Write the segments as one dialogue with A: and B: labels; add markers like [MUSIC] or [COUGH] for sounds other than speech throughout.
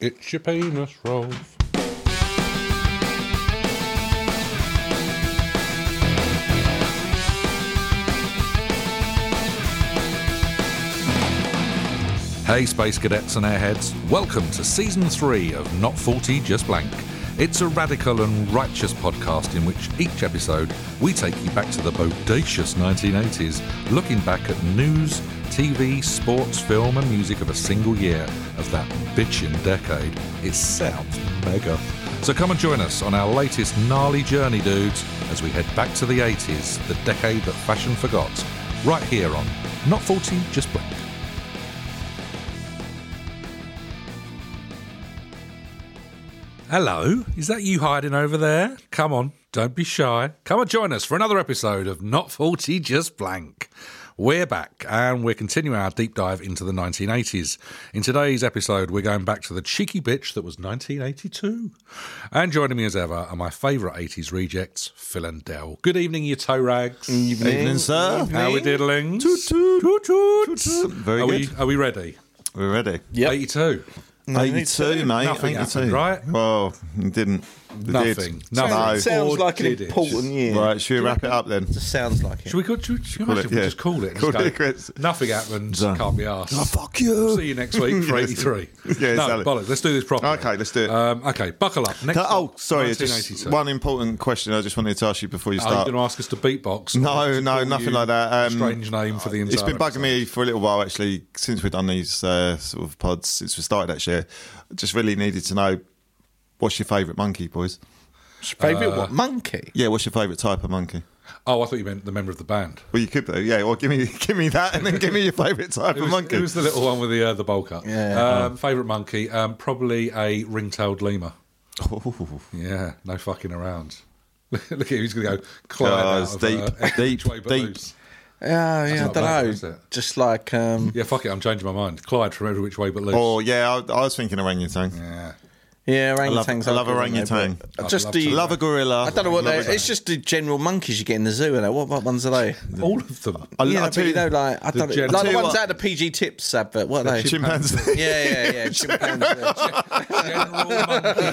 A: It's your penis, Rolf. Hey, Space Cadets and Airheads. Welcome to Season 3 of Not 40 Just Blank. It's a radical and righteous podcast in which each episode we take you back to the bodacious 1980s, looking back at news, TV, sports, film, and music of a single year of that bitchin' decade. It sounds mega. So come and join us on our latest gnarly journey, dudes, as we head back to the 80s, the decade that fashion forgot, right here on Not 40 Just Blank. Hello, is that you hiding over there? Come on, don't be shy. Come and join us for another episode of Not 40 Just Blank. We're back and we're continuing our deep dive into the 1980s. In today's episode, we're going back to the cheeky bitch that was 1982. And joining me as ever are my favourite 80s rejects, Phil and Dell. Good evening, you toe rags.
B: Evening, sir.
A: How are we diddling?
B: Toot, toot.
A: toot.
B: Toot, toot. Very
A: are
B: good.
A: We, are we ready?
B: We're ready.
C: Yep.
A: 82.
B: 82, mate.
A: Nothing
B: 82.
A: happened, right?
B: Well, it didn't. It
A: Nothing.
B: Did.
A: Nothing.
B: No.
C: Sounds
A: Or
B: [LAUGHS]
C: like an
A: did it?
C: important year.
B: Right, should we wrap it up then?
C: Just sounds like it.
A: Should we, call, should, should we
B: it,
A: imagine if we
B: yeah.
A: just call it? and
B: Call
A: just
B: it
A: go,
B: quits.
A: Nothing happened.
B: Done. Oh,
A: Can't be asked.
B: fuck you.
A: See you next week for
B: [LAUGHS] Yes.
A: 83.
B: Yeah,
A: no,
B: exactly.
A: bollocks. Let's do this properly.
B: Okay, let's do it.
A: Um, okay, buckle up. Next
B: oh,
A: up,
B: sorry. Just
A: 1982.
B: one important question I just wanted to ask you before Oh, you
A: Are you
B: start.
A: going to Oh, ask us to beatbox?
B: No,
A: Or to
B: no,
A: call
B: nothing
A: you
B: like that.
A: a
B: Um,
A: strange name for the entire
B: It's been bugging me for a little while actually since we've done these uh, sort of pods since we started actually. I just really needed to know what's your favourite monkey, boys?
C: Favourite
A: Uh,
C: what? Monkey.
B: Yeah, what's your favourite type of monkey?
A: Oh, I thought you meant the member of the band.
B: Well, you could though. Yeah, well, give me [LAUGHS] give me that, and then give me your favourite type
A: Who's
B: of monkey.
A: the little one with the uh, the bowl cut?
C: Yeah.
A: Um, Favorite monkey? Um, probably a ring-tailed lemur.
B: [LAUGHS] Ooh.
A: Yeah, no fucking around. [LAUGHS] Look at him, he's going to go climb
B: Oh,
A: out
B: it's
A: of,
B: deep,
A: uh, every
B: deep,
A: way but
B: deep.
A: loose.
C: Oh, yeah, I
A: not
C: don't
A: monkey, is
C: know.
A: it? Mm.
C: Just like um,
A: Yeah, fuck it. I'm changing my mind. Clyde from Every Which Way But Loose.
B: Oh yeah, I, I was thinking orangutan.
A: Yeah.
C: yeah,
B: love-
C: orangutans.
B: I love
C: are good, aren't they?
B: orangutan.
C: But
A: I'd
C: Just
A: love
C: the.
A: to.
B: Love a gorilla.
C: I don't know what
B: Love
C: they.
B: a-
C: It's just the general monkeys you get in the zoo, and what, what ones
A: [LAUGHS]
C: are they?
A: All of them.
B: I, I
C: Yeah, but
B: tell
C: you
B: you,
C: know, like I
A: the
C: don't.
A: gen-
C: like
B: I'll
C: the
B: tell you
C: ones
B: what-
C: out of the PG tips advert. What are they?
B: chimpanzee.
C: yeah,
B: [LAUGHS]
C: yeah, yeah.
A: General monkeys.
B: [LAUGHS] The
C: Chimpanzee.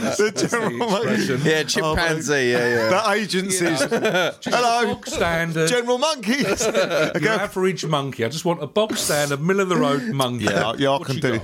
A: That's the
B: general
A: expression.
B: monkey.
C: yeah, chimpanzee. Yeah, yeah.
B: That agency. is-
A: Just
B: [LAUGHS] Hello.
A: a Bog
B: [LAUGHS]
A: standard.
B: General
C: [LAUGHS]
B: monkeys. I
A: your
B: go,
A: average monkey. I just want a bog standard, middle of the
B: [LAUGHS]
A: road monkey.
B: yeah, yeah, I can do.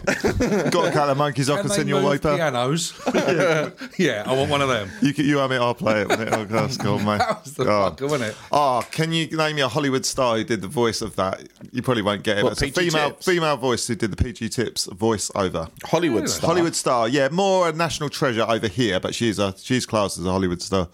B: Got a couple of monkeys. I
A: Can
B: can
A: they
B: send you a
A: move
B: wiper. [LAUGHS]
A: pianos? [LAUGHS] yeah, I want one of them.
B: You, can- you have it. I'll play
C: [LAUGHS]
B: it. wouldn't it? Oh, that's cool, mate.
A: That was the
B: Oh.
A: fucker, wasn't it?
B: Oh, can you name me a Hollywood star who did the voice of that? You probably won't get it.
C: What,
B: but it's a
C: PG
B: female
C: Tips?
B: female voice who did the PG Tips voice over.
C: Hollywood star.
B: Hollywood star, yeah, more a national treasure over here, but she's a she's classed as a Hollywood star.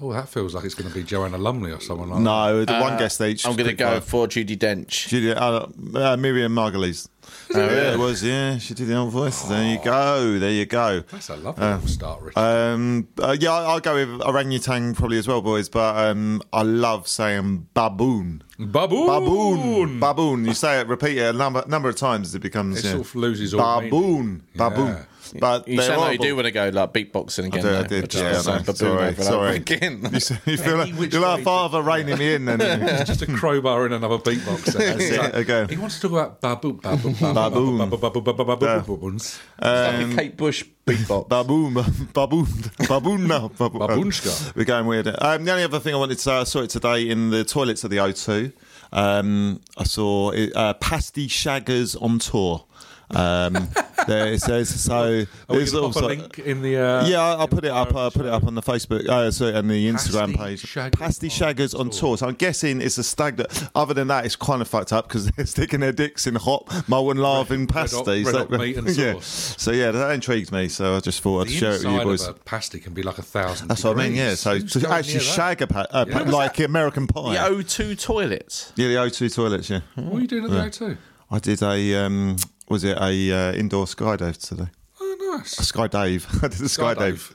A: Oh, that feels like it's going to be Joanna Lumley or someone like that.
B: No, the one guest each.
C: Uh, I'm going to
B: Pick
C: go
B: one.
C: for Judy Dench.
B: She did, uh, uh, Miriam Margolyes.
C: Oh,
B: yeah, it was. Yeah, she did the old voice. There you go. There you go.
A: That's a lovely
B: Uh,
A: little start, Richard.
B: Um, uh, yeah, I- I'll go with orangutan probably as well, boys. But um, I love saying baboon,
A: baboon.
B: baboon, baboon. You say it, repeat it a number number of times. It becomes
A: It
B: yeah.
A: sort of loses all meaning.
B: baboon, baboon. But
C: You
B: they're
C: sound like you
B: horrible.
C: do want to go like beatboxing again.
B: I
C: though.
B: did, I did.
C: Just
B: Yeah,
C: say
B: I know.
C: baboon over
B: sorry,
C: and over [LAUGHS]
B: sorry.
C: Again.
B: You, s- you feel like
A: Any which
B: you're
A: way
B: like father reining me in, then
A: [LAUGHS]
B: [LAUGHS]
A: Just a crowbar in another beatbox. That's
B: it, okay.
A: He wants to talk about baboon, baboon, baboon,
B: Baboon.
A: baboon, baboon, baboon, baboons.
C: Like a Kate Bush
B: [LAUGHS]
C: beatbox.
B: Um, baboon, baboon, baboon now, baboon.
A: Baboonska.
B: We're going weird. Um, the only other thing I wanted to say, I saw it today in the toilets of the O2. Um, I saw it, uh, Pasty Shaggers on tour. Um, [LAUGHS] there it says so.
A: Are we
B: there's
A: going to pop a
B: also-
A: link in the? Uh,
B: Yeah, I'll, I'll put it up. I'll put it up on the Facebook uh, sorry, and the Instagram
A: Pasty
B: page.
A: Shaggers
B: Pasty
A: on
B: Shaggers on tour. So I'm guessing it's a stag. That, other than that, it's kind of fucked up because [LAUGHS] they're sticking their dicks in hot mole and lard in
A: red hot-
B: pasties.
A: red hot
B: That-
A: meat and
B: [LAUGHS] yeah.
A: sauce.
B: So yeah, that intrigues me. So I just thought I'd
A: The
B: share it with you
A: inside
B: boys.
A: of a pasty can be like a thousand.
B: That's what I mean. Yeah. So to actually shag a pa- uh, pa- like American Pie.
C: The
B: Yeah,
C: O2 toilets.
B: the O2 toilets. Yeah,
A: What are you doing at the O2?
B: I did a. Um, was it a uh, indoor skydive today?
A: Oh, nice.
B: [LAUGHS] Skydive. I did a skydive.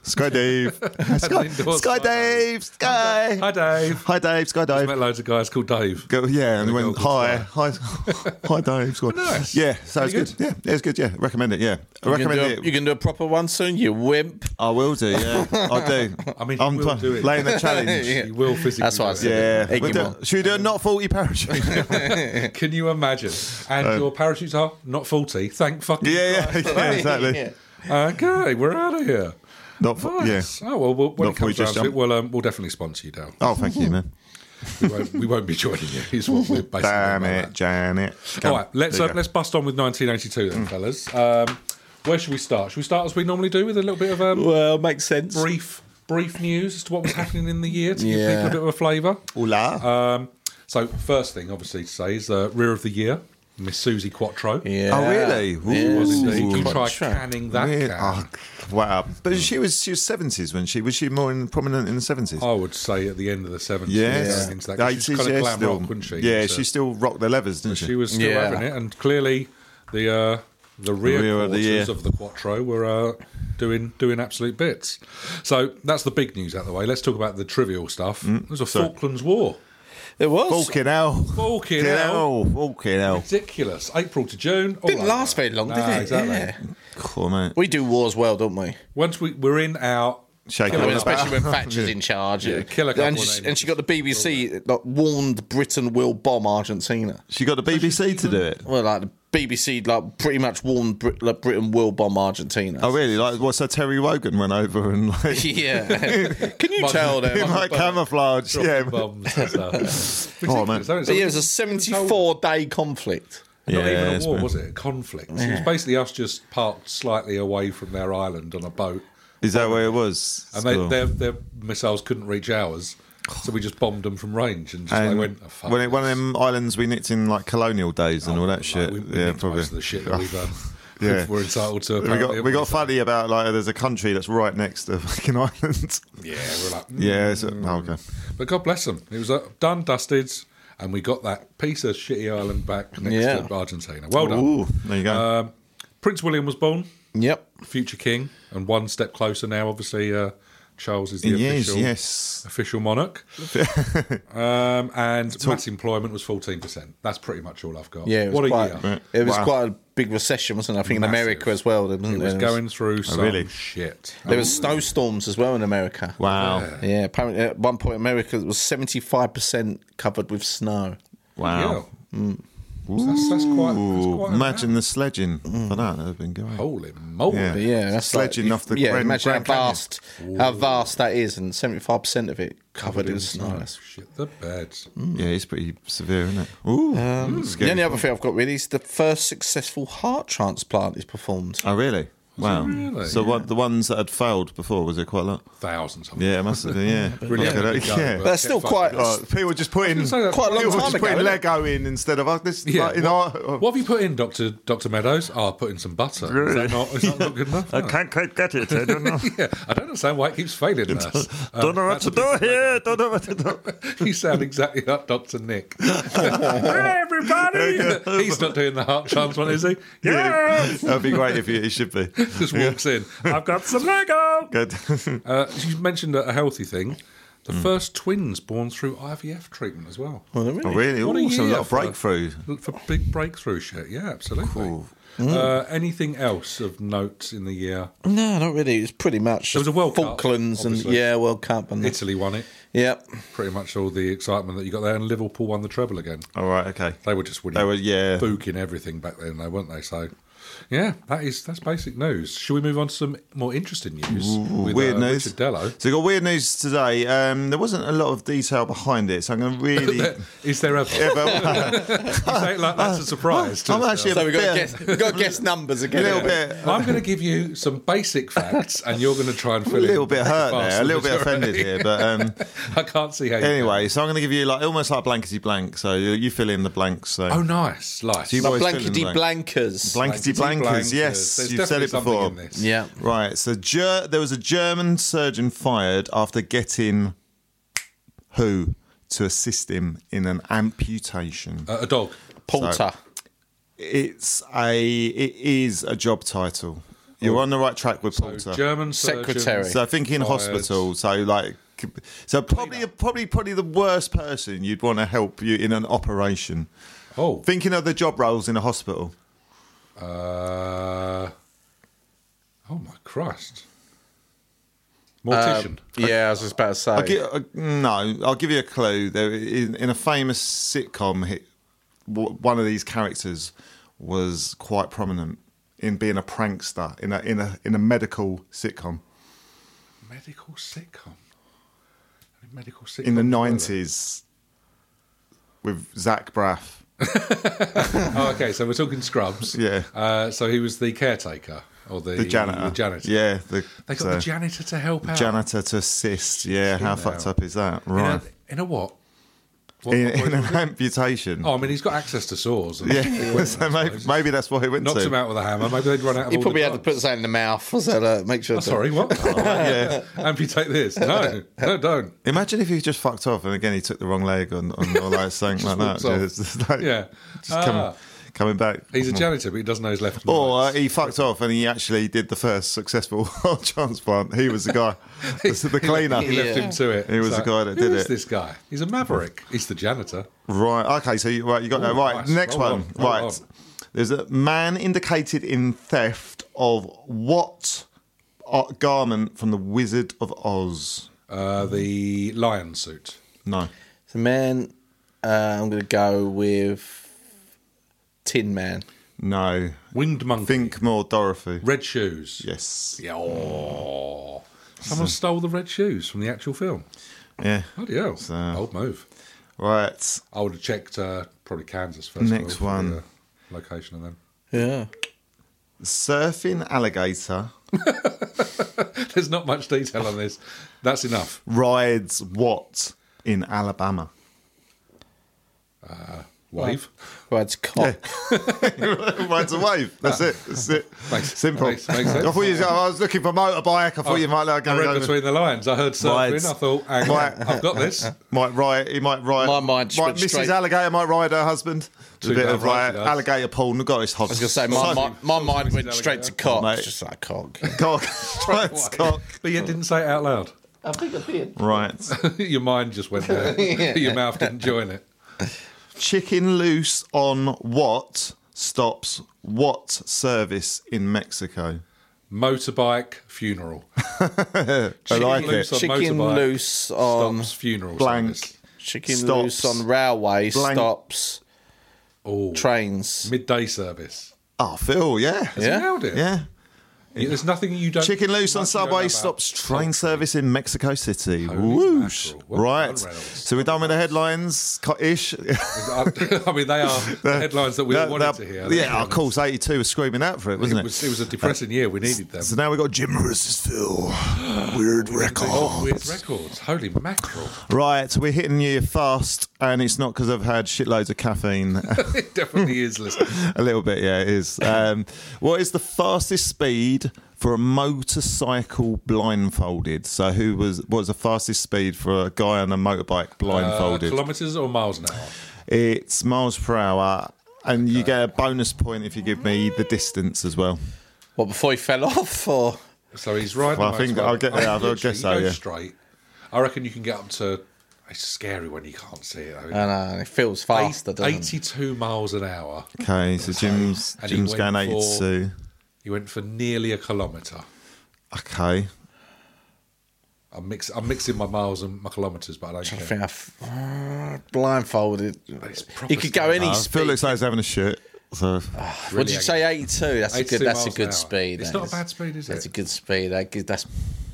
A: [LAUGHS]
B: Skydive.
A: An indoor
B: Skydive. Skydive. Sky.
A: Hi, Dave.
B: Hi, Dave.
A: I
B: Skydive.
A: met loads of guys called Dave.
B: Go, yeah, and
A: Go,
B: went
A: go,
B: hi, hi, [LAUGHS] hi, Dave.
A: [LAUGHS]
B: Squad.
A: Nice.
B: Yeah, so it's
A: Pretty
B: good. Yeah, yeah, it's good. Yeah, recommend it. Yeah, I
C: You can,
B: recommend
C: do a,
B: it.
C: you can do a proper one soon, you wimp.
B: I will do. Yeah, I do.
A: [LAUGHS] I mean, he
B: I'm
A: will
B: trying-
A: do it. [LAUGHS]
B: laying the challenge. yeah.
A: You will physically.
C: That's what I
A: do it.
C: said. Egg
B: We
C: him
B: do-
C: on.
B: should we do a not
A: [LAUGHS]
B: faulty parachute? yeah, Uh,
A: Can you imagine? And your parachutes are not faulty. Thank fucking.
B: yeah, yeah,
C: Right,
B: exactly.
C: yeah.
A: Okay, we're out of here.
B: Not for, yeah.
A: Nice. Oh well, we'll when
B: Not
A: it
B: for we
A: comes down
B: just
A: to it,
B: jump-
A: we'll um, we'll definitely sponsor you, Dale.
B: Oh, thank you, man.
A: We won't, we won't be joining you. Is what we're basically
B: Damn
A: about.
B: it, Janet.
A: All right, let's
B: There
A: uh,
B: you go. Mm.
A: let's bust on with 1982 then, fellas. Um, where should we start? Should we start as we normally do with a little bit of um,
C: Well, makes sense.
A: brief brief news as to what was happening in the year to give
C: Yeah.
A: people a bit of a flavour?
B: Hola.
A: Um, so first thing, obviously, to say is uh, rear of the year, Miss Susie Quattro.
C: Yeah.
B: Oh, really?
A: She was
B: Ooh.
A: indeed. You try
C: Quattro.
A: canning that
B: Really?
A: can.
B: Oh, wow. But she was she was seventies when she was she more in, prominent in the seventies.
A: I would say at the end of the 70s.
B: yes,
A: into that, 'cause she was kind of glam rock, wouldn't she?
B: Yeah,
A: So
B: she still rocked the levers, didn't she?
A: she was still
C: Yeah.
A: having it, and clearly the uh, the rear,
B: Rear of the
A: quarters of
B: year.
A: the, Quattro were uh, doing doing absolute bits. So that's the big news out of the way. Let's talk about the trivial stuff.
C: Mm,
A: There's a Falklands War.
C: It was.
B: Fucking hell!
A: Fucking hell.
B: hell! Fucking hell!
A: Ridiculous. April to June. all
C: Didn't
A: like
C: last
A: that.
C: very long,
A: Nah,
C: did it?
A: Exactly.
C: Yeah.
B: Cool, mate.
C: We do wars well, don't we?
A: Once we, we're in our
B: Shake
A: Kill
B: it
A: a
C: Well,
B: up.
C: especially when Thatcher's in charge.
A: Yeah, kill a couple
C: and,
A: of
C: she,
A: them.
C: and she got the BBC like, warned Britain will bomb Argentina.
B: She got the BBC to do it.
C: Well, like the BBC like pretty much warned Brit- like, Britain will bomb Argentina.
B: Oh, really? Like, what's that? Terry Wogan went over and
A: [LAUGHS]
B: like,
C: [LAUGHS] yeah. Can you
B: [LAUGHS]
C: tell them?
B: like camouflage. Yeah,
A: dropping bombs and
C: [LAUGHS]
A: stuff.
B: Oh, man.
A: Ridiculous, isn't it?
C: But yeah, it was a 74 day conflict.
A: Not even
B: Yes,
A: a war,
B: man.
A: was it? A conflict. It was basically us just parked slightly away from their island on a boat,
B: Is that where it was?
A: and they,
B: Cool.
A: their, their missiles couldn't reach ours, so we just bombed them from range and just they
B: And
A: went. Oh, fuck
B: when it,
A: this. Oh,
B: one of them islands we nicked in like colonial days and all that
A: Like,
B: shit.
A: we, we
B: yeah,
A: nicked
B: probably. Oh,
A: most of the shit that we've
B: [LAUGHS]
A: done. [LAUGHS]
B: Yeah.
A: we're entitled to.
B: we
A: apparently,
B: got we got
A: haven't
B: funny about like there's a country that's right next to [LAUGHS] fucking Ireland.
A: we? Yeah, we're like, mm.
B: Yeah, so, oh, okay.
A: but God bless them. It was uh, done, dusted, and we got that piece of shitty island back next
C: Yeah.
A: to Argentina. Well done.
B: Ooh, there you go.
A: Um, Prince William was born.
C: Yep.
A: future king and one step closer now. Obviously, uh, Charles is the
B: yes,
A: official
B: yes.
A: official
B: [LAUGHS]
A: monarch. um, and mass employment was fourteen percent. That's pretty much all I've got.
C: Yeah. It was
A: what
C: quite,
A: a year!
C: It was
B: Wow.
C: quite a big recession, wasn't it? I think in
A: Massive.
C: America as well. There wasn't
A: It
C: there?
A: was
C: There was-
A: going
D: Oh,
A: through some
B: really?
A: shit.
C: There was snowstorms as well in America.
B: Wow,
C: Yeah, apparently at one point America was seventy five percent covered with snow.
B: wow.
A: Yeah. That's, that's quite. That's
B: Ooh,
A: quite Oh.
B: imagine the sledging for that. That'd have been good.
A: Holy moly!
B: Yeah.
C: But yeah, that's
B: Sledging
C: like,
B: off the
C: yeah.
B: Grand-
C: imagine
B: Grand Canyon.
C: how vast how vast that is, and seventy five percent of it covered in snow. That's
A: Shit the bed.
B: Yeah, it's pretty severe, isn't it? Ooh, mm,
C: The
B: scary.
C: only other thing I've got really is the first successful heart transplant is performed.
B: Oh, really? Wow.
A: really?
B: So what the ones that had failed before was it quite a lot?
A: Thousands of them.
B: Yeah, it must have
A: [LAUGHS]
B: been. Yeah,
A: Really
B: Fucking
A: had a
B: hell,
A: big go,
B: yeah.
A: but-
C: That's still
A: fuck
C: quite
B: Oh, people just putting
A: say that.
C: quite a long
B: people
C: time
B: just
C: ago.
B: putting
C: isn't it?
B: Lego in instead of like, this.
A: Yeah,
B: like, in our, oh,
A: What have you put in, Doctor Doctor Meadows? Oh, I put in some butter. Is that not, is that not good enough? No.
D: can't quite get it. I don't know.
A: [LAUGHS] yeah, I don't understand why it keeps failing us.
D: [LAUGHS]
A: Uh,
D: don't know what to do here. Don't know what to do.
A: [LAUGHS] you sound exactly like Dr.
D: [LAUGHS]
A: Nick. hey, everybody! He's not doing the heart transplant, is he? Yeah! [LAUGHS]
B: That'd be great if you, it should be.
A: Just walks in. I've got some Lego!
B: Good.
A: Uh, you mentioned a a healthy thing. The
B: Hmm.
A: first twins born through IVF treatment as well.
C: Well, there
B: Oh,
C: really?
B: really?
A: What a
B: Ooh, it's a
A: year
B: lot of
A: for-
B: breakthrough.
A: For big breakthrough shit, yeah, absolutely. Uh,
B: Hmm.
A: anything else of note in the year?
C: No, not really. It was pretty much
A: There was a World Cup,
C: Falklands and
A: obviously.
C: yeah, World Cup and
A: Italy won it.
C: yep.
A: Pretty much all the excitement that you got there, and Liverpool won the treble again.
B: All right, okay.
A: They were just winning.
B: They were, yeah.
A: booking everything back then, though, weren't they? So, yeah, that is that's basic news. Should we move on to some more interesting news? with,
B: weird
A: uh,
B: news.
A: Richard Dello.
B: So we got weird news today. Um, there wasn't a lot of detail behind it,
A: [LAUGHS]
B: so I'm going to really.
A: Is [LAUGHS] there
B: [LAUGHS]
A: ever?
B: Yeah, but-
A: You say it like that's a surprise. to
B: I'm
A: us.
B: actually a
C: So we got to
B: bit-
C: guess, we got to guess numbers
B: a
C: again.
B: [LAUGHS] little bit.
A: I'm going to give you some basic facts, and you're going to try and
B: A
A: fill in
B: little bit hurt
A: fast
B: there, a
A: and
B: little bit
A: it's all
B: offended
A: right.
B: here, but um,
A: [LAUGHS] I can't see how. you-
B: anyway, so I'm going to give you like almost like blankety blank. So you, you fill in the blanks. So
A: Oh, nice, nice.
B: you-
C: Like
B: Always filling
C: blankety
B: blank.
C: blankers.
B: blankety blankers. Yes,
A: There's
B: you've said
A: definitely
B: it
A: something
B: before.
A: in this.
C: yeah.
B: Right. So ger- there was a German surgeon fired after getting who to assist him in an amputation.
A: Uh, a dog.
C: Porter.
B: it's a it is a job title. You're on the right track with Porter.
A: German surgeon.
C: Secretary.
B: so I think in hospital. So like. So probably, probably, probably the worst person you'd want to help you in an operation.
A: Oh,
B: Thinking of the job roles in a hospital.
A: Uh, oh my Christ! Mortician.
C: yeah, I was just about to say.
B: I'll gi- uh, no, I'll give you a clue. There, in, in a famous sitcom, he, w- one of these characters was quite prominent in being a prankster in a in a in a medical sitcom
A: Medical sitcom. Medical sitcom.
B: in the nineties with Zach Braff.
A: Oh, okay. So we're talking Scrubs.
B: Yeah.
A: Uh, so he was the caretaker or the,
B: The janitor.
A: The janitor.
B: Yeah. The,
A: They got
B: so-
A: the janitor to help out.
B: janitor to assist. Yeah. How fucked
A: now.
B: up is that?
A: In [LAUGHS]
B: Right.
A: a, in a what? What-
B: In,
A: what-
B: in an
A: what-
B: amputation.
A: oh, I mean, he's got access to saws. [LAUGHS] And
B: yeah. [LAUGHS] so maybe, maybe that's what he went
A: Knocks
B: to.
A: him out with a hammer. Maybe they'd run out of
C: He
A: all
C: probably
A: the
C: had to put
A: drugs.
C: something in the mouth. Was that uh, make sure?
A: Oh,
C: that-
A: sorry,
C: [LAUGHS]
A: what? [LAUGHS] Amputate this. No, no, don't.
B: Imagine if he just fucked off and again he took the wrong leg on,
A: [LAUGHS]
B: on or like something like that.
A: walks off.
B: It's just like-
A: Yeah.
B: Just coming,
A: Ah.
B: coming back.
A: He's a janitor, but he doesn't know his left and
B: Or uh,
A: right.
B: he fucked off and he actually did the first successful [LAUGHS] heart transplant. He was the
A: [LAUGHS]
B: guy, the, the cleaner.
A: He left him to it.
B: He was
A: It's
B: the
A: like,
B: guy that did
A: Who is
B: it.
A: this guy? He's a maverick. He's the janitor.
B: Right. Okay. So you, right, you got that.
A: Ooh,
B: Right.
A: nice.
B: Next
A: Roll
B: one.
A: on, roll
B: right.
A: on.
B: There's a man indicated in theft of what uh, garment from the Wizard of Oz?
A: Uh, the lion suit.
B: No.
C: So man, uh, I'm going to go with Tin Man.
B: No.
A: Winged monkey.
B: Think more, Dorothy.
A: Red shoes.
B: Yes.
A: Yeah. Oh. Someone stole the red shoes from the actual film.
B: Yeah.
A: Bloody hell.
B: So-
A: Bold move.
B: Right.
A: I would have checked uh, probably Kansas first. of
B: Next
A: all for
B: one.
A: The, uh, location of them.
C: Yeah.
B: Surfing alligator
A: [LAUGHS] There's not much detail on this. That's enough.
B: rides what in Alabama? [LAUGHS]
A: Wave.
C: Right, it's cock.
B: rides a wave. That's it. That's it.
A: Makes-
B: Simple.
A: makes- makes sense. Oh,
B: I thought you. was- I was looking for motorbike. I thought you might like
A: I
B: go.
A: read
B: go-
A: between the lines. I heard
B: Rides.
A: surfing. I thought, hang on,
B: Right.
A: I've got
B: [LAUGHS]
A: this.
B: Might ride. He might ride.
C: My mind
B: might,
C: switched
B: Mrs.
C: straight-
B: Alligator might ride her husband.
A: Too
B: There's a bit
A: bad
B: of
A: right,
B: like
A: she does.
B: alligator Paul. We've got his
C: I
B: husband.
C: was going to say my, my, my mind went straight to cock.
B: Mate.
C: It's just like cock.
B: God, it's cock.
A: But you didn't say it out loud. [LAUGHS]
C: I think I did.
B: Right.
A: Your mind just went
B: [LAUGHS]
A: there. [LAUGHS]
C: Yeah.
A: Your mouth didn't join it.
B: Chicken loose on what stops what service in Mexico?
A: Motorbike funeral.
B: I
A: Chicken
B: like
A: loose
B: it.
A: on
C: Chicken
A: motorbike
C: loose on
A: stops funeral
B: Um, Blank.
A: service.
C: chicken
B: Stops.
C: loose on railway
B: Blank.
C: stops
A: Oh,
C: trains.
A: midday service.
B: Oh, Phil. Yeah.
A: You
C: Yeah.
A: nailed it.
B: Yeah.
A: You- There's nothing you don't.
B: Chicken loose on
A: much you don't know
B: subway
A: about.
B: stops train service in Mexico City.
A: Holy
B: Whoosh.
A: mackerel. Well
B: Right.
A: done, Reynolds.
B: So we're done with the headlines, co-
A: [LAUGHS]
B: ish.
A: [LAUGHS] I mean, they
B: [LAUGHS]
A: are the headlines that we all wanted to hear.
B: Yeah, of course. 82 was screaming out for it, wasn't
A: It was, it was a depressing year. We needed them.
B: So now we've got Jim Ross's
A: [GASPS]
B: Phil. Weird
A: Oh,
B: record.
A: weird records. Holy mackerel. [LAUGHS]
B: Right, we're hitting you fast, and it's not because I've had shitloads of caffeine. [LAUGHS]
A: It definitely is uh, listening.
B: a little bit, yeah, it is. Um, what is the fastest speed for a motorcycle blindfolded? So, who was what was the fastest speed for a guy on a motorbike
A: Uh,
B: blindfolded?
A: kilometres or miles an hour?
B: it's miles per hour, and you get a bonus point if you give me the distance as well.
C: What before he fell [LAUGHS] off or
A: So he's riding.
B: Well, I
A: the
B: think
A: motorbike.
B: I'll get there.
A: mean,
B: I'll
A: literally,
B: guess
A: you
B: so,
A: go
B: yeah.
A: straight. I reckon you can get up to. It's scary when you can't see it.
C: I don't know, it feels
A: Eight-
C: faster, doesn't it?
A: 82 miles an hour.
B: Okay, so Jim's
A: And he
B: Jim's
A: went
B: going
A: for-
B: eighty-two.
A: You went for nearly a kilometre.
B: Okay,
A: I'm, mix, I'm mixing my miles and my kilometres, but I don't
C: I
A: care.
C: think I f- uh, blindfolded.
A: It's proper
C: He could go any
B: uh, Phil
C: speed. Ah,
B: looks like he's having a shit. So
C: Would you say eighty-two? That's a
A: 82
C: good. That's a
A: miles an hour.
C: good speed.
A: It's
C: that
A: not a bad speed, is
C: That's
A: it?
C: a good speed. That gi- that's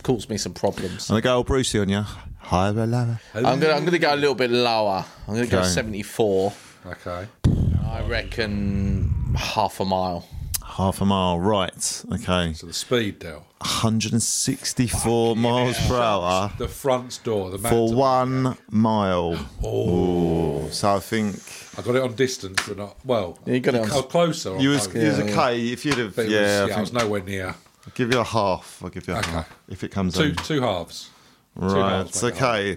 C: caused me some problems.
B: And I go, oh, Brucey on you. Higher or lower?
A: Oh,
C: I'm gonna I'm gonna go a little bit lower. I'm gonna go
B: Okay.
C: seventy-four.
A: Oh, Okay.
C: I reckon half a mile.
B: Half a mile, right. Okay.
A: So the speed, Dell.
B: 164 miles per hour
A: The front door. The
B: for
A: mantle.
B: one mile. Oh. So I think
A: I got it on distance, but not well.
C: Yeah, you got it on-
A: I was closer. on
B: you was,
A: both.
B: you was
C: Yeah,
B: okay
C: yeah.
B: if you'd have.
A: But it was-
B: yeah,
A: yeah,
B: I
A: I
B: think
A: was nowhere near.
B: I'll give you a half. I'll give you a
A: Okay.
B: half if it comes
A: Two
B: in.
A: two halves. Two
B: Right.
A: halves,
B: It's
A: mate,
B: okay.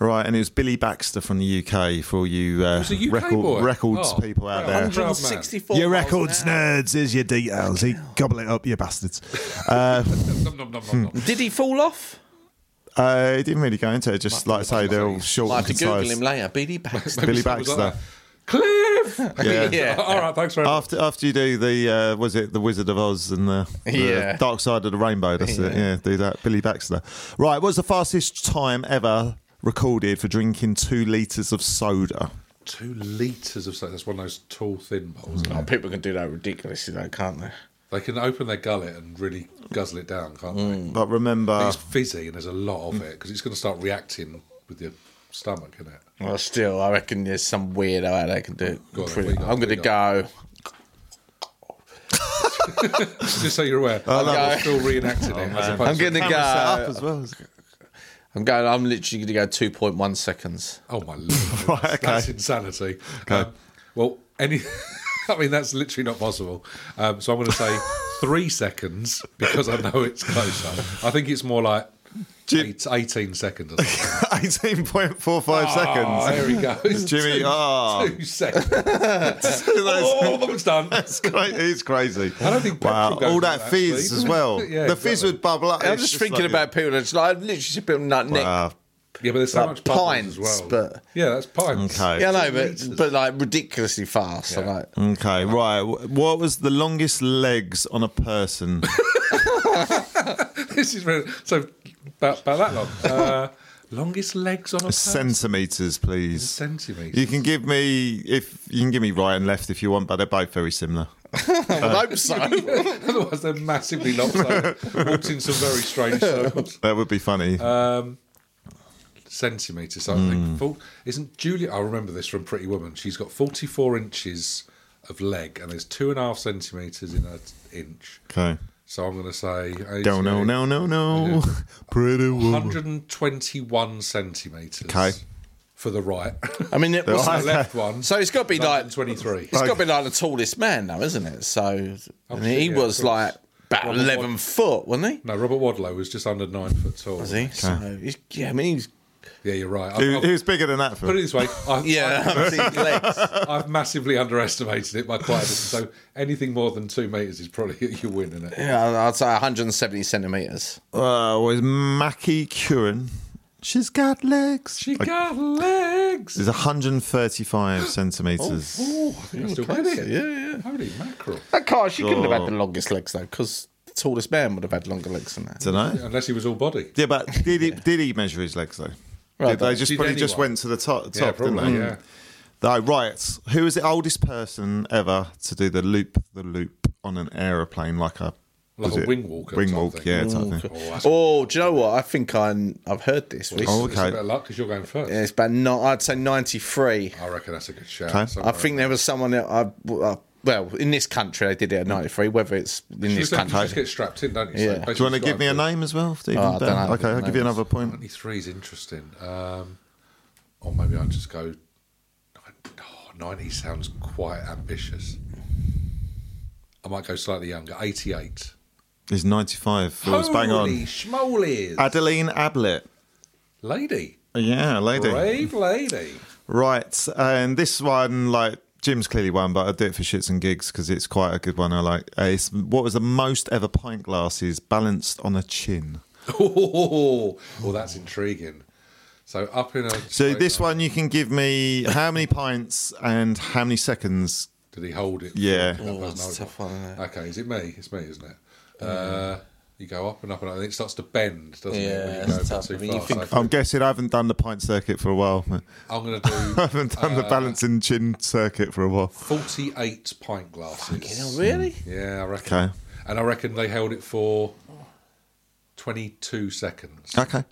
B: Right, and it was Billy Baxter from the UK for all you uh,
A: It's a UK
B: record,
A: boy.
B: records
A: Oh,
B: people out
A: yeah,
B: there.
A: I'm proud man.
C: 164
B: Your
C: miles an
B: records
C: hour.
B: nerds, here's your details. He, gobble it up, you bastards.
A: Nom, nom, nom, nom,
B: Hmm.
A: nom.
C: Did he fall off?
B: Uh, he didn't really go into it. Just like I say, they're all short
C: I
B: and
C: have to Google
B: concise.
C: him
A: [LAUGHS]
C: later. BD Baxter.
B: Billy
A: Something like
B: Baxter.
A: that. Cliff.
B: Yeah.
C: [LAUGHS] Yeah.
A: [LAUGHS] All right. Thanks very much.
B: After after you do the uh, was it the Wizard of Oz and the, the
C: Yeah.
B: Dark Side of the Rainbow? That's it. Yeah, do that. Billy Baxter. Right. What's the fastest time ever recorded for drinking two liters of soda?
A: two litres of something. That's one of those tall, thin bowls. isn't
B: Mm.
C: Oh,
A: it?
C: people can do that ridiculously though, can't they?
A: They can open their gullet and really guzzle it down, can't
C: Mm. Hmm.
B: But
A: they?
B: remember, [LAUGHS]
A: It's fizzy and there's a lot of it because it's going to start reacting with your stomach, isn't it?
C: Well, still, I reckon there's some weirdo out there can do it.
A: Go on,
C: Pretty-
A: we got-
C: I'm going
A: we
C: to go.
A: Just so you're aware, I'm
C: no.
A: still reenacting it. as
B: Oh, man.
A: opposed
C: I'm
A: to-
C: going to
B: camera set up
C: go.
B: as well.
C: I'm going. I'm literally going to go 2.1 seconds.
A: Oh my
B: [LAUGHS]
A: lord,
B: Right,
A: that's,
B: okay.
A: that's insanity. Um, well, any, [LAUGHS] I mean that's literally not possible. Um, so I'm going to
B: [LAUGHS]
A: say three seconds because I know it's closer. I think it's more like
B: Do you-
A: eight, 18
B: [LAUGHS]
A: seconds. Or something.
B: 18.45
A: Oh,
B: seconds.
A: there
B: [LAUGHS]
A: he goes,
B: Jimmy,
A: Two,
B: oh.
A: two seconds.
B: [LAUGHS]
C: [LAUGHS]
B: That's-
A: oh, that was done.
B: It's cra- it's crazy.
A: I don't think
B: wow,
A: petrol goes
B: all
A: with
B: that
A: that
B: fizz
A: speed.
B: as
A: [LAUGHS]
B: well.
A: Yeah,
B: the
A: exactly.
B: fizz would bubble up.
C: I'm
B: It's
C: just, thinking
B: like- uh,
C: about people that's like, I've literally seen people like Nick.
B: Wow.
A: Yeah, but there's so
C: Like
A: much bubbles as
C: pints,
A: well.
C: but-
A: yeah, that's pints.
B: Okay.
C: yeah, I know, but, but like ridiculously fast. I'm
A: Yeah.
C: like, [LAUGHS]
B: Okay, right. Wh- What was the longest legs on a
C: [LAUGHS]
B: person?
A: [LAUGHS] this is really, so about, about that long. Uh, longest legs on a person?
B: Centimeters, please.
A: centimetre.
B: You can give me if you can give me right and left if you want, but they're both very similar.
A: Uh,
C: I hope
A: [LAUGHS]
C: so.
A: Otherwise, they're massively lopsided. Walked in some very strange circles.
B: That would be funny.
A: Uh, Centimetres. So I
B: Hmm.
A: think full, isn't Julia? I remember this from Pretty Woman. She's got forty-four inches of leg, and there's two and a half centimetres in her t- inch.
B: okay.
A: So I'm going to say
B: Don't know, no, no, no.
A: Yeah.
B: [LAUGHS] Pretty woman.
A: 121 centimetres.
B: Okay.
A: For the right, [LAUGHS]
C: I mean, it was
A: the left one.
C: so it's got to be like it's
A: 23.
C: got to be like the tallest man now, isn't it? So I mean,
A: Oh, shit,
C: he
A: yeah,
C: was
A: of course.
C: like about
A: Well,
C: eleven
A: what-
C: foot, wasn't he?
A: No, Robert Wadlow was just under nine foot tall.
C: Was he? So he's, yeah, I mean, he's
A: Yeah, you're right.
B: He,
A: I,
B: he
A: I,
B: was bigger than that for
A: put it
B: me.
A: this way. I,
C: yeah, [LAUGHS]
A: I,
C: I've seen
A: [LAUGHS]
C: his legs.
A: I've massively underestimated it by quite a bit. So anything more than two metres is probably [LAUGHS] your win, isn't it?
C: Yeah, I'd say 170 centimeters.
B: Uh, was Mackie Curran. She's got legs.
A: She got legs. [GASPS]
B: There's 135 centimeters.
A: Oh, I think I still get it. Yeah, yeah. Holy mackerel.
C: That car, she couldn't have had the longest legs though, because the tallest man would have had longer legs than that.
B: Don't know. Yeah.
A: Unless he was all body.
C: [LAUGHS]
B: but did he did he measure his legs though?
C: Right,
B: Did they
C: but-
B: just
A: Did
B: probably just
A: anyone?
B: went to the top. top
A: Yeah,
B: didn't
A: probably,
B: they?
A: yeah.
B: Though, right. Who is the oldest person ever to do the loop the loop on an aeroplane like a
A: Like
B: was
A: a
B: it-
A: wing walk or
B: Wing walk,
A: something.
B: yeah, type thing.
A: Oh, that's
C: Oh, do you know what? I think I I've heard this.
B: Oh,
C: Recently.
A: It's a bit
B: okay.
A: of luck because you're going first.
C: It's about no, I'd say 93.
A: I reckon that's a good shout.
B: Okay.
A: somewhere.
C: I think there was someone that I, I well in this country they did it at 93. Whether it's in
A: You
C: this
A: just have to just
C: country,
A: get strapped in, don't you?
C: Yeah.
B: Do you want to give me a name as well, Stephen?
C: Oh, I don't
B: Dan?
C: know.
B: okay, I'll give you
C: Names.
B: another point.
A: 93 is interesting. Um, or maybe I'll just go. Oh, 90 sounds quite ambitious. I might go slightly younger. 88.
B: He's 95. Feels bang
A: Holy
B: on.
A: schmoles.
B: Adeline Ablett.
A: lady.
B: Yeah, lady.
A: Brave lady. [LAUGHS]
B: Right, and this one, like Jim's clearly won, but I do it for shits and gigs because it's quite a good one. I like. Uh, it's what was the most ever pint glasses balanced on a chin.
A: Oh, well, that's intriguing. So up in a.
B: So this one you can give me how many pints and how many seconds.
A: Did he hold it?
B: Yeah.
A: That
C: Oh,
A: person
C: that's
A: hold
C: a tough
A: it.
C: one, isn't it?
A: Okay, is it me? It's me, isn't it? Uh, you go up and up and up, and it starts to bend, doesn't it?
C: Yeah,
A: when you
C: that's
A: go a bit
C: tough.
A: too
C: I mean, you
A: far.
C: think-
A: So
B: I'm guessing I haven't done the pint circuit for a while. [LAUGHS] man.
A: I'm going
B: I
A: to do
B: haven't done
C: Uh.
B: the balancing chin circuit for a while.
A: 48 pint glasses.
C: you know, really?
A: Yeah, I reckon.
B: Okay.
A: And I reckon they held it for 22 seconds.
B: Okay.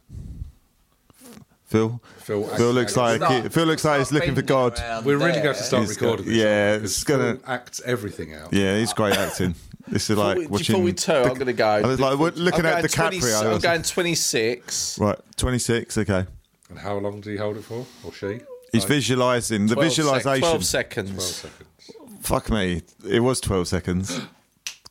B: Phil.
A: Phil,
B: Phil looks like he, Phil looks like he's looking for God.
A: We're really going to start
B: He's got-
A: recording. this,
B: yeah,
A: aren't we? 'Cause
B: it's gonna-
A: Phil acts everything out.
B: Yeah, he's great acting. This is like
C: Before
B: watching.
C: we two, I'm going to go.
B: I was like we're looking
C: I'm
B: at
C: going 20
B: DiCaprio.
C: I'm going 26.
B: Right, 26, okay.
A: And how long did he hold it for, or she?
B: He's visualizing. The
C: 12 sec-
B: visualization.
C: 12 seconds.
A: Seconds.
B: Fuck me. It was 12 seconds,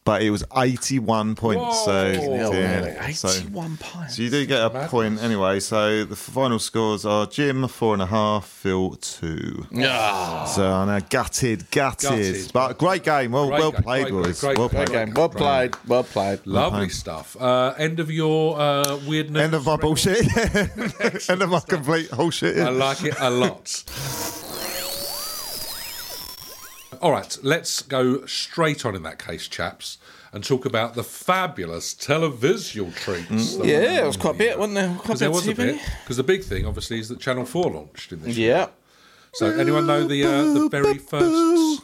B: but it was 81 points. So,
A: Whoa.
B: yeah. so,
C: 81 Oh, pints.
B: so you do get a point anyway. So the final scores are Jim, four and a half, Phil, two.
C: Ah.
B: So I know, gutted, gutted,
A: Gutted.
B: But great game. Well
A: Great
B: well
A: game.
B: played,
A: Great,
B: boys.
A: great,
B: well
A: great
B: played.
C: Okay, well played. Well played.
A: Lovely stuff. Uh, end of your uh, weirdness.
B: End of my
A: record. [LAUGHS]
B: bullshit. End of my complete bullshit.
A: I like it a
C: [LAUGHS]
A: lot. All right, let's go straight on in that case, chaps, and talk about the fabulous televisual treats. that were
C: Mm. Yeah, it was
A: on
C: quite a
A: the
C: bit, wasn't there? Quite a
A: Because there
C: bit
A: was a
C: TV.
A: bit. Because the big thing, obviously, is that Channel Four launched in this. year.
C: Yeah.
A: So, anyone know the uh, the very first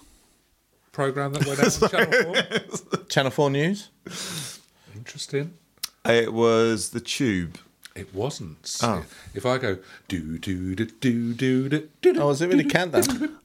A: program that went
C: [LAUGHS]
A: out on Channel Four?
C: Channel 4 News?
A: Interesting.
B: [LAUGHS] It was the tube.
A: It wasn't.
B: Oh.
A: If I go do do do do do do do.
C: Oh, is it really countdown?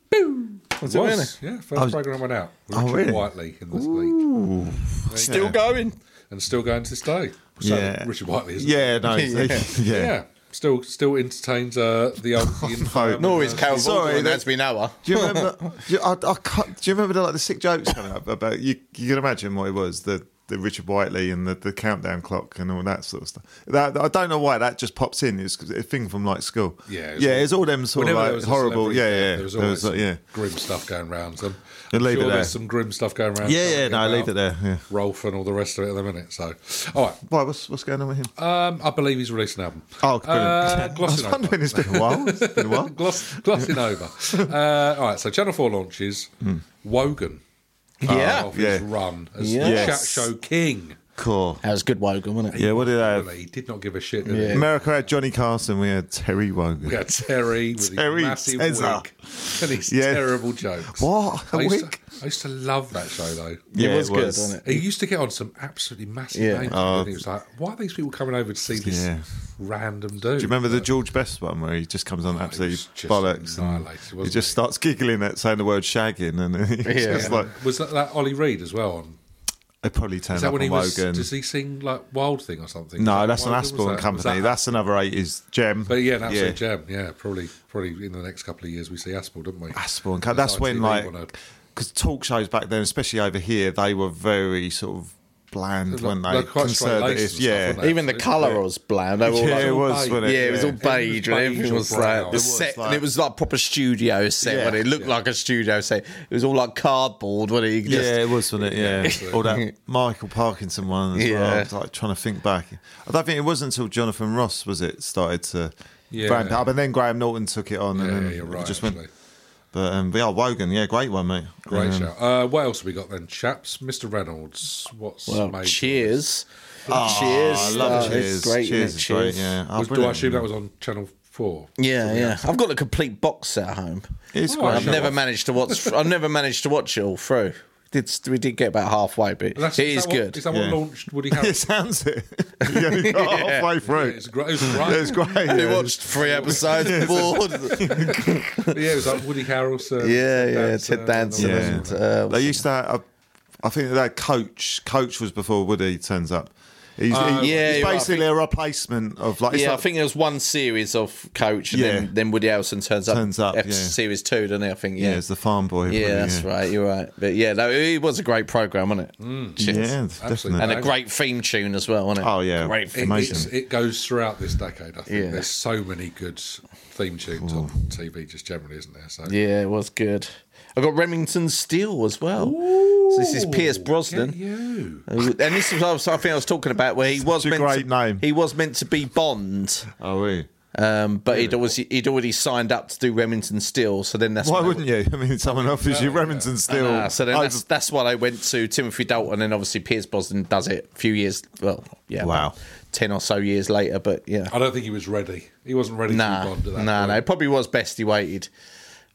C: Was it really?
A: Yeah, first program went out. with
B: Oh,
A: Richard
B: really?
A: Whiteley in this league,
C: [LAUGHS] Still going.
A: and still going to this day. So
B: Yeah.
A: Richard Whiteley is
B: Yeah,
A: [LAUGHS]
B: no,
C: Yeah.
B: yeah.
A: yeah, still still entertains uh, the old.
B: [LAUGHS]
A: The infirm and,
C: Nor is
A: uh,
C: Carol
B: Sorry,
C: Sorry,
B: that-
C: that's been our.
B: Do you
A: [LAUGHS]
B: remember? do, you, I, I can't, do you remember the, like the sick jokes coming up about you? You can imagine what it was the the Richard Whiteley and the, the countdown clock and all that sort of stuff. That I don't know why that just pops in. It's a thing from like school.
A: Yeah, it's
B: yeah,
A: all-
B: it's all them sort
A: Whenever there
B: of like
A: was a
B: horrible.
A: celebrity
B: Yeah,
A: death,
B: yeah.
A: There was
B: There
A: always
B: was, like, yeah.
A: grim stuff going around. So
B: Yeah,
A: I'm
B: leave
A: sure
B: it there.
A: there's some grim stuff going around.
B: Yeah, yeah, no, leave it there, yeah.
A: Rolf and all the rest of it in a minute. So, all right.
B: Why? What's what's going on with him?
A: Um, I believe he's released an album.
B: Oh, brilliant.
A: Uh,
B: [LAUGHS] I was
A: glossing over.
B: wondering, it's been a while. It's
A: [LAUGHS]
B: been a while.
A: Gloss, glossing
B: [LAUGHS]
A: over. Uh, all right. So Channel Four launches
B: Hmm.
A: Wogan. uh,
C: Yeah.
A: off his
B: Yeah.
A: run as
C: Yes.
A: the chat show king.
B: Cool.
C: That was good wogan, wasn't it?
B: Yeah, what did I have?
A: Really, he did not give a shit. Did [LAUGHS]
C: Yeah.
A: he?
B: America had Johnny Carson. We had Terry Wogan.
A: We had Terry with
B: Terry
A: his massive
B: Tezza.
A: wig and his
B: Yeah.
A: terrible jokes.
B: What? A
A: I used,
B: wig?
A: To, I used to love that show though.
B: Yeah,
C: it was
B: it
C: good,
B: was.
C: wasn't it?
A: He used to get on some absolutely massive
C: Yeah.
A: names.
B: Oh.
A: and it was like, why are these people coming over to see this
B: Yeah.
A: random dude?
B: Do you remember the George Best one where he just comes on absolutely
A: was just
B: bollocks and
A: annihilated,
B: he
A: wasn't
B: just
A: it?
B: starts giggling at saying the word shagging and [LAUGHS] it's
C: Yeah.
B: just like
A: Was that, that Ollie Reed as well? On
B: they probably turn
A: is that
B: up
A: when
B: on
A: he was?
B: Wogan.
A: Does he sing like Wild Thing or something?
B: no,
A: Was
B: that's an
A: Wogan? Was
B: Aspel
A: that-
B: and
A: was
B: Company.
A: that-
B: that's another eighties gem.
A: but yeah, an absolute gem. Yeah, probably probably in the next couple of years we see Aspel, don't we?
B: Aspel and Company. That's when
A: ITV
B: like
A: wanted-
B: because talk shows back then, especially over here, they were very sort of bland,
A: They're
B: weren't
A: like-
B: they?
A: they're quite straight-laced and
B: Conservative,
A: stuff,
B: yeah.
A: weren't they?
C: Even the
A: Absolutely.
C: colour was bland. They were
B: [LAUGHS]
C: all
B: Yeah,
C: like,
B: it was,
A: beige.
B: wasn't it?
A: but
C: yeah, it was all
A: Everything was
C: beige and
A: beige
C: everything
A: or
C: was
A: brown.
C: like
A: It
C: the
A: was
C: set,
B: like-
C: and it was like proper studio set.
B: Yeah.
C: when it looked like a studio set. It was all like cardboard. When it just,
B: yeah, it was, wasn't it? Yeah. All that Michael Parkinson one as well.
C: Yeah.
B: I was like trying to think back. I don't think it wasn't until Jonathan Ross, was it, started to
A: Yeah.
B: ramp it up. And then Graham Norton took it on.
A: Yeah,
B: and then
A: you're
B: Um, it
A: right.
B: just
A: actually.
B: went. But um, yeah, Wogan, yeah, great one, mate.
A: Great
B: Um,
A: shout. Uh, what else have we got then, chaps? Mr. Reynolds, what's
C: Well,
A: made?
C: cheers. cheers.
B: Ah, I love
C: Uh,
B: Cheers.
C: It's great, isn't
B: cheers
C: it?
B: is great, yeah. Oh,
A: Was, do I
B: brilliant.
A: assume that was on Channel Four?
C: Yeah, yeah. I've got a complete box set at home.
B: It's
A: Oh,
B: quite
A: I've
B: a
C: I've
A: Sure.
B: shout.
C: never managed to watch. I've never managed to watch it all through. Did we did get about halfway, but
A: That's-
C: it is
A: that what-
C: good.
A: Is that
B: Yeah.
A: what launched
C: [LAUGHS]
A: Woody
B: [LAUGHS] It
A: Harrelson?
B: sounds it. You only got [LAUGHS] halfway through.
A: [LAUGHS] It's great. It was
B: It's
A: right.
B: great.
C: We
B: yeah.
C: watched three [LAUGHS] episodes. bored.
A: yeah, it was like Woody Harrelson.
C: Yeah,
A: Ted
C: yeah,
A: Danson, and
C: Ted Danson
A: all
B: Yeah.
A: that
C: and,
A: sort of-
C: uh,
B: They used to. Have, I think that coach coach was before Woody turns up. He's, he-
C: Yeah,
B: he's
C: you're right. I
B: basically a replacement of like. it's
C: yeah,
B: like-
C: I think there was one series of Coach, and
B: Yeah.
C: then, then Woody Harrelson turns up.
B: Turns up,
C: after
B: yeah.
C: series two, doesn't he? I think.
B: yeah,
C: Yeah, yeah,
B: it's the farm boy. really,
C: that's
B: yeah.
C: right. You're right. But yeah, no, it was a great program, wasn't it? Cheers.
B: Yeah,
A: Absolutely.
B: definitely.
C: and a great theme tune as well, wasn't it?
B: Oh, yeah.
C: great
A: It,
C: theme.
B: Amazing.
A: it's- it goes throughout this decade. I think
C: Yeah.
A: there's so many good theme tunes on TV, just generally, isn't there? So
C: Yeah, it was good. I got Remington Steele as well. So this is Pierce Brosnan.
A: Get you.
C: Uh, And this is what I was- I think I was talking about where he was
B: a
C: meant
B: great
C: to,
B: name.
C: he was meant to be Bond,
B: Oh, we.
C: um, but he'd always he'd already signed up to do Remington Steele. So then that's
B: Why
C: when-
B: wouldn't you? [LAUGHS] I mean, someone offers you Remington Steel.
C: Ah, so then
B: I [LAUGHS]
C: that's, that's what I went to Timothy Dalton, and obviously Piers Brosnan does it a few years. Well, yeah,
B: Wow.
C: about ten or so years later. But yeah,
A: I don't think he was ready. He wasn't ready to
C: nah,
A: respond to that.
C: nah,
A: point.
C: no, it probably was best he waited,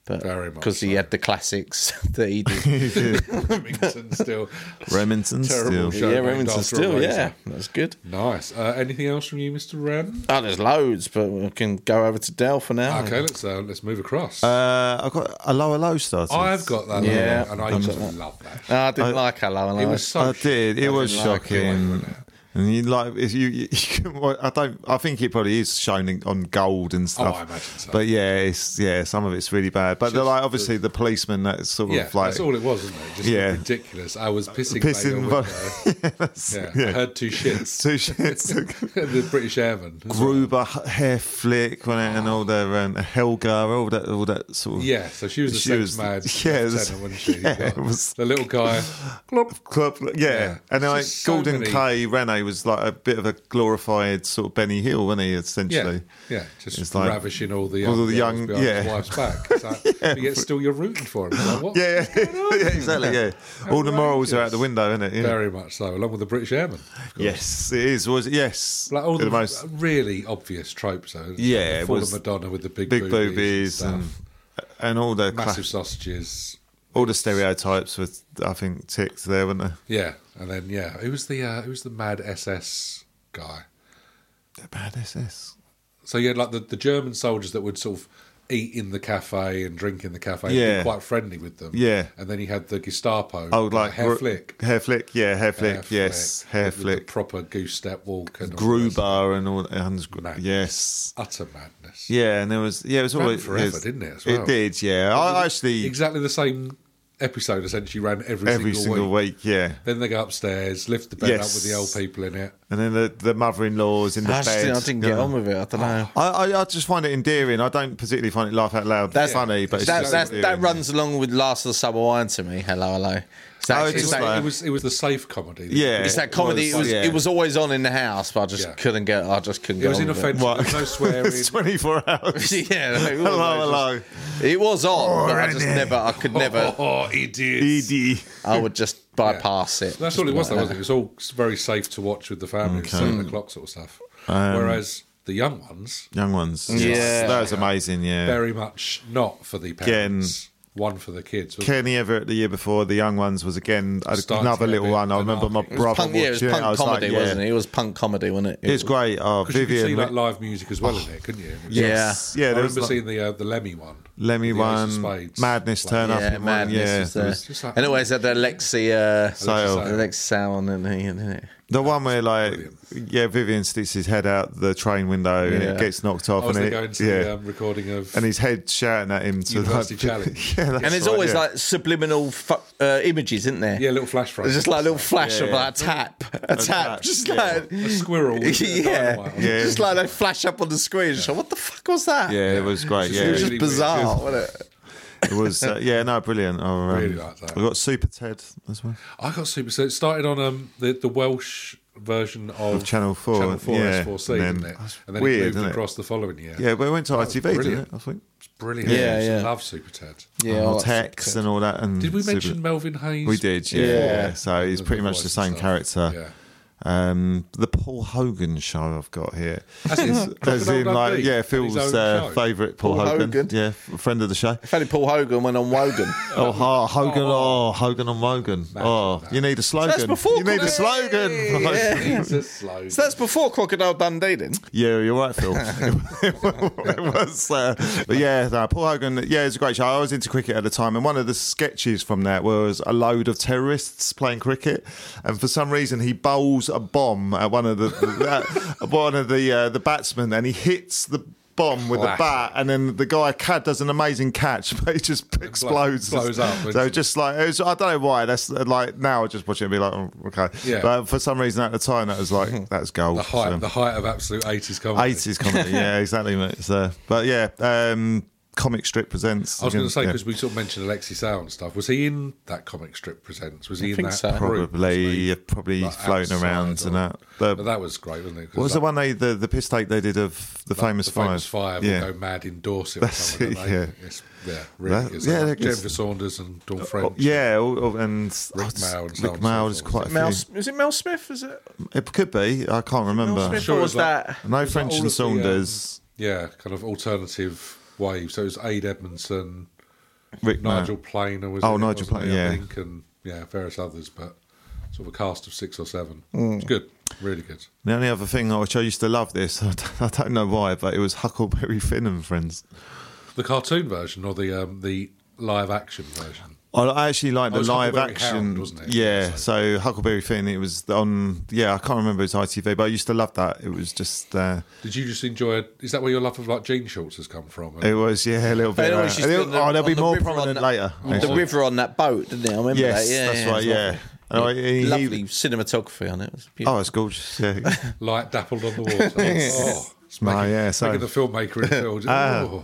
C: but
A: Very much
C: because he
A: so.
C: had the classics [LAUGHS] that
B: [LAUGHS]
C: he did. [LAUGHS]
A: [LAUGHS] Remington still.
B: Remington
A: Terrible
B: Steel.
A: show.
C: yeah,
A: named
C: Remington
A: after a
C: Steele,
A: razor.
C: yeah, that's good.
A: Nice. Uh, anything else from you, Mr. Wren?
C: Oh, there's loads, but we can go over to Dell for now.
A: Okay, let's uh, let's move across.
B: Uh, I've got a lower low starter.
A: I've got that.
C: Yeah.
A: Yeah, and I just love that.
C: No, Oh, I didn't like Hello and
A: It
C: I.
A: was so
B: I did. It was
A: fucking like
B: shocking.
A: wasn't it?
B: and you like if you, you, [LAUGHS] can- well, I don't. I think it probably is shown in- on gold and stuff.
A: Oh, I imagine so.
B: But yeah, it's yeah. Some of it's really bad. But they're like obviously the policeman that's sort
A: Yeah,
B: of like
A: that's all it was, wasn't it? Just
B: Yeah.
A: ridiculous. I was pissing,
B: Pissing
A: by your
B: [LAUGHS]
A: window. yeah, I heard two shits. [LAUGHS]
B: two shits.
A: the British
B: [LAUGHS]
A: Airman. as well.
B: Gruber hair flick when it, and all their um, Helga, all that, all that sort of
A: Yeah, so she was the
B: She
A: sex
B: was-
A: mad
B: [LAUGHS] yeah,
A: yeah,
B: it was-
A: wasn't she?
B: yeah, it was-
A: the little guy.
B: Club, yeah.
A: Yeah.
B: And then like,
A: Just so
B: Golden
A: many-
B: K Rene was like a bit of a glorified sort of Benny Hill, wasn't he?
A: Yeah,
B: Essentially,
A: yeah, just
B: It's like-
A: ravishing all the
B: all
A: young,
B: the
A: girls
B: young-
A: behind his
B: yeah.
A: wife's
B: [LAUGHS]
A: back. It's like, But yet still you're rooting for him. It's like, what?
B: yeah, yeah, [LAUGHS] yeah, exactly. Yeah, all the morals are out the window, isn't it? Yeah.
A: Very much so, along with the British Airman. of course.
B: yes, it is. Was it? yes,
A: Like all the,
B: the most
A: really obvious tropes, though.
B: Yeah, it
A: for
B: was
A: Madonna with the big,
B: big
A: boobies,
B: boobies
A: and
B: and.
A: stuff.
B: and all the
A: Massive
B: cla-
A: sausages.
B: all the stereotypes with I think ticked there, weren't there?
A: Yeah, and then yeah, who was the uh, who was the mad SS guy?
B: They're bad SS.
A: So you had like the, the German soldiers that would sort of eat in the cafe and drink in the cafe, and
B: Yeah.
A: be quite friendly with them.
B: Yeah.
A: and then you had the Gestapo.
B: Oh, like
A: hair flick,
B: hair flick, yeah, hair flick, yes, hair
A: with the
B: flick,
A: proper goose step walk and all the rest.
B: Gruber and all, and Gru-
A: Madness.
B: yes,
A: Utter madness.
B: yeah, and there was yeah, it was
A: Ran
B: always
A: forever,
B: it was-
A: didn't it, as well?
B: It did, yeah. I actually
A: Exactly the same episode essentially ran every,
B: every
A: single,
B: single
A: week.
B: week, yeah.
A: Then they go upstairs, lift the bed up
B: Yes.
A: with the old people in it.
B: And then the, the mother-in-law's in the
C: I, just
B: bed.
C: didn't, I didn't get
B: Yeah.
C: on with it. I don't know.
B: I, I, I just find it endearing. I don't particularly find it laugh out loud
C: That's-
B: funny, but it's
C: That,
B: just
C: that, that
B: endearing.
C: runs along with Last of the Summer Wine to me. Hello, hello. It's that,
B: Oh,
C: it's
A: It was,
B: just
C: that,
B: like-
A: it was it was the safe comedy.
B: Yeah,
C: it's that comedy. It was, it was,
B: yeah. [LAUGHS]
C: always on in the house, but I just
A: Yeah.
C: couldn't get. I just couldn't
A: it
C: get.
A: was
C: on with
A: inoffensive.
B: What?
A: There was no
B: [LAUGHS]
A: swearing.
B: it's twenty four hours.
C: it. [LAUGHS]
B: [LAUGHS]
C: yeah, no, it was,
B: hello,
C: it was-
B: hello,
C: It was on, but I
B: Alrighty.
C: just never. I could never.
B: [LAUGHS]
A: Oh, idiots.
B: Edie.
C: I would just bypass
A: That's
C: it. Just
A: all it was,
C: like
A: though, wasn't it? It was all s- very safe to watch with the family, seven o'clock sort of stuff.
B: Um,
A: Whereas the young ones,
B: Young ones.
C: Yeah.
B: that was amazing. Yeah,
A: very much not for the parents, one for the kids. wasn't it?
B: Kenny Everett the year before, the young ones was again a-
A: Starting
B: another
A: to get a
B: little
A: bit
B: one. I remember my
A: anarchic. It was
B: brother
C: Punk,
B: watching
C: yeah, it was
B: it. I
C: punk
B: was
C: comedy,
B: like, yeah.
C: wasn't it? It was punk comedy, wasn't it? It
B: It's great. Oh,
A: 'Cause you could see
B: Vivian, Oh.
A: like live music as well in it, couldn't you? It was
C: Yeah.
B: yeah,
A: I
B: there was
A: remember
B: like
A: seeing the uh, the Lemmy one.
B: Lemmy
A: with the Ace of
B: one,
A: Spades.
B: Madness turn up. in
C: Yeah,
B: one,
C: madness.
B: yeah.
C: was
B: There
C: there.
B: was-
A: just like-
C: and always had that Lexi, uh,
B: Sale.
C: Alexi Salmon, and he, and it.
B: The one where like yeah, Vivian sticks his head out the train window and
C: Yeah.
B: it gets knocked off,
A: I was
B: and
A: there
B: it
A: going to
B: yeah,
A: the um, recording of.
B: and his head shouting at him to [LAUGHS]
A: University
B: like,
A: Challenge.
B: yeah,
C: and there's always like subliminal fu- uh, images, isn't there?
A: yeah, little flash frame.
C: There's just like a little flash of
B: Yeah.
C: like a tap, a, tap,
B: tap,
C: just
B: yeah.
C: like
A: a
B: [LAUGHS]
A: squirrel. With yeah.
C: yeah,
A: Dynamite. on it.
B: Yeah.
C: [LAUGHS] just like they flash up on the screen. It's like, what the fuck was that?
B: yeah, it was great.
A: It's
B: Yeah,
C: it was
A: really
C: just
A: weird.
C: bizarre, wasn't it?
B: it was uh, yeah, no, brilliant. I
A: Really like that.
B: We got Super Ted as well.
A: I got super. So it started on um the, the Welsh version of,
B: Of Channel 4,
A: Channel Four
B: yeah.
A: S4C,
B: And then-
A: didn't it?
B: that's
A: And then
B: weird,
A: it moved
B: isn't it?
A: across the following year.
B: Yeah, we went to ITV, didn't
A: brilliant.
B: it? I think.
A: It's brilliant.
C: Yeah,
A: I used to
C: yeah.
A: Love Super Ted.
C: Yeah,
B: Or
C: all that sort of
B: Tex and all that. And
A: Did we mention
B: Mm, Super-
A: Melvin Hayes? [LAUGHS]
B: We did, yeah.
C: Yeah.
B: So he's pretty much the same
A: Voice
B: character.
A: Yeah.
B: Um, the Paul Hogan show I've got here.
A: As in-
B: As in,
A: Crocodile
B: like,
A: Dundee
B: yeah,
A: had his
B: Phil's
A: own
B: uh,
A: show.
B: favourite Paul,
C: Paul
B: Hogan.
C: Hogan.
B: Yeah, a friend of the
A: [LAUGHS]
B: show.
C: If only Paul Hogan went on Wogan.
B: Oh, Ho- Hogan, oh, Hogan on Wogan. Oh, you need a slogan.
C: before
B: you need a
C: Cro-
B: slogan. for [LAUGHS]
C: Yeah.
B: Hogan.
A: It's a slow.
C: so that's before Crocodile Dundee, then.
B: Yeah, you're right,
A: [LAUGHS]
B: Phil. [LAUGHS] it was, uh, but yeah, no, Paul Hogan. Yeah, it's a great show. I was into cricket at the time, and one of the sketches from that was a load of terrorists playing cricket, and for some reason he bowls a bomb at one of the, the at [LAUGHS] one of the uh, the batsmen, and he hits the bomb with
A: Classic.
B: a bat, and then the guy cat does an amazing catch, [LAUGHS] but it just explodes.
A: blows up, doesn't
B: So
A: it?
B: just like it was, I don't know why. That's uh, like now I just watch it and be like, oh, okay.
A: Yeah.
B: But for some reason at the time that
A: [LAUGHS]
B: was like that's gold.
A: the height,
B: So-
A: the height of absolute eighties comedy.
B: Eighties comedy, yeah, exactly, mate. So, but yeah, um, comic strip presents.
A: I was going to say
B: yeah,
A: because we sort of mentioned Alexi Sow and stuff. Was he in that comic strip presents? Was he in
C: think
A: that?
C: so.
A: group?
B: probably probably
A: Like
B: floating
A: outside
B: around
A: or-
B: and that. The,
A: But that was great, wasn't it? 'Cause
B: what was the
A: like-
B: one they the, the piss take they did of the famous
A: the
B: five?
A: famous five
B: yeah.
A: will go mad in Dorset. Or
B: That's
A: something,
B: it,
A: don't they?
B: [LAUGHS] yeah.
A: It's, yeah, really.
B: That-
A: is
B: yeah,
A: that
B: that
A: Jennifer
B: gets-
A: Saunders and Dawn
B: Oh,
A: French.
B: yeah, all, all, and oh,
A: Rick
B: it's-
A: Mail and so on
B: Rick
A: and
B: Mail
A: so
B: is
A: forth.
B: quite a
C: Mel,
B: few.
C: is it Mel Smith? Is it
B: It could be. I can't
C: Mel
B: remember.
C: Smith?
A: sure
C: or
A: it
C: was
A: was like-
C: that?
B: No
A: It's like
B: French
A: all
B: and
A: of the, um,
B: Saunders.
A: yeah, kind of alternative wave. So it was Aid Edmondson,
B: Rick
A: Nigel
B: Nigel.
A: Planer was
B: Oh,
A: in it,
B: Nigel
A: wasn't he,
B: Planer,
A: I
B: yeah.
A: think, and yeah, various others, but sort of a cast of six or seven.
B: Mm.
A: It's good, really good.
B: The only other thing which I used to love this, [LAUGHS] I don't- I don't know why, but it was Huckleberry Finn and Friends.
A: The cartoon version or the um, the live action version.
B: I- I actually like
A: Oh,
B: the
A: it's
B: live
A: Huckleberry
B: action,
A: Hound, wasn't it?
B: yeah. So Huckleberry Finn, it was on. Yeah, I can't remember it was ITV, but I used to love that. It was just, uh,
A: Did you just enjoy it? Is that where your love of like Gene Schultz has come from? And-
B: it was yeah, a little bit.
C: They
B: uh,
C: always used
B: a
C: to
B: little-
C: do the-
B: oh,
C: on
B: there'll be
C: the
B: more
C: river on
B: prominent
C: that-
B: later.
C: on the
B: actually.
C: river on that boat, didn't it? I remember
B: Yes,
C: that. Yeah,
B: that's
C: yeah,
B: right.
C: it's
B: Yeah, And I- he- he-
C: Lovely cinematography on it. It was beautiful.
B: Oh, it's gorgeous.
C: [LAUGHS]
B: Yeah.
A: light dappled on the
B: [LAUGHS]
A: water. oh, it's
B: Oh,
A: making,
B: yeah, so- Ah.
A: making the filmmaker
B: [LAUGHS]
A: in film. just- oh,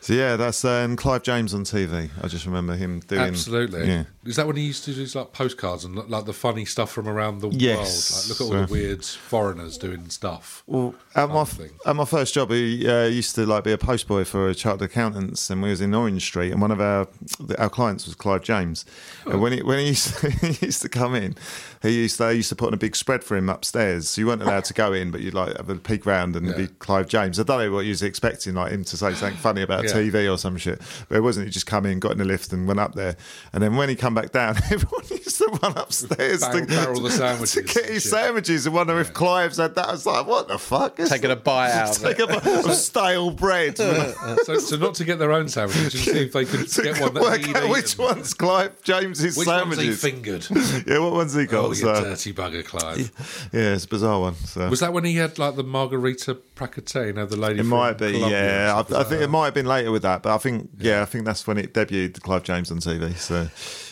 B: so yeah, that's uh, and Clive James on TV. I just remember him doing
A: absolutely.
B: Yeah.
A: Is that when he used to do his, like postcards and like the funny stuff from around the
B: Yes.
A: world? Like, look at all the
B: So-
A: weird foreigners doing stuff.
B: Well, at my,
A: thing.
B: at my first job, we uh, used to like be a postboy for a chartered accountants, and we was in Orange Street, and one of our our clients was Clive James.
A: Oh.
B: And when he when he used, to, [LAUGHS] he used to come in, he used they used to put on a big spread for him upstairs. So you weren't allowed to go in, but you'd like have a peek round and it'd
A: Yeah.
B: be Clive James. I don't know what you was expecting, like him to say something funny about
A: Yeah.
B: a TV or some shit. But it wasn't. He just come in, got in the lift, and went up there. And then when he come back down, [LAUGHS] everyone used to run upstairs
A: Barrel-
B: to,
A: barrel the
B: [LAUGHS] to-
A: sandwiches
B: to get
A: and
B: his
A: shit.
B: sandwiches and wonder if Clive's had that. I was like, what the fuck? Is [LAUGHS]
C: Taking a bite out of
B: Take
C: it.
B: a bite of
A: [LAUGHS]
B: stale bread.
A: So, so not to get their own sandwiches, just see if they
B: [LAUGHS]
A: could
B: to
A: get one that
B: work
A: he'd
B: out
A: eaten.
B: which one's Clive James's
A: Which one's he
B: sandwiches. [LAUGHS]
A: fingered?
B: yeah, what one's he got?
A: Oh, you
B: so-
A: dirty bugger, Clive.
B: yeah, it's a bizarre one. So.
A: Was that when he had like the margarita pracatena, the lady?
B: It
A: from
B: might be,
A: Colombia or
B: yeah.
A: something
B: I, I
A: like
B: think
A: that?
B: it might have been later with that, but I think, yeah, I think that's when it debuted, Clive James on TV. So,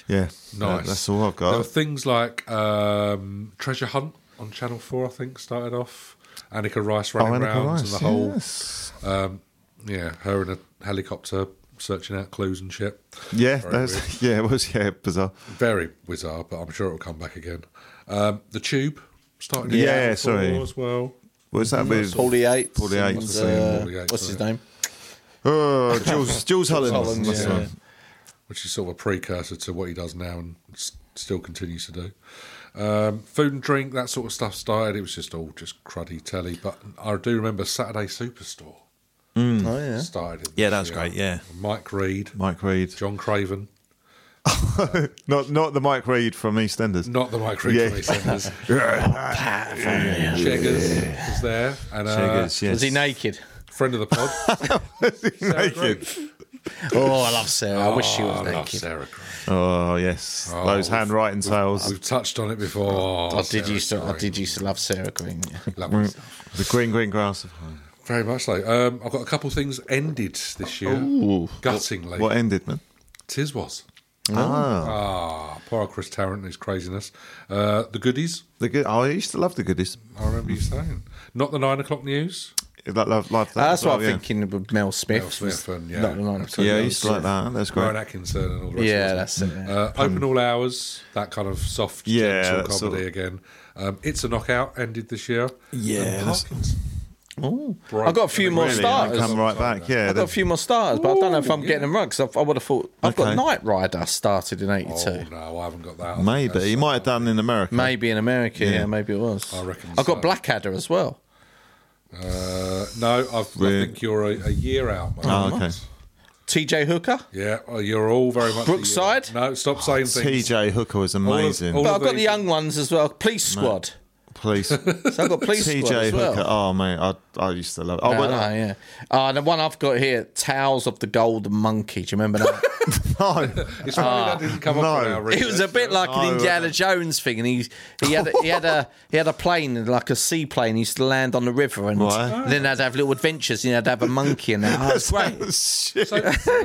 B: yeah,
A: Nice.
B: That- that's all I've
A: There were
B: got.
A: things like um, Treasure Hunt on Channel Four, I think, started off. Annika Rice running
B: Oh, Annika
A: around
B: Rice,
A: and the whole,
B: yes.
A: um, yeah, her in a helicopter searching out clues and shit.
B: yeah,
A: Very
B: that's, [LAUGHS] yeah, it was yeah bizarre.
A: Very bizarre, but I'm sure it'll come back again. Um, the Tube started. Channel
B: Yeah,
A: 4
B: sorry.
A: as well.
B: What's that with?
C: Paulie Eight.
B: Paulie Yates,
C: and,
B: the same
C: uh,
A: Paulie Yates,
C: What's his
A: yeah.
C: name?
B: Oh, Jules, Jules Holland.
C: Holland,
B: That's the
C: yeah.
B: one.
A: which is sort of a precursor to what he does now and s- still continues to do. Um, food and drink, that sort of stuff started. It was just all just cruddy telly, but I do remember Saturday Superstore
C: Oh yeah.
A: started.
B: Yeah, that
A: this
B: was
A: year.
B: great, yeah.
A: Mike Reed,
B: Mike Reed.
A: John Craven,
B: Not not the Mike Reed from EastEnders.
A: not the Mike Reed,
B: Yeah.
A: yeah. Sanders,
B: [LAUGHS]
A: Cheggers was there, and uh,
B: Cheggers, yes.
C: Was he naked?
A: friend of the
B: [LAUGHS]
A: pod. Sarah
B: naked?
A: Gray.
C: Oh, I love Sarah. I wish she
A: Oh,
C: was
A: I love
C: naked.
A: Sarah. Gray.
B: Oh, yes.
A: Oh,
B: Those
A: we've-
B: handwriting tales.
A: We've touched on it before. Oh,
C: I did
A: Sarah
C: used to. I
A: Gray.
C: did used to love
A: [LAUGHS]
C: Sarah Green. yeah.
A: Love
B: Mm.
A: her.
B: The green, green grass. of-
A: Very much so. Um, I've got a couple of things ended this year. Guttingly.
B: What ended, man?
A: Tis was.
B: Ah,
A: Ah, poor old Chris Tarrant and his craziness. Uh, the goodies,
B: the good. Oh, I used to love the goodies.
A: I remember you saying. Not the nine o'clock news.
B: Like, love, love that
C: That's
B: as well,
C: what I'm
B: yeah.
C: thinking with Mel Smith.
A: Mel Smith and, yeah,
C: Not the line of
A: absolutely.
B: Yeah, I
A: Those,
B: used to like that. That's great.
A: Brian Atkinson and all the rest
C: Yeah,
A: of
C: that's it. yeah.
A: Uh, open all hours, that kind of soft,
B: Yeah,
A: gentle comedy
B: that's sort of-
A: again. Um, it's a knockout ended this year.
B: Yeah,
A: And
B: that's-
A: Parkins. Uh,
B: Ooh.
A: Bright-
C: I've got a few more
B: Really?
C: starters.
B: Come right back. Yeah.
C: I've got a few more starters, but I don't know if I'm
A: Ooh, yeah.
C: getting them right because I would have thought I've
B: Okay.
C: got Knight Rider started in
A: Oh
C: '82.
A: no, I haven't got that. I think
B: Maybe
A: that's-
B: he might have done in America.
C: Maybe in America, yeah.
B: Yeah.
C: maybe it was.
A: I reckon
C: I've got
A: so.
C: Blackadder as well.
A: Uh, no, I've, I
B: Really?
A: think you're a, a year out. mate.
B: Oh, okay.
C: TJ Hooker.
A: Yeah, well, you're all very much a year
C: Brookside?
A: out. No,
B: Oh,
A: stop saying things.
B: TJ Hooker was amazing.
A: all-
C: But I've got
A: these-
C: the young ones as well. Police Squad.
B: Police.
C: So I've got Police Squad
B: TJ
C: as well.
B: Hooker. Oh mate, I I used to love. It. Oh,
C: No,
B: well,
C: no, yeah. Uh, the one I've got here, Towels of the Golden Monkey. Do you remember that?
B: no.
A: It's funny that didn't come
B: Ah, no.
A: up on our
C: [LAUGHS] it was a
A: research.
C: bit like
B: No,
C: an Indiana Jones thing, and he he had a, he had a he had a plane like a seaplane. He used to land on the river, and
B: Right.
C: then they'd have little adventures. And they'd have a monkey [LAUGHS] in there. Oh, it's great.
B: Shit.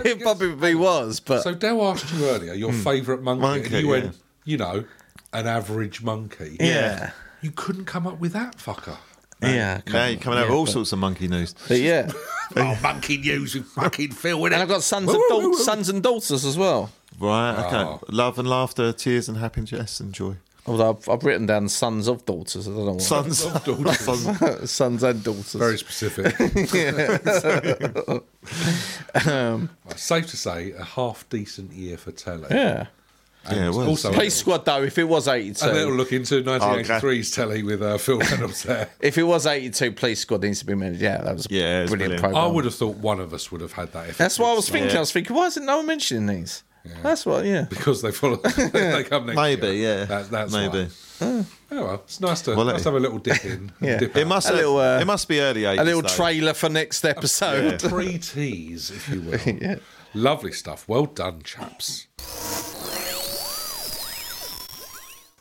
C: it probably was, but
A: So Dale asked you earlier your favourite monkey, and
B: Hmm. Monkey,
A: you
B: yeah.
A: went, you know, an average monkey.
C: yeah,
A: You couldn't come up with that
B: [LAUGHS]
A: fucker.
C: yeah. I
B: now
C: can't-
B: you're coming out
C: yeah,
B: with all
C: but-
B: sorts of monkey news.
C: But yeah,
A: oh, monkey news with fucking Phil in
C: and I've
A: it.
C: got sons and daughters, sons and daughters as well.
B: Right. Okay. Love and laughter, tears and happiness and joy.
C: Although I've, I've written down sons of daughters. I don't know what.
B: Sons. [LAUGHS] Sons.
C: [LAUGHS] sons and daughters.
A: Very
C: [LAUGHS]
A: specific. Well, Safe to say, a half decent year for telly.
C: Um, yeah.
A: And
B: Yeah, it was.
A: Also,
C: Police Squad though, if it was eighty
A: a little
C: two,
A: look into 1983's telly with uh, Phil Reynolds there.
C: if it was eighty two, Police Squad needs to be mentioned. Yeah, that was a
B: Yeah, it's
C: brilliant,
B: brilliant.
C: program.
A: I would have thought one of us would have had that. If
C: That's
A: it
C: what I
A: did
C: was
A: start.
C: thinking. I was thinking, why isn't no one mentioning these? That's what, yeah.
A: Because they follow, [LAUGHS]
B: [LAUGHS]
A: they come next
B: Maybe.
A: year.
B: Yeah.
A: That- that's
B: maybe.
A: why. Oh well, it's nice to,
B: Well,
A: nice
B: it-
A: to have a little dip
B: [LAUGHS]
A: in.
C: Yeah.
A: dip
B: It
A: out.
B: must.
C: A little, uh,
B: it must be early 80s.
C: A little
B: though.
C: trailer for next episode. [LAUGHS]
A: pre tease, if you
B: [LAUGHS]
A: will. Lovely stuff. Well done, chaps.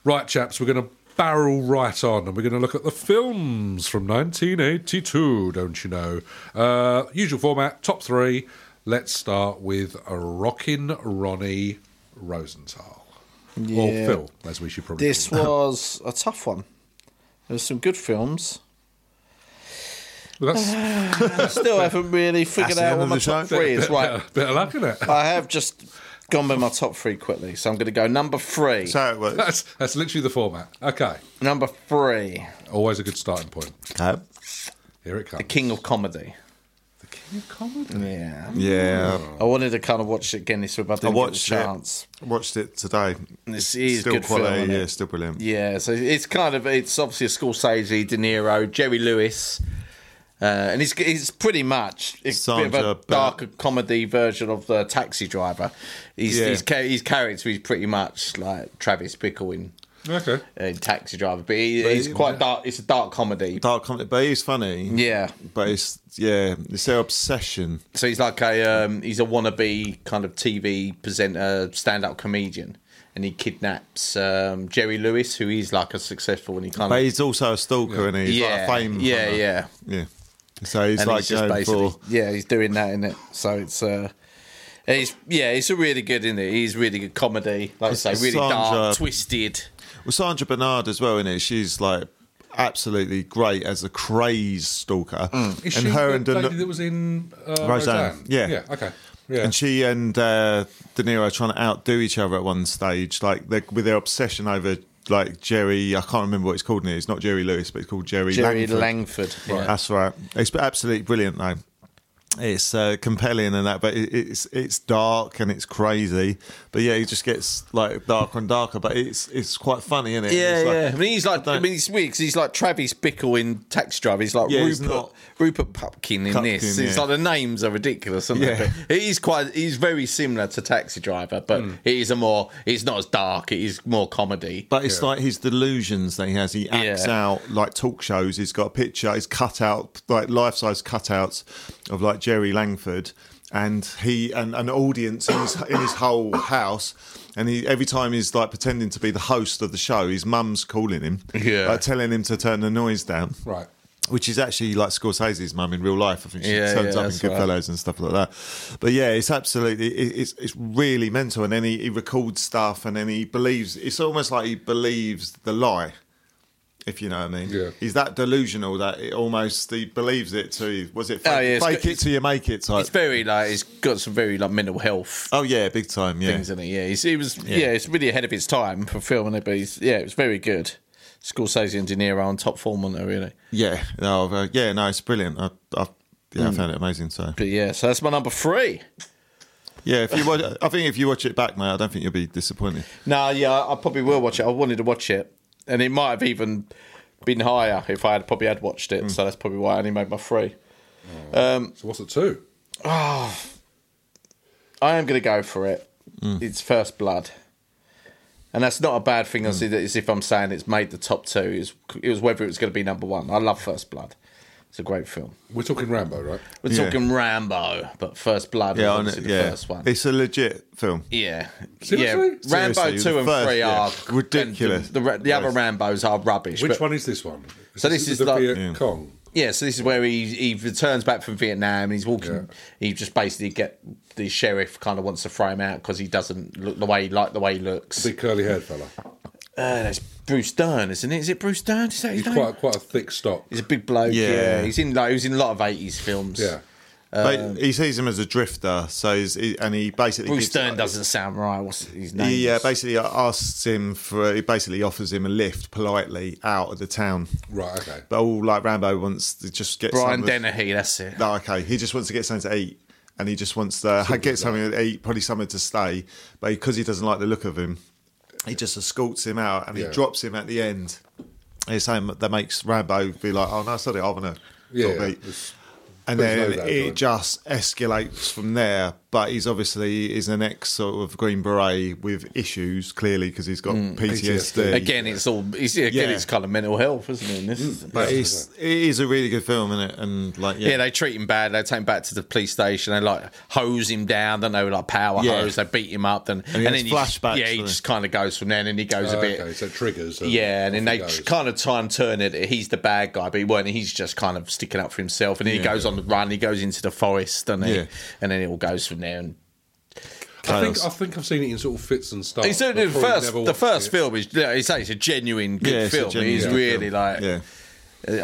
A: Right, chaps, we're going to barrel right on and we're going to look at the films from 1982, don't you know? Uh, usual format, top three. Let's start with a Rockin' Ronnie Rosenthal. Or
C: Yeah.
A: Phil, as we should probably
C: This
A: call
C: was a tough one. There was some good films.
A: him. Well, That's
C: I still haven't
B: [LAUGHS]
C: really figured
B: the
C: out
B: end
C: what
B: of
C: my
B: the
C: top
B: show.
C: three
B: [LAUGHS]
C: is.
E: [LAUGHS]
C: Right,
A: a bit of luck, isn't it?
C: I have just gone with my top three quickly, so I'm going to go number three.
B: So
C: [LAUGHS]
B: it was.
A: That's, that's literally the format. Okay.
C: Number three,
A: Always a good starting point. Here it comes.
C: The King of Comedy.
A: The King of Comedy.
C: Yeah.
B: Yeah.
C: I wanted to kind of watch it again this week, but I didn't get the
B: watched it.
C: chance.
B: Watched it today.
C: This is
B: still
C: good
B: quality.
C: film, isn't
B: yeah.
C: it?
B: Still brilliant.
C: Yeah, so it's kind of it's obviously a Scorsese, De Niro, Jerry Lewis, Uh, and it's, it's pretty much it's a bit
B: Sandra
C: of a
B: Bullock.
C: darker comedy version of the Taxi Driver. He's,
B: Yeah.
C: his, ca- his character is pretty much like Travis Bickle in,
E: Okay.
C: in Taxi Driver, but he, he's
B: he-
C: quite dark. It's a dark comedy.
B: Dark comedy, but he's funny.
C: Yeah.
B: But it's, yeah, it's their obsession.
C: So he's like a um, he's a wannabe kind of TV presenter, stand-up comedian, and he kidnaps um, Jerry Lewis, who is like a successful and he kind
B: But
C: of
B: he's also a stalker, and he's
C: Um, yeah,
B: like a fame.
C: yeah,
B: hunter.
C: yeah.
B: Yeah. So he's
C: and
B: like
C: he's just
B: going
C: basically
B: for.
C: yeah, he's doing that in it. So it's uh, and it's yeah, it's a really good in it. He's really good comedy, like I say, really dark,
B: Sandra-
C: twisted.
B: Well, Sandra Bernard as well, in it, she's like absolutely great as a crazed stalker,
E: Mm. Is
B: and
E: she
B: her
E: the
B: and
E: lady that was in uh, Roseanne?
B: yeah.
E: Yeah. Okay. Yeah.
B: And she and uh, De Niro are trying to outdo each other at one stage, like they're, with their obsession over like Jerry. I can't remember what it's called now. It's not Jerry Lewis, but it's called Jerry.
C: Jerry
B: Langford.
C: Langford, yeah.
B: That's right. It's absolutely brilliant though. It's uh, compelling and that, but it, it's it's dark and it's crazy. But yeah, it just gets like darker and darker. But it's it's quite funny, isn't it?
C: Yeah,
B: It's like-
C: yeah. I mean, he's like, I,
B: don't-
C: mean, it's weird 'cause he's like Travis Bickle in Taxi Driver. He's like
B: Yeah,
C: Rupert,
B: he's not-
C: Rupert Pupkin in
B: Pupkin,
C: this. It's
B: yeah.
C: like the names are ridiculous, aren't yeah.
B: Yeah.
C: they? It is quite, he's very similar to Taxi Driver, but
B: Hmm.
C: it is a more, it's not as dark, it is more comedy.
B: But it's like his delusions that he has. He acts
C: Yeah.
B: out like talk shows. He's got a picture, he's cut out like life size cutouts of like Jerry Langford and he and an audience in his, in his whole house. And he every time he's like pretending to be the host of the show, his mum's calling him,
C: Yeah.
B: like, telling him to turn the noise down.
E: Right.
B: Which is actually like Scorsese's mum in real life. I think she turns
C: Yeah, yeah,
B: up in
C: that's right.
B: Goodfellas and stuff like that. But yeah, it's absolutely it, it's it's really mental. And then he, he records stuff, and then he believes. It's almost like he believes the lie, if you know what I mean.
E: Yeah.
B: He's that delusional that it almost he believes it. To was it fake,
C: Oh, yeah, it's
B: fake
C: got-
B: it till you make it type?
C: It's very like, it's got some very like mental health
B: oh yeah, big time. Yeah,
C: things in it. Yeah, he's, he was, yeah. it's really ahead of its time for filming it, but he's, yeah, it was very good. Scorsese and De Niro on top form on it, really.
B: yeah, no, uh, yeah, no, it's brilliant. I, I, yeah,
C: Hmm.
B: I found it amazing. So
C: But yeah, so that's my number three.
B: yeah, if you watch, I think if you watch it back, mate, I don't think you'll be disappointed.
C: No, yeah, I probably will watch it. I wanted to watch it, and it might have even been higher if I had probably had watched it. So that's probably why I only made my three.
E: So what's it two?
C: I am going to go for it. It's First Blood, and that's not a bad thing. I see that is if I'm saying it's made the top two. It was, it was whether it was going to be number one. I love First Blood. It's a great film.
E: We're talking Rambo, right?
C: We're
B: Yeah.
C: talking Rambo, but First Blood yeah,
B: Yeah,
C: is
B: I know-
C: obviously the
B: yeah.
C: first one.
B: It's a legit film.
C: Yeah,
E: Seriously?
C: yeah. Rambo
B: Seriously,
C: two
B: the
C: and
B: first,
C: three
B: yeah.
C: are and
B: Ridiculous.
C: The, the, the other Rambo's are rubbish.
E: Which
C: but-
E: one is this one?
C: So this is
E: the
C: like-
E: Viet Cong.
C: Yeah, so this is where he he returns back from Vietnam and he's walking. He just basically get the sheriff kind of wants to throw him out because he doesn't look the way he like the way he looks. Uh,
E: Big curly haired fella.
C: that's Bruce Dern, isn't it? Is it Bruce Dern? Is that his
E: He's
C: name?
E: quite quite a thick stock.
C: he's a big bloke. Yeah.
B: Yeah.
C: he's in like he was in a lot of eighties films.
E: Yeah.
B: But he sees him as a drifter, so he's, he, and he basically
C: Um, Bruce
B: gives-
C: Dern doesn't sound right. What's his name?
B: He uh, basically asks him for. He basically offers him a lift politely out of the town.
E: Right. Okay.
B: But all like Rambo wants to just get
C: Brian
B: something-
C: Dennehy. That's it.
B: No, okay. He just wants to get something to eat, and he just wants to get something to eat, probably somewhere to stay. But because he doesn't like the look of him, he just escorts him out, and
E: Yeah.
B: he drops him at the end. It's him that makes Rambo be like, "Oh no, sorry, I want to."
E: Yeah.
B: eat.
E: it's-
B: and
E: Pretty
B: then
E: low that
B: it
E: time.
B: just escalates from there. But he's obviously is an ex sort of Green Beret with issues, clearly because he's got PTSD.
E: PTSD.
C: Again, it's all. It's, again,
B: Yeah.
C: it's kind of mental health, isn't it? in This is
B: But it's, it is a really good film, isn't it? And like, yeah,
C: Yeah, they treat him bad. They take him back to the police station. They like hose him down. Then they were like power
B: Yeah.
C: hose. They beat him up. Then and,
B: he has
C: then he just-
B: flashbacks
C: yeah, he
B: to it.
C: just kind of goes from there. And then he goes a bit.
E: Uh, okay. So it triggers. and
C: Yeah, and then
E: off
C: they
E: it goes.
C: kind of try and turn it. He's the bad guy, but he weren't. He's just kind of sticking up for himself. And then he goes on the run. He goes into the forest, and he,
B: Yeah.
C: and then it all goes from there. And
E: I think
B: chaos.
E: I think I've seen it in sort of fits and starts.
C: It's
E: but
C: the
E: probably
C: first,
E: never
C: the
E: watched
C: first
E: it.
C: film is yeah, it's, it's a genuine good
B: Yeah, it's a
C: film.
B: genuine
C: It's
B: good
C: really
B: film.
C: like
B: Yeah.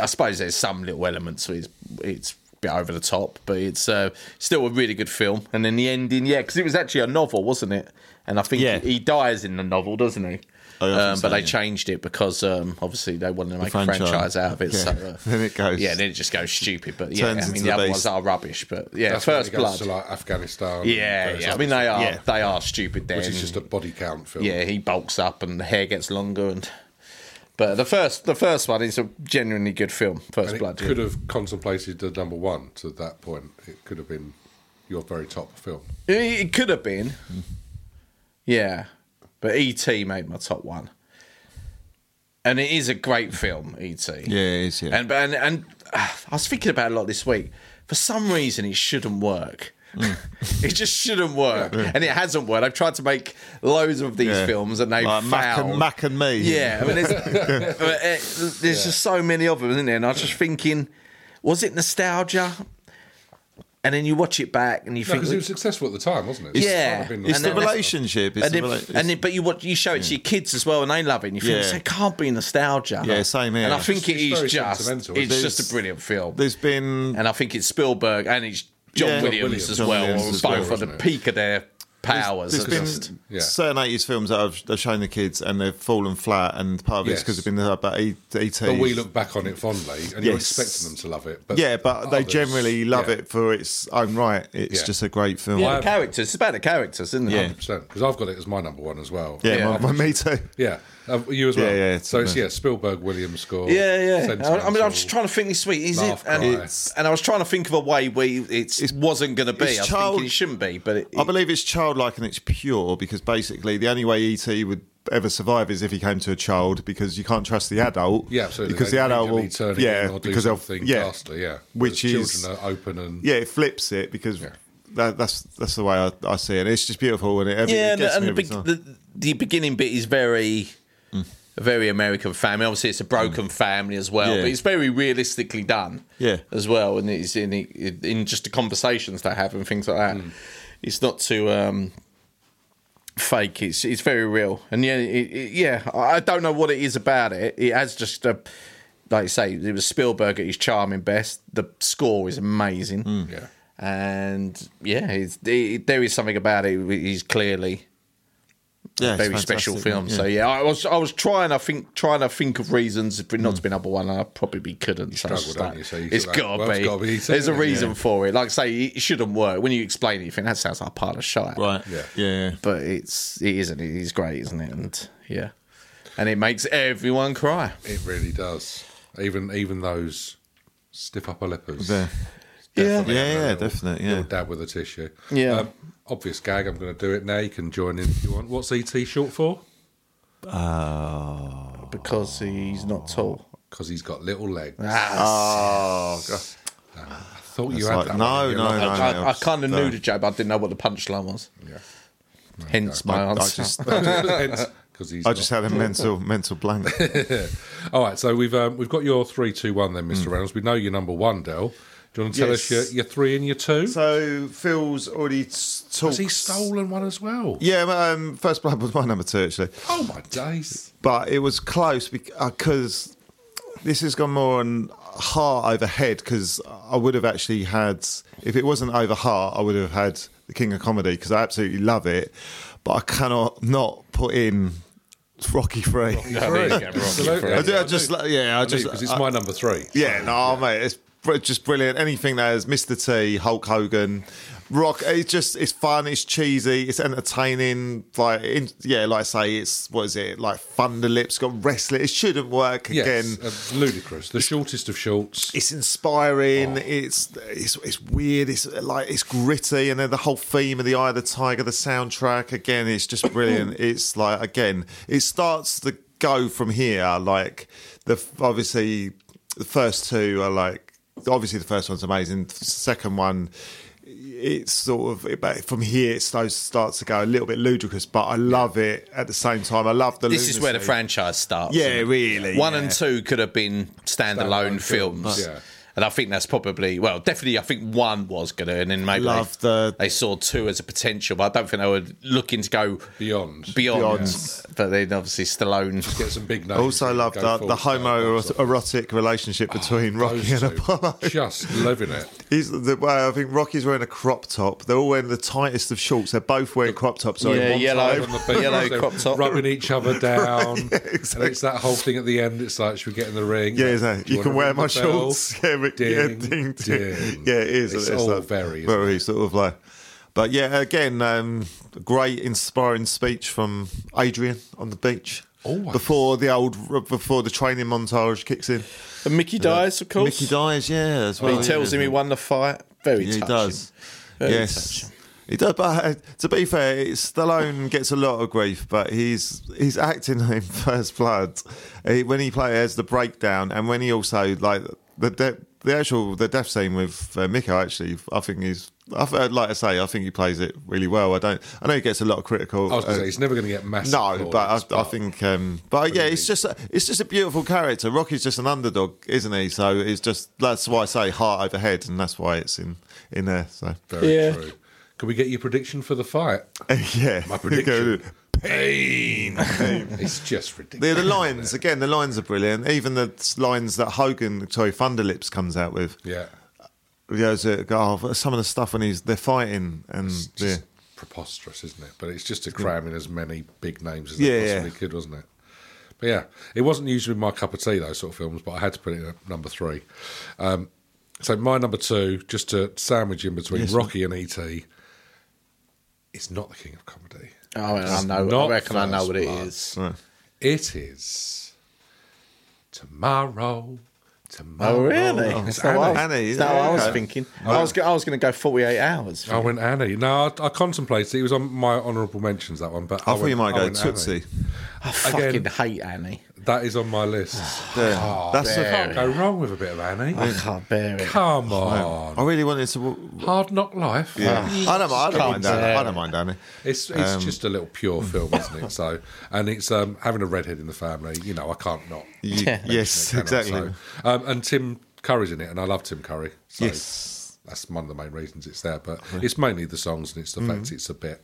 C: I suppose there's some little elements where it's it's a bit over the top, but it's uh, still a really good film. And then the ending, yeah, because it was actually a novel, wasn't it? And I think
B: Yeah.
C: he, he dies in the novel, doesn't he?
B: Oh, yeah, I
C: um,
B: think so,
C: but they
B: yeah.
C: changed it because um, obviously they wanted to make a
B: franchise.
C: franchise out of it.
B: Yeah.
C: So, uh,
B: [LAUGHS] Then it goes-
C: Yeah, then it just goes stupid. But yeah,
B: Turns
C: I
B: into
C: mean
B: the
C: the other
B: beast.
C: ones are rubbish. But yeah,
E: That's when
C: First
E: it goes
C: Blood.
E: to like Afghanistan. and
C: yeah, yeah.
E: various
C: I mean they are
B: Yeah.
C: they are stupid. Then
E: Which is just a body count film.
C: yeah, he bulks up and the hair gets longer and. But the first, the first one is a genuinely good film. First
A: And it
C: Blood. yeah.
A: could have contemplated the number one to that point. It could have been your very top film.
C: It, it could have been. Yeah. But E.T. made my top one. And it is a great film, E.T.
B: Yeah, it is, yeah.
C: And, and, and ah, I was thinking about it a lot this week. For some reason, it shouldn't work.
B: Mm.
C: [LAUGHS] it just shouldn't work. And it hasn't worked. I've tried to make loads of these
B: Yeah.
C: films and they've
B: Like
C: failed.
B: Mac and, Mac and me.
C: Yeah, I mean,
B: [LAUGHS]
C: there's, [LAUGHS] but, uh, there's just so many of them, isn't there? And I was just thinking, was it nostalgia? And then you watch it back and you
A: No,
C: think,
A: because it was successful at the time, wasn't it?
C: Yeah.
A: kind of been
B: It's
C: And
B: the
C: then-
B: relationship. It's
C: and,
B: the
C: then,
B: rela-
C: and then, but you watch, you show it to your kids as well, and they love it. And you think
B: Yeah.
C: so it can't be nostalgia.
B: Yeah, same here.
C: And I think it
A: It's very
C: is just, it's
A: sentimental, isn't it?
C: just a brilliant film.
B: there's been
C: And I think it's Spielberg and it's John
B: Yeah.
C: Williams,
A: Williams.
C: as
B: John
C: well,
B: Williams as
C: both
A: well,
C: at the
A: isn't it?
C: peak of their powers.
B: There's
C: at
B: been
C: just-
A: Yeah.
B: certain 80s films that I've, I've shown the kids and they've fallen flat, and part of it's
A: Yes.
B: because it's been about E- ET.
A: But we look back on it fondly, and you're
B: Yes.
A: expecting them to love it. But
B: yeah, but they
A: others-
B: generally love
A: yeah,
B: it for its own right. It's
A: Yeah.
B: just a great film.
C: yeah,
B: Yeah,
C: the characters. It's about the characters, isn't it?
B: Yeah.
A: 100%, because I've got it as my number one as well.
C: Yeah.
B: My, my, me too.
A: yeah, Uh, you as well.
B: Yeah, yeah, it's
A: so it's
B: amazing.
A: yeah, Spielberg, Williams score.
C: Yeah, yeah. I, I mean,
A: sentimental.
C: I was just trying to think this week. Is it?
A: Laugh
C: And,
A: cry.
B: It's-
C: and I was trying to think of a way where it's, it wasn't going to be. I
B: it's
C: was
B: child-
C: thinking it shouldn't be, but it,
B: I believe it's childlike and it's pure because basically the only way ET would ever survive is if he came to a child because you can't trust the adult.
A: Yeah, absolutely.
B: Because
A: They
B: the adult
A: immediately
B: will,
A: turn it
B: yeah,
A: in or do
B: because of
A: something
B: yeah,
A: ghastly, yeah. Whereas
B: which is-
A: children are open and
B: yeah, it flips it because that, that's that's the way I, I see it. It's just beautiful and it, every,
C: yeah,
B: yeah,
C: and,
B: gets
C: and
B: me
C: the,
B: every
C: big,
B: time.
C: the the beginning bit is very. Very American family. Obviously, it's a broken family as well,
B: Mm. Yeah.
C: but it's very realistically done.
B: Yeah.
C: as well, and it's in in just the conversations they have and things like
B: Mm.
C: that. It's not too um, fake. It's it's very real, and yeah, it, it, yeah. I I don't know what it is about it. It has just a, like you say, it was Spielberg at his charming best. The score is amazing,
B: Mm.
A: Yeah.
C: and yeah, it's, it, there is something about it. He's clearly
B: yeah,
C: a
B: it's
C: very special
B: fantastic,
C: film. So yeah, I was I was trying. I think trying to think of reasons for it not to be number one. and I probably couldn't. so I was
A: struggled,
C: like,
A: don't you? So you
C: it's
A: thought, like,
C: got
A: well,
C: to
A: it's
C: be.
A: gotta be eaten,
C: There's a
A: yeah.
C: reason for it. Like I say, it shouldn't work. When you explain it, you think that sounds like a pile of shite.
B: right?
A: Yeah.
B: yeah.
C: But it's it isn't. It is great, isn't it? And yeah, and it makes everyone cry.
A: it really does. Even even those stiff upper lippers.
B: There.
C: Yeah.
A: Definitely
B: Yeah,
A: have a
B: yeah,
A: little-
B: definitely,
A: little
B: yeah.
A: dab with a tissue. Um,
C: Yeah.
A: obvious gag. I'm going to do it now. You can join in if you want. What's ET short for?
B: Ah.
C: Because he's not tall.
A: Because he's got little legs.
C: Ah,
B: Oh god.
A: I thought you
B: That's
A: had
B: like-
A: that.
B: no,
A: one in your
B: no,
A: life.
C: I, I, I
B: else.
C: kind of
B: No.
C: knew the joke, but I didn't know what the punchline was.
A: Yeah.
C: Hence my
B: I, I
C: answer. [LAUGHS]
A: [LAUGHS]
B: just
A: Hence,
B: [LAUGHS]
A: 'cause he's
B: I
A: not.
B: just had a mental
A: [LAUGHS]
B: mental blank.
A: All right, so we've um, we've got your three, two, one. Then, Mr. Reynolds, we know you're number one, Dell. Do you want to tell us
B: Mm. Yes.
A: your, your three and your two?
B: so Phil's already s- talked.
A: Has he stolen one as well?
B: Yeah, um, first blood was my number two actually,
A: Oh my days!
B: but it was close because this has gone more on heart over head because I would have actually had if it wasn't over heart I would have had the King of Comedy because I absolutely love it, but I cannot not put in Rocky Three.
C: there you go, Rocky
A: Absolutely.
C: Three.
B: I, do, I just like- yeah I just
A: because it's
B: I-
A: my number three.
B: Yeah, no, mate, it's br- just brilliant. Anything that is Mr. T, Hulk Hogan, Rock. It's just it's fun. It's cheesy. It's entertaining. Like in, yeah, like I say, it's what is it like? Thunder Lips got wrestling. It shouldn't work
A: Yes,
B: again.
A: uh, ludicrous. The shortest of shorts.
B: It's
C: Oh.
B: inspiring. It's it's it's weird. It's like it's gritty, and then the whole theme of the Eye of the Tiger, the soundtrack. Again, it's just
C: [CLEARS THROAT]
B: brilliant. it's like again, it starts to go from here. Like the f- obviously the first two are like obviously the first one's amazing. The second one. It's sort of but from here it slows, starts to go a little bit ludicrous, but I love it at the same time. I love the.
C: This is where the
B: lunacy.
C: franchise starts.
B: Yeah,
C: isn't it?
B: really,
C: One
B: yeah.
C: and two could have been standalone,
A: Standalone films,
C: films.
A: yeah.
C: And I think that's probably well, definitely. I think one was gonna, and then maybe
B: Love
C: they,
B: the-
C: they saw two as a potential, but I don't think they were looking to go
A: Beyond.
C: Beyond,
B: Beyond.
C: but then obviously Stallone.
A: Get some big names.
B: I also
A: and
B: love
A: go
B: the, the
A: forward to box office.
B: homoerotic relationship between
A: Ah, Those
B: Rocky and
A: two,
B: Apollo. [LAUGHS]
A: Just loving it.
B: He's the well, I think Rocky's wearing a crop top. They're all wearing the tightest of shorts. They're both wearing crop tops. Sorry,
C: Yeah,
B: one-
C: yellow-
A: side on the
B: [LAUGHS]
A: beach,
C: yellow
A: they're
C: crop top.
A: rubbing each other down. And it's that whole thing at the end. It's like, should we get in the ring?
B: Yeah,
A: Like,
B: is that-
A: do
B: you
A: wanna
B: can wear
A: ring
B: my
A: the bell?
B: shorts. [LAUGHS] Yeah, but-
A: Ding,
B: yeah, ding, ding.
A: ding.
B: yeah, it is.
A: It's,
B: It's
A: all
B: like
A: very. isn't it?
B: very sort of like. But yeah, again, um, great inspiring speech from Adrian on the beach.
A: Always.
B: before the old before the training montage kicks in.
C: And Mickey dies, of course.
B: Mickey dies, yeah, as well.
C: He tells
B: yeah.
C: him he won the fight. Very
B: Yeah, he
C: touching.
B: does. yes. He does, but uh, to be fair, Stallone gets a lot of grief, but he's he's acting [LAUGHS] in First Blood He- when he plays the breakdown, and when he also like the de- the actual the death scene with uh, Miko. Actually, I think he's I, th- like I say, I think he plays it really well. I don't, I know he gets a lot of critical.
A: I was going to
B: uh,
A: say, he's never going to get massive.
B: no,
A: plaudits,
B: but I, I think, um, but yeah, it's just a, it's just a beautiful character. Rocky's just an underdog, isn't he? So it's just that's why I say heart over head, and that's why it's in in there. So
A: Very
C: Yeah.
A: true. Can we get your prediction for the fight?
B: [LAUGHS] yeah,
A: My prediction. Pain. it's just ridiculous.
B: [LAUGHS] The, the
A: [LAUGHS]
B: lines again. The lines are brilliant. Even the lines that Hogan, sorry, Thunderlips comes out with.
A: Yeah.
B: You know, so, oh, some of the stuff when he's they're fighting and yeah.
A: Just preposterous, isn't it? But it's just to cram in as many big names as
B: Yeah,
A: they possibly
B: yeah.
A: could, wasn't it? But yeah, it wasn't usually my cup of tea those sort of films, but I had to put it at number three. Um, so my number two, just to sandwich in between Rocky and E.T., is not the king of comedy.
C: Oh, and I
A: It's
C: know.
A: not
C: I reckon I know
A: First
C: what it
A: Blood.
C: is.
A: It is tomorrow. Tomorrow.
C: Oh, really?
A: It's
C: Is that what I was-
B: Annie,
C: is that what I was
B: okay.
C: thinking. I was, go- I was going to go 48 hours.
A: I went Annie. No, I, I contemplated. It was on my honourable mentions that one, but
B: I,
A: I,
B: thought
A: went-
B: you might
A: I
B: go
A: went Annie.
B: Tootsie.
C: I fucking
A: Again-
C: hate Annie.
A: That is on my
B: [SIGHS]
A: list. [SIGHS]
B: Yeah.
A: Ah,
B: that's the-
A: Can't go wrong with a bit of Annie.
C: I can't bear it.
A: Come on,
B: I really wanted to.
A: Hard Knock Life.
B: Yeah.
A: Ah.
B: Um, I don't, I don't mind
C: Can't
B: Annie. I
C: bear
B: don't mind Annie.
A: It's it's just a little pure
B: [LAUGHS]
A: film, isn't it? So, and it's um, having a redhead in the family. You know, I can't not.
B: You-
C: Yeah.
B: Yes,
A: can I?
B: exactly.
A: So, um, and Tim Curry's in it, and I love Tim Curry. So
B: Yes.
A: that's one of the main reasons it's there. But it's mainly the songs, and it's the fact
B: Mm-hmm.
A: it's a bit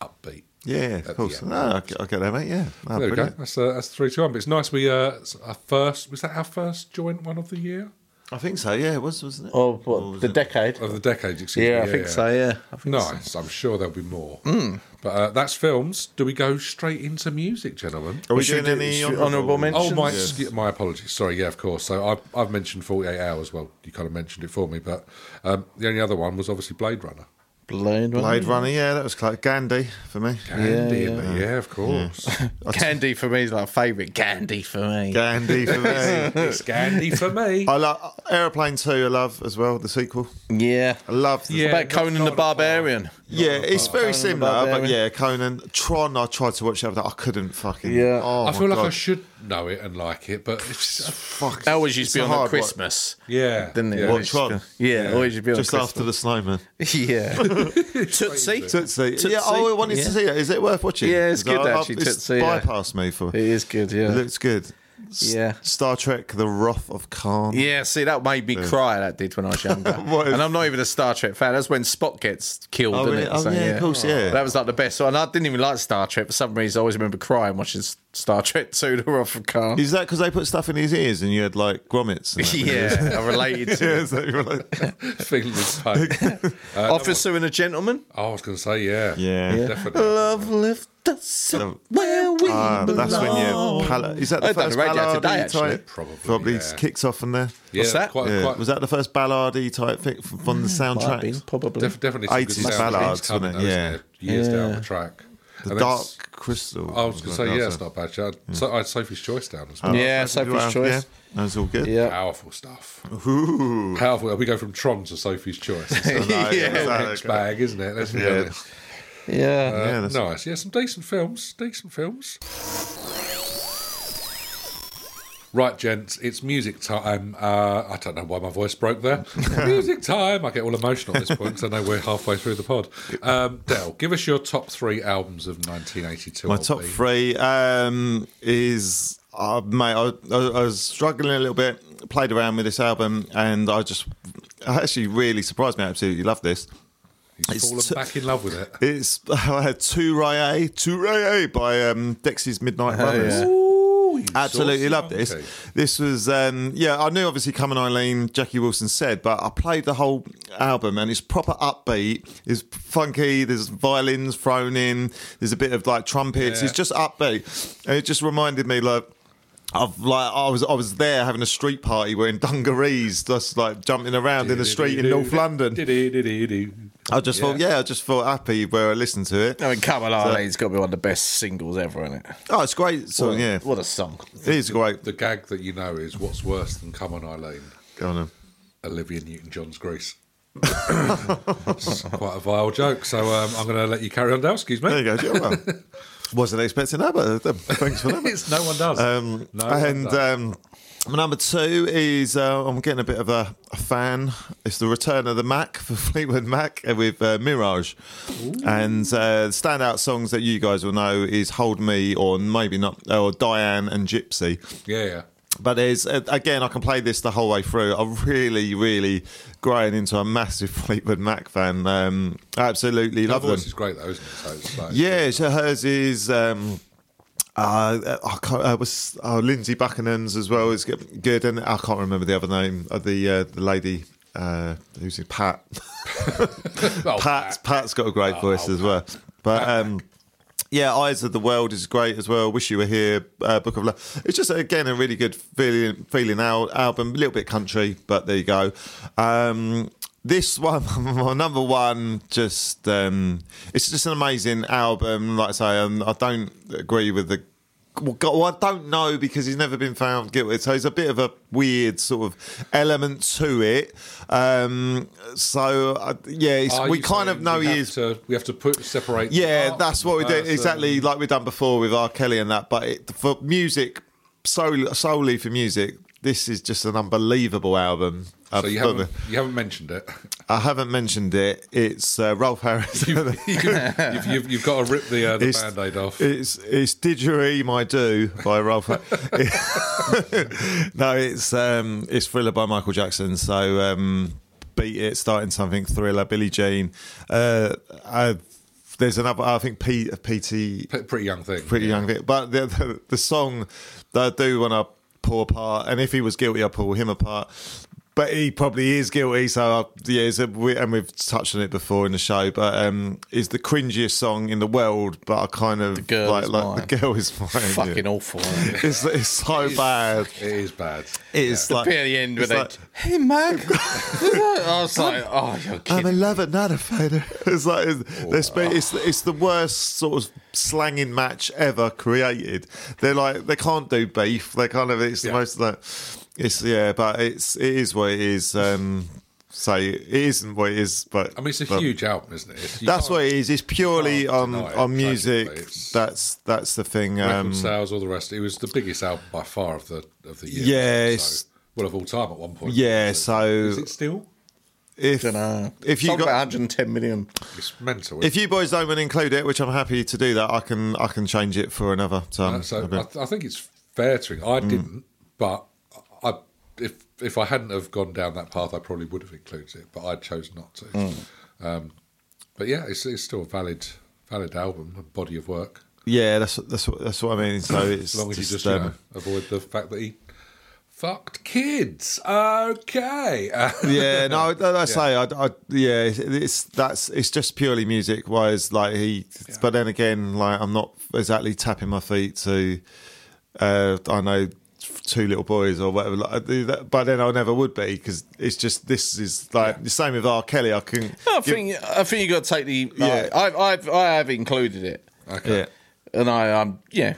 A: upbeat.
B: Yeah, of course.
A: yeah.
B: No, I get, I get that, mate. Yeah,
A: There we
B: No,
A: go.
B: Oh, brilliant.
A: That's uh, that's three to one. But it's nice. We uh, it's our first was that our first joint one of the year
B: I think so. Yeah, it was, wasn't it?
C: Oh,
B: Or
C: what,
B: was
C: the
B: it-
C: decade?
A: of the decade. Excuse
C: Yeah,
A: me.
C: I think so, yeah. I think so.
A: Nice. I'm sure there'll be more. But uh, that's films. Do we go straight into music, gentlemen?
B: Are we
C: Should
B: doing
C: we-
B: any
C: should-
B: honourable
C: honourable mention?
A: Oh my,
C: Yes.
A: excu- my apologies. Sorry, yeah, of course. So I've, I've mentioned 48 hours. Well, you kind of mentioned it for me, but um, the only other one was obviously Blade Runner.
C: Blade
B: Blade
C: Runner.
B: Runner? Yeah, that was like Gandhi for me.
A: Andy, yeah, yeah. of course.
C: Candy for me is my favourite. Candy for me.
A: [LAUGHS]
B: Gandhi for me.
A: it's Gandhi for me.
B: I love Aeroplane Two. I love as well the sequel.
C: yeah.
B: I love. The
A: Yeah.
C: About Conan the Barbarian.
B: Yeah,
C: Oh,
B: it's very similar, but
C: Barbarian.
B: yeah, Conan Tron. I tried to watch it, but I couldn't fucking.
C: Yeah.
B: oh
A: I feel
B: my
A: like I
B: God.
A: should know it and like it, but it's,
B: Fuck.
C: That always used
B: It's
C: to be
B: a
C: on
B: hard
C: at
B: one.
C: Christmas.
A: yeah.
C: Didn't it?
A: yeah.
B: What, Tron?
C: Yeah, always used to be on
B: Just after the snowman.
C: Christmas. [LAUGHS] Yeah. Tootsie.
B: Tootsie. Yeah, oh, I wanted
C: yeah.
B: to see it. Is it worth watching?
C: Yeah, it's
B: 'Cause
C: good,
B: I- I-
C: actually,
B: it's
C: Tootsie, yeah.
B: bypassed me for.
C: It is good,
B: It
C: yeah.
B: looks good. S-
C: Yeah.
B: Star Trek: The Wrath of Khan.
C: Yeah, see, that made me cry. That did when I was
B: [LAUGHS]
C: younger,
B: What is-
C: and I'm not even a Star Trek fan. That's when Spock gets killed.
B: Oh,
C: isn't
B: really?
C: it?
B: Oh, yeah, of course, yeah.
C: That was like the best. one. And I didn't even like Star Trek for some reason. I always remember crying watching Star Trek [LAUGHS] Two: The Wrath of Khan.
B: Is that because they put stuff in his ears and you had like grommets? And that?
C: [LAUGHS] yeah, I related
B: [LAUGHS]
C: to
B: yeah. [LAUGHS]
C: it. Uh,
B: is that
C: [LAUGHS]
B: right?
A: Feeling this pain.
C: Officer and a Gentleman.
A: I was going to say, yeah.
B: Yeah. Yeah.
A: Definitely.
C: Love left us up where we
B: Ah,
C: belong.
B: that's when [LAUGHS] you. Pal- is that the
C: I've done
B: first
C: the radio
B: ballad
C: today,
B: E type?
C: actually.
A: Oh. Probably, yeah.
B: kicks off in there.
A: Yeah,
C: What's that?
A: Quite,
B: Yeah.
A: quite,
B: was that the first ballad E type thing f- from the
C: Mm, Might have been,
B: soundtrack?
C: probably.
A: def- definitely some
B: 80s
A: good sound
B: ballads,
A: things coming,
B: wasn't
A: though,
B: it? Yeah.
A: isn't it? Years down the
C: Yeah.
A: track.
B: The
A: And it's-
B: Dark Crystal.
A: I was going to say,
B: that
A: yeah,
B: was
A: it's not bad. Show. So I had Sophie's Choice down as well.
C: yeah,
B: it.
C: Sophie's
B: Yeah,
C: Choice.
B: that was all good.
C: Yeah.
A: Powerful stuff.
B: Ooh.
A: Powerful. We go from Tron to Sophie's
B: [LAUGHS]
A: Choice. It's
C: [LAUGHS]
A: a
B: No, yeah,
A: mixed
B: exactly.
A: bag, isn't it? Let's be
B: Yeah.
A: honest.
C: Yeah.
A: Uh,
B: Yeah, that's-
A: nice. Yeah, some decent films. Decent films. Right, gents, it's music time. Uh, I don't know why my voice broke
B: [LAUGHS]
A: there. music time. I get all emotional at this point because I know we're halfway through the pod. Um, Dale, give us your top three albums of 1982.
B: My
A: I'll
B: top
A: be-
B: three um, is uh, mate. I, I, I was struggling a little bit. Played around with this album, and I just I actually really surprised me. I absolutely love this.
A: He's
B: It's
A: fallen
B: t-
A: back in love with it.
B: It's [LAUGHS] I had two Ray two Ray by um, Dexys
A: Oh,
B: Midnight Runners.
A: Ooh, you
B: Absolutely
A: saucy
B: loved this.
A: monkey.
B: This was, um, yeah, I knew obviously Come and Eileen, Jackie Wilson said, but I played the whole album and it's proper upbeat. It's funky. There's violins thrown in. There's a bit of like trumpets.
A: Yeah.
B: It's just upbeat. And it just reminded me, like, of like I was I was there having a street party wearing dungarees, just like jumping around in the street in North London.
A: Diddy-diddy-doo.
B: I just thought, yeah, I just felt happy where I listened to it.
C: I mean, come on, Arlene, it's got to be one of the best singles ever, isn't it?
B: Oh, it's great. So
C: What a-
B: yeah,
C: What a song.
B: it is
A: [LAUGHS]
B: great.
A: The gag that you know is what's worse than Come On Eileen?
B: Go on. then.
A: Olivia Newton John's Grease. it's quite a vile joke, so um, I'm going to let you carry on, Dale. Excuse me.
B: There you go. Yeah, well, [LAUGHS] wasn't expecting that, but uh, thanks for [LAUGHS]
A: [LAUGHS]
B: that.
A: It's no one does.
B: Um,
A: no one
B: and
A: does.
B: um, my number two is uh, I'm getting a bit of a, a fan. It's the return of the Mac for [LAUGHS] Fleetwood Mac uh, with uh, Mirage. And uh, the standout songs that you guys will know is Hold Me or maybe not, or Diane and Gypsy.
A: yeah, yeah.
B: But there's uh, again, I can play this the whole way through. I'm really, really growing into a massive [LAUGHS] Fleetwood Mac fan. Um, I absolutely
A: Her
B: love them.
A: voice is great, though, isn't it? So it's like,
B: Yeah, so hers is. Um, uh, I can't. I was oh, Lindsay Buckingham's as well is good, good, and I can't remember the other name of the uh, the lady uh, who's it, Pat. [LAUGHS]
A: Oh, Pat.
B: Pat's Pat's got a great voice as well, but. Um, yeah, Eyes of the World is great as well. Wish You Were Here, uh, Book of Love. It's just again a really good feeling feeling al- album. A little bit country, but there you go. Um, this one, [LAUGHS] my number one, just um, it's just an amazing album. Like I say, um, I don't agree with the. Well, God, well, I don't know because he's never been found guilty, so it's a bit of a weird sort of element to it. Um, so uh, yeah, it's,
A: Are
B: we
A: you
B: kind of
A: saying
B: know
A: we
B: he
A: have
B: is
A: To, we have to put separate. um, the
B: yeah,
A: art
B: that's
A: from
B: what we
A: the
B: did
A: person.
B: exactly like we've done before with R. Kelly and that. But it, for music, solely, solely for music, this is just an unbelievable album.
A: So you haven't, you haven't mentioned it. [LAUGHS]
B: I haven't mentioned it. It's uh, Ralph Harris.
A: You've, you've, you've, you've got to rip the, uh, the
B: It's-
A: band aid off.
B: It's it's Didgeridoo My Do by Ralph. [LAUGHS] no, it's um, it's Thriller by Michael Jackson. So um, beat it, starting something. Thriller, Billie Jean. Uh, i there's another. I think P, PT
A: P- pretty young thing.
B: pretty young bit. But the, the the song that I do want to pull apart, and if he was guilty, I pull him apart. But he probably is guilty, so I, yeah. It's a, we, and we've touched on it before in the show, but um, is the cringiest song in the world. But I kind of
C: Girl
B: like
C: Is
B: like the
C: Mine.
B: girl is mine. yeah.
C: Fucking awful.
B: [LAUGHS]
C: Isn't it?
B: It's, it's
C: [LAUGHS]
B: so bad.
A: It is bad.
B: It's like
C: Bit at the end
B: it's
C: with a
B: like,
C: hey Mark, I was like, oh, you're
B: I'm
C: kidding.
B: in love, not a fighter. [LAUGHS] It's like it's, it's, been- it's it's the worst sort of slanging match ever created. They're like they can't do beef. They kind of it's
A: Yeah.
B: the most like it's yeah, but it's it is what it is. Um, so it isn't what it is, but
A: I mean, it's a
B: but
A: huge album, isn't it? It's- you
B: That's
A: can't-
B: what it is. It's purely
A: can't
B: on
A: deny it,
B: on music.
A: basically. It's-
B: That's that's the thing.
A: record
B: Um,
A: sales, all the rest. It was the biggest album by far of the of the year.
B: Yeah,
A: so, well of all time at one point.
B: yeah.
A: Is it-
B: So
A: is it still?
B: if
C: Dunno.
B: if you
C: Sold
B: got
C: about 110 million,
A: It's mental.
B: if you boys don't want to include it, which I'm happy to do that, I can I can change it for another time.
A: so I, th- I think it's fair to.
B: Mm.
A: I didn't, but I if if I hadn't have gone down that path, I probably would have included it, but I chose not to.
B: Mm.
A: Um, but yeah, it's it's still a valid valid album, a body of work.
B: Yeah, that's that's what that's what I mean. So it's
A: As long as
B: just,
A: you just
B: um,
A: you know, avoid the fact that he fucked kids. Okay. [LAUGHS] Uh,
B: yeah, no, I, I say, I, I, yeah, it's that's it's just purely music wise. Like he, but then again, like I'm not exactly tapping my feet to, uh, I know two little boys or whatever. Like, I do that, but then I never would be because it's just this is like the same with R. Kelly.
A: [LAUGHS]
B: I couldn't.
C: I
B: give-
C: think I think you got to take the.
B: Yeah.
C: Like, I've I've I have included it,
A: okay.
B: yeah.
C: and I um yeah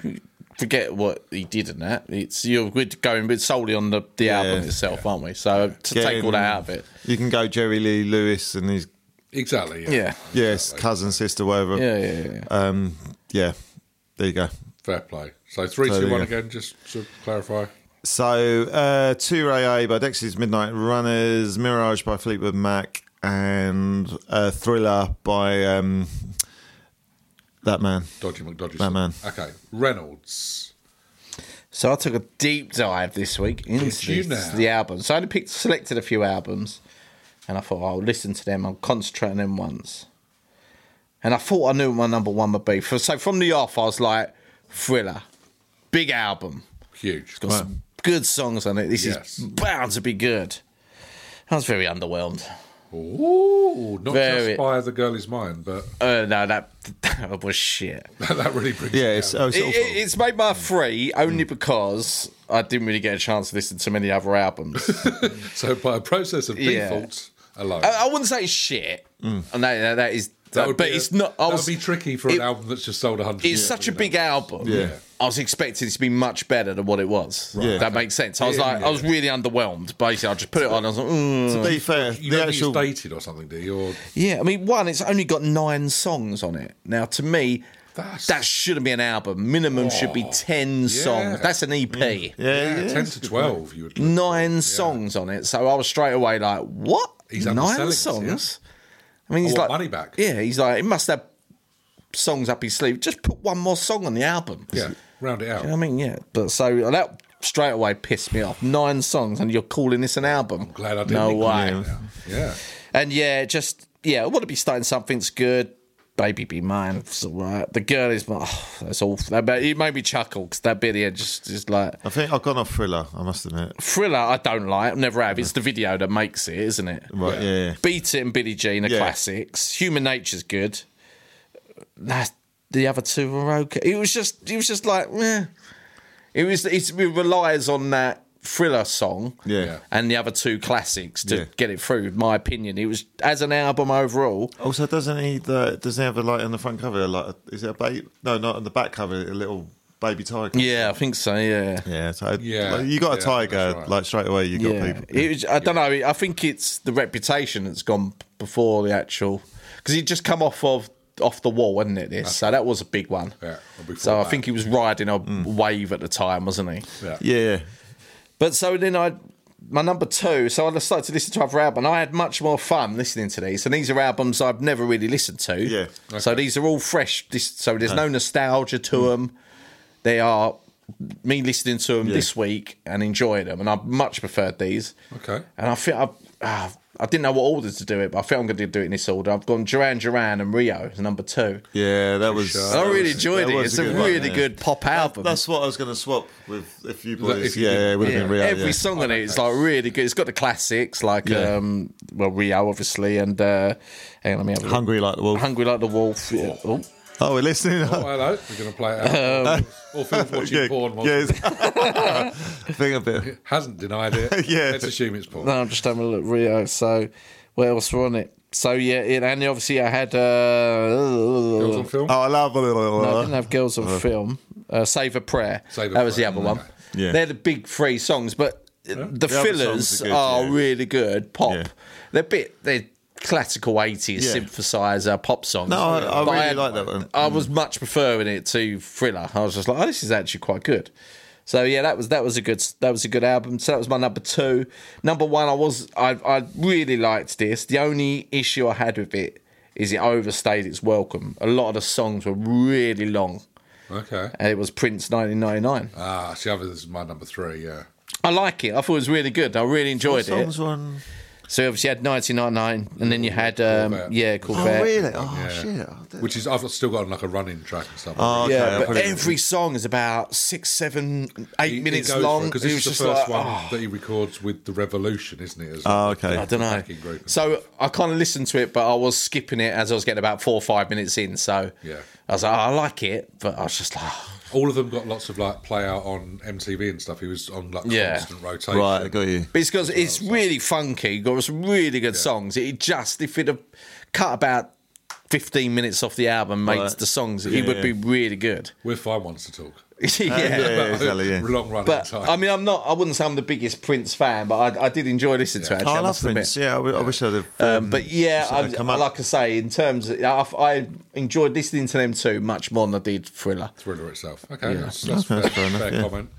C: forget what he did in that. It's you're we're going solely on the the
B: Yeah.
C: album itself, aren't we? So to take all
B: Getting-
C: that out of it,
B: You can go Jerry Lee Lewis and his
A: Exactly.
C: yeah,
B: yes cousin sister whatever.
C: yeah, yeah, yeah.
B: Um. Yeah. There you go.
A: Fair play. So three, two,
B: So
A: one
B: there you go.
A: again, just to clarify.
B: So, uh, 2AA by Dexys Midnight Runners, Mirage by Fleetwood Mac, and uh, Thriller by um, that man.
A: Dodgy McDodgy.
B: That man.
A: Okay. Reynolds.
C: So I took a deep dive this week
A: you
C: into this,
A: now?
C: the album. So I only picked, selected a few albums, and I thought I'll listen to them. I'll concentrate on them once. And I thought I knew what my number one would be. For- So from the off, I was like, Thriller, big album,
A: Huge.
C: got some good songs on it. This
A: Yes.
C: is bound to be good. I was very underwhelmed.
A: Ooh, not
C: Very-
A: just by the girl is mine, but [LAUGHS]
C: Uh, no, that, [LAUGHS] that was shit.
A: that really brings.
B: Yeah,
A: it
B: it's,
A: down.
B: oh, it's
C: It-
B: awful.
C: it- it's made my three only because I didn't really get a chance to listen to many other albums. [LAUGHS]
A: [LAUGHS] so by a process of
C: Yeah.
A: default alone.
C: I, I wouldn't say shit, and that, that- that is.
A: That would
C: but
A: be a-
C: it's not. I
A: that
C: was,
A: would be tricky for an
C: it-
A: album that's just sold 100.
C: It's such a big album.
B: Yeah.
C: I was expecting it to be much better than what it was.
B: Yeah.
C: That makes sense. I was
A: Yeah,
C: like, I was really underwhelmed. Basically, I just put it on. I was like, "Mm."
B: To be fair,
A: You
B: the
A: don't
B: actual
A: think it's dated or something, do you? Or
C: yeah. I mean, one, it's only got nine songs on it. Now, to me,
A: That's- Oh,
C: that shouldn't be an album. Minimum should be ten songs. That's an E EP.
B: yeah, yeah,
A: 10 to 12, you would.
C: nine songs on it. So I was straight away like, what?
A: He's underselling
C: nine
A: us,
C: songs? I mean,
A: I
C: he's
A: want
C: like
A: Oh, money back.
C: Yeah, he's like, he must have songs up his sleeve. Just put one more song on the album.
A: Yeah, round it out.
C: You know what I mean, yeah. But so that straight away pissed me off. Nine songs, and you're calling this an album? I'm
A: Glad I did.
C: No way.
A: Yeah.
C: And yeah, just yeah, I want to be starting something's good. Baby be mine. It's all right. The girl is my. [SIGHS] Oh, that's awful. That bit, it made me chuckle because that bit here just just like
B: I think I've gone off thriller. I must admit.
C: thriller. I don't like. Never have. It's the video that makes it, isn't it?
B: Right, yeah, yeah.
C: Beat It and Billie Jean are
B: Yeah.
C: classics. Human Nature's good. That's the other two are okay. It was just, it was just like, meh. It was, it's, it relies on that thriller song,
B: Yeah.
C: and the other two classics to
B: Yeah.
C: get it through. in My opinion, it was as an album overall.
B: Also, doesn't he? The, doesn't he have a light on the front cover? Like, is it a baby? No, not on the back cover. A little baby tiger.
C: Yeah, I think so. Yeah,
B: yeah. So
A: Yeah,
B: like, you got a
A: yeah,
B: tiger
A: that's right.
B: like straight away. You got
C: yeah.
B: people.
C: It was, I don't know. I think it's the reputation that's gone before the actual because he'd just come off of off the wall, wasn't it? This so that was a big one.
A: Ah. Yeah, and before
C: So I
A: that- Mm.
C: think he was riding a wave at the time, wasn't he?
A: Yeah.
B: Yeah,
C: But so then I, my number two, so I started to listen to other albums. and I had much more fun listening to these, and these are albums I've never really listened to.
B: Yeah.
C: So these are all fresh. This, so there's no nostalgia to
A: Mm.
C: them. They are me listening to them this week and enjoying them, and I much preferred these. [LAUGHS]
A: Okay.
C: And I think I, uh, I didn't know what order to do it, but I think I'm going to do it in this order. I've gone Duran Duran and Rio as number two.
B: yeah. That was.
A: sure.
C: And I
B: that
C: really
B: was-
C: enjoyed
B: that
C: it.
B: was
C: It's a,
B: good one,
C: really
B: yeah.
C: good pop album.
B: That's what I was going to swap with if you
A: that-
B: boys.
A: if you
B: yeah,
A: did-
B: yeah, it would have
C: Yeah,
B: been real.
C: every
B: yeah.
C: song on it is like really good. It's got the classics like um well Rio obviously and uh hang on let me have a look.
B: Hungry like the wolf.
C: Hungry like the wolf. Yeah. Oh.
B: Oh, we're listening.
A: Oh, hello. We're going to play it out.
C: Um,
A: or Phil's watching
B: [LAUGHS] yeah,
A: porn. while-
B: yeah.
C: [LAUGHS]
B: it's- Think a bit.
A: Hasn't denied it.
B: [LAUGHS] Yeah.
A: Let's assume it's porn.
C: No, I'm just having a look at Rio. So what else were on it? So yeah, it, and obviously I had
A: Girls on
C: uh
A: film?
B: Oh, I love a little. uh,
C: I didn't have girls on film. Uh, Save a prayer.
A: Save a
C: that was
A: Prayer,
C: the other one.
A: okay.
B: Yeah.
C: They're the big three songs, but the,
B: other
C: fillers
B: songs are
C: are,
B: good, yeah.
C: really good pop.
B: Yeah.
C: They're bit they're classical eighties
B: Yeah.
C: synthesizer pop songs.
B: No, I, I
C: But
B: really
C: had-
B: like that one. Mm.
C: I was much preferring it to Thriller. I was just like, oh, this is actually quite good. So yeah, that was that was a good that was a good album. So that was my number two. Number one, I was I I really liked this. The only issue I had with it is it overstayed its welcome. A lot of the songs were really long,
A: Okay.
C: and it was Prince 1999.
A: Ah, see, I think this is my number three. Yeah.
C: I like it. I thought it was really good. I really enjoyed it.
B: Songs one.
C: So obviously you had 1999, and then you had um,
A: Corvette.
C: yeah,
B: Oh,
C: Corvette.
B: really? Oh,
A: Yeah.
B: shit.
A: Which is, I've still got like a running track and stuff.
B: Oh, okay.
C: Yeah,
B: I'll
C: but
B: put it in.
C: every song is about six, seven, eight
A: He- he
C: minutes
A: goes for it,
C: long.
A: Because
C: It
A: this
C: was
A: is the
C: just
A: first
C: like,
A: one
C: oh.
A: that he records with the Revolution, isn't it? As
B: Oh,
C: I
B: okay.
C: don't know.
A: backing group and
C: So I kind of listened to it, but I was skipping it as I was getting about four or five minutes in. So
A: Yeah.
C: I was like, oh, I like it, but I was just like, oh.
A: all of them got lots of like play out on MTV and stuff. He was on like
C: Yeah.
A: constant rotation.
B: Right, I got you.
C: but it's because it's really funky. You got some really good songs. It just if it had cut about fifteen minutes off the album, made
B: Right.
C: the songs,
B: Yeah,
C: it would
B: yeah.
C: be really good. [LAUGHS]
A: We're fine ones to talk.
C: yeah.
B: [LAUGHS]
A: [LAUGHS]
B: Yeah, exactly. Yeah.
A: Long running
C: But
A: time.
C: I mean, I'm not. I wouldn't say I'm the biggest Prince fan, but I, I did enjoy listening to it. Actually,
B: Oh, I love
C: must admit.
B: Prince. Yeah, I, w- I wish I'd have.
C: Um, but yeah, I,
B: I'd come
C: I-
B: up.
C: like I say, in terms, of, I, I enjoyed listening to them too much more than I did Thriller.
A: Thriller itself. Okay, that's, that's fair,
B: [LAUGHS] That's fair enough,
A: fair
B: yeah. Oh,
A: comment.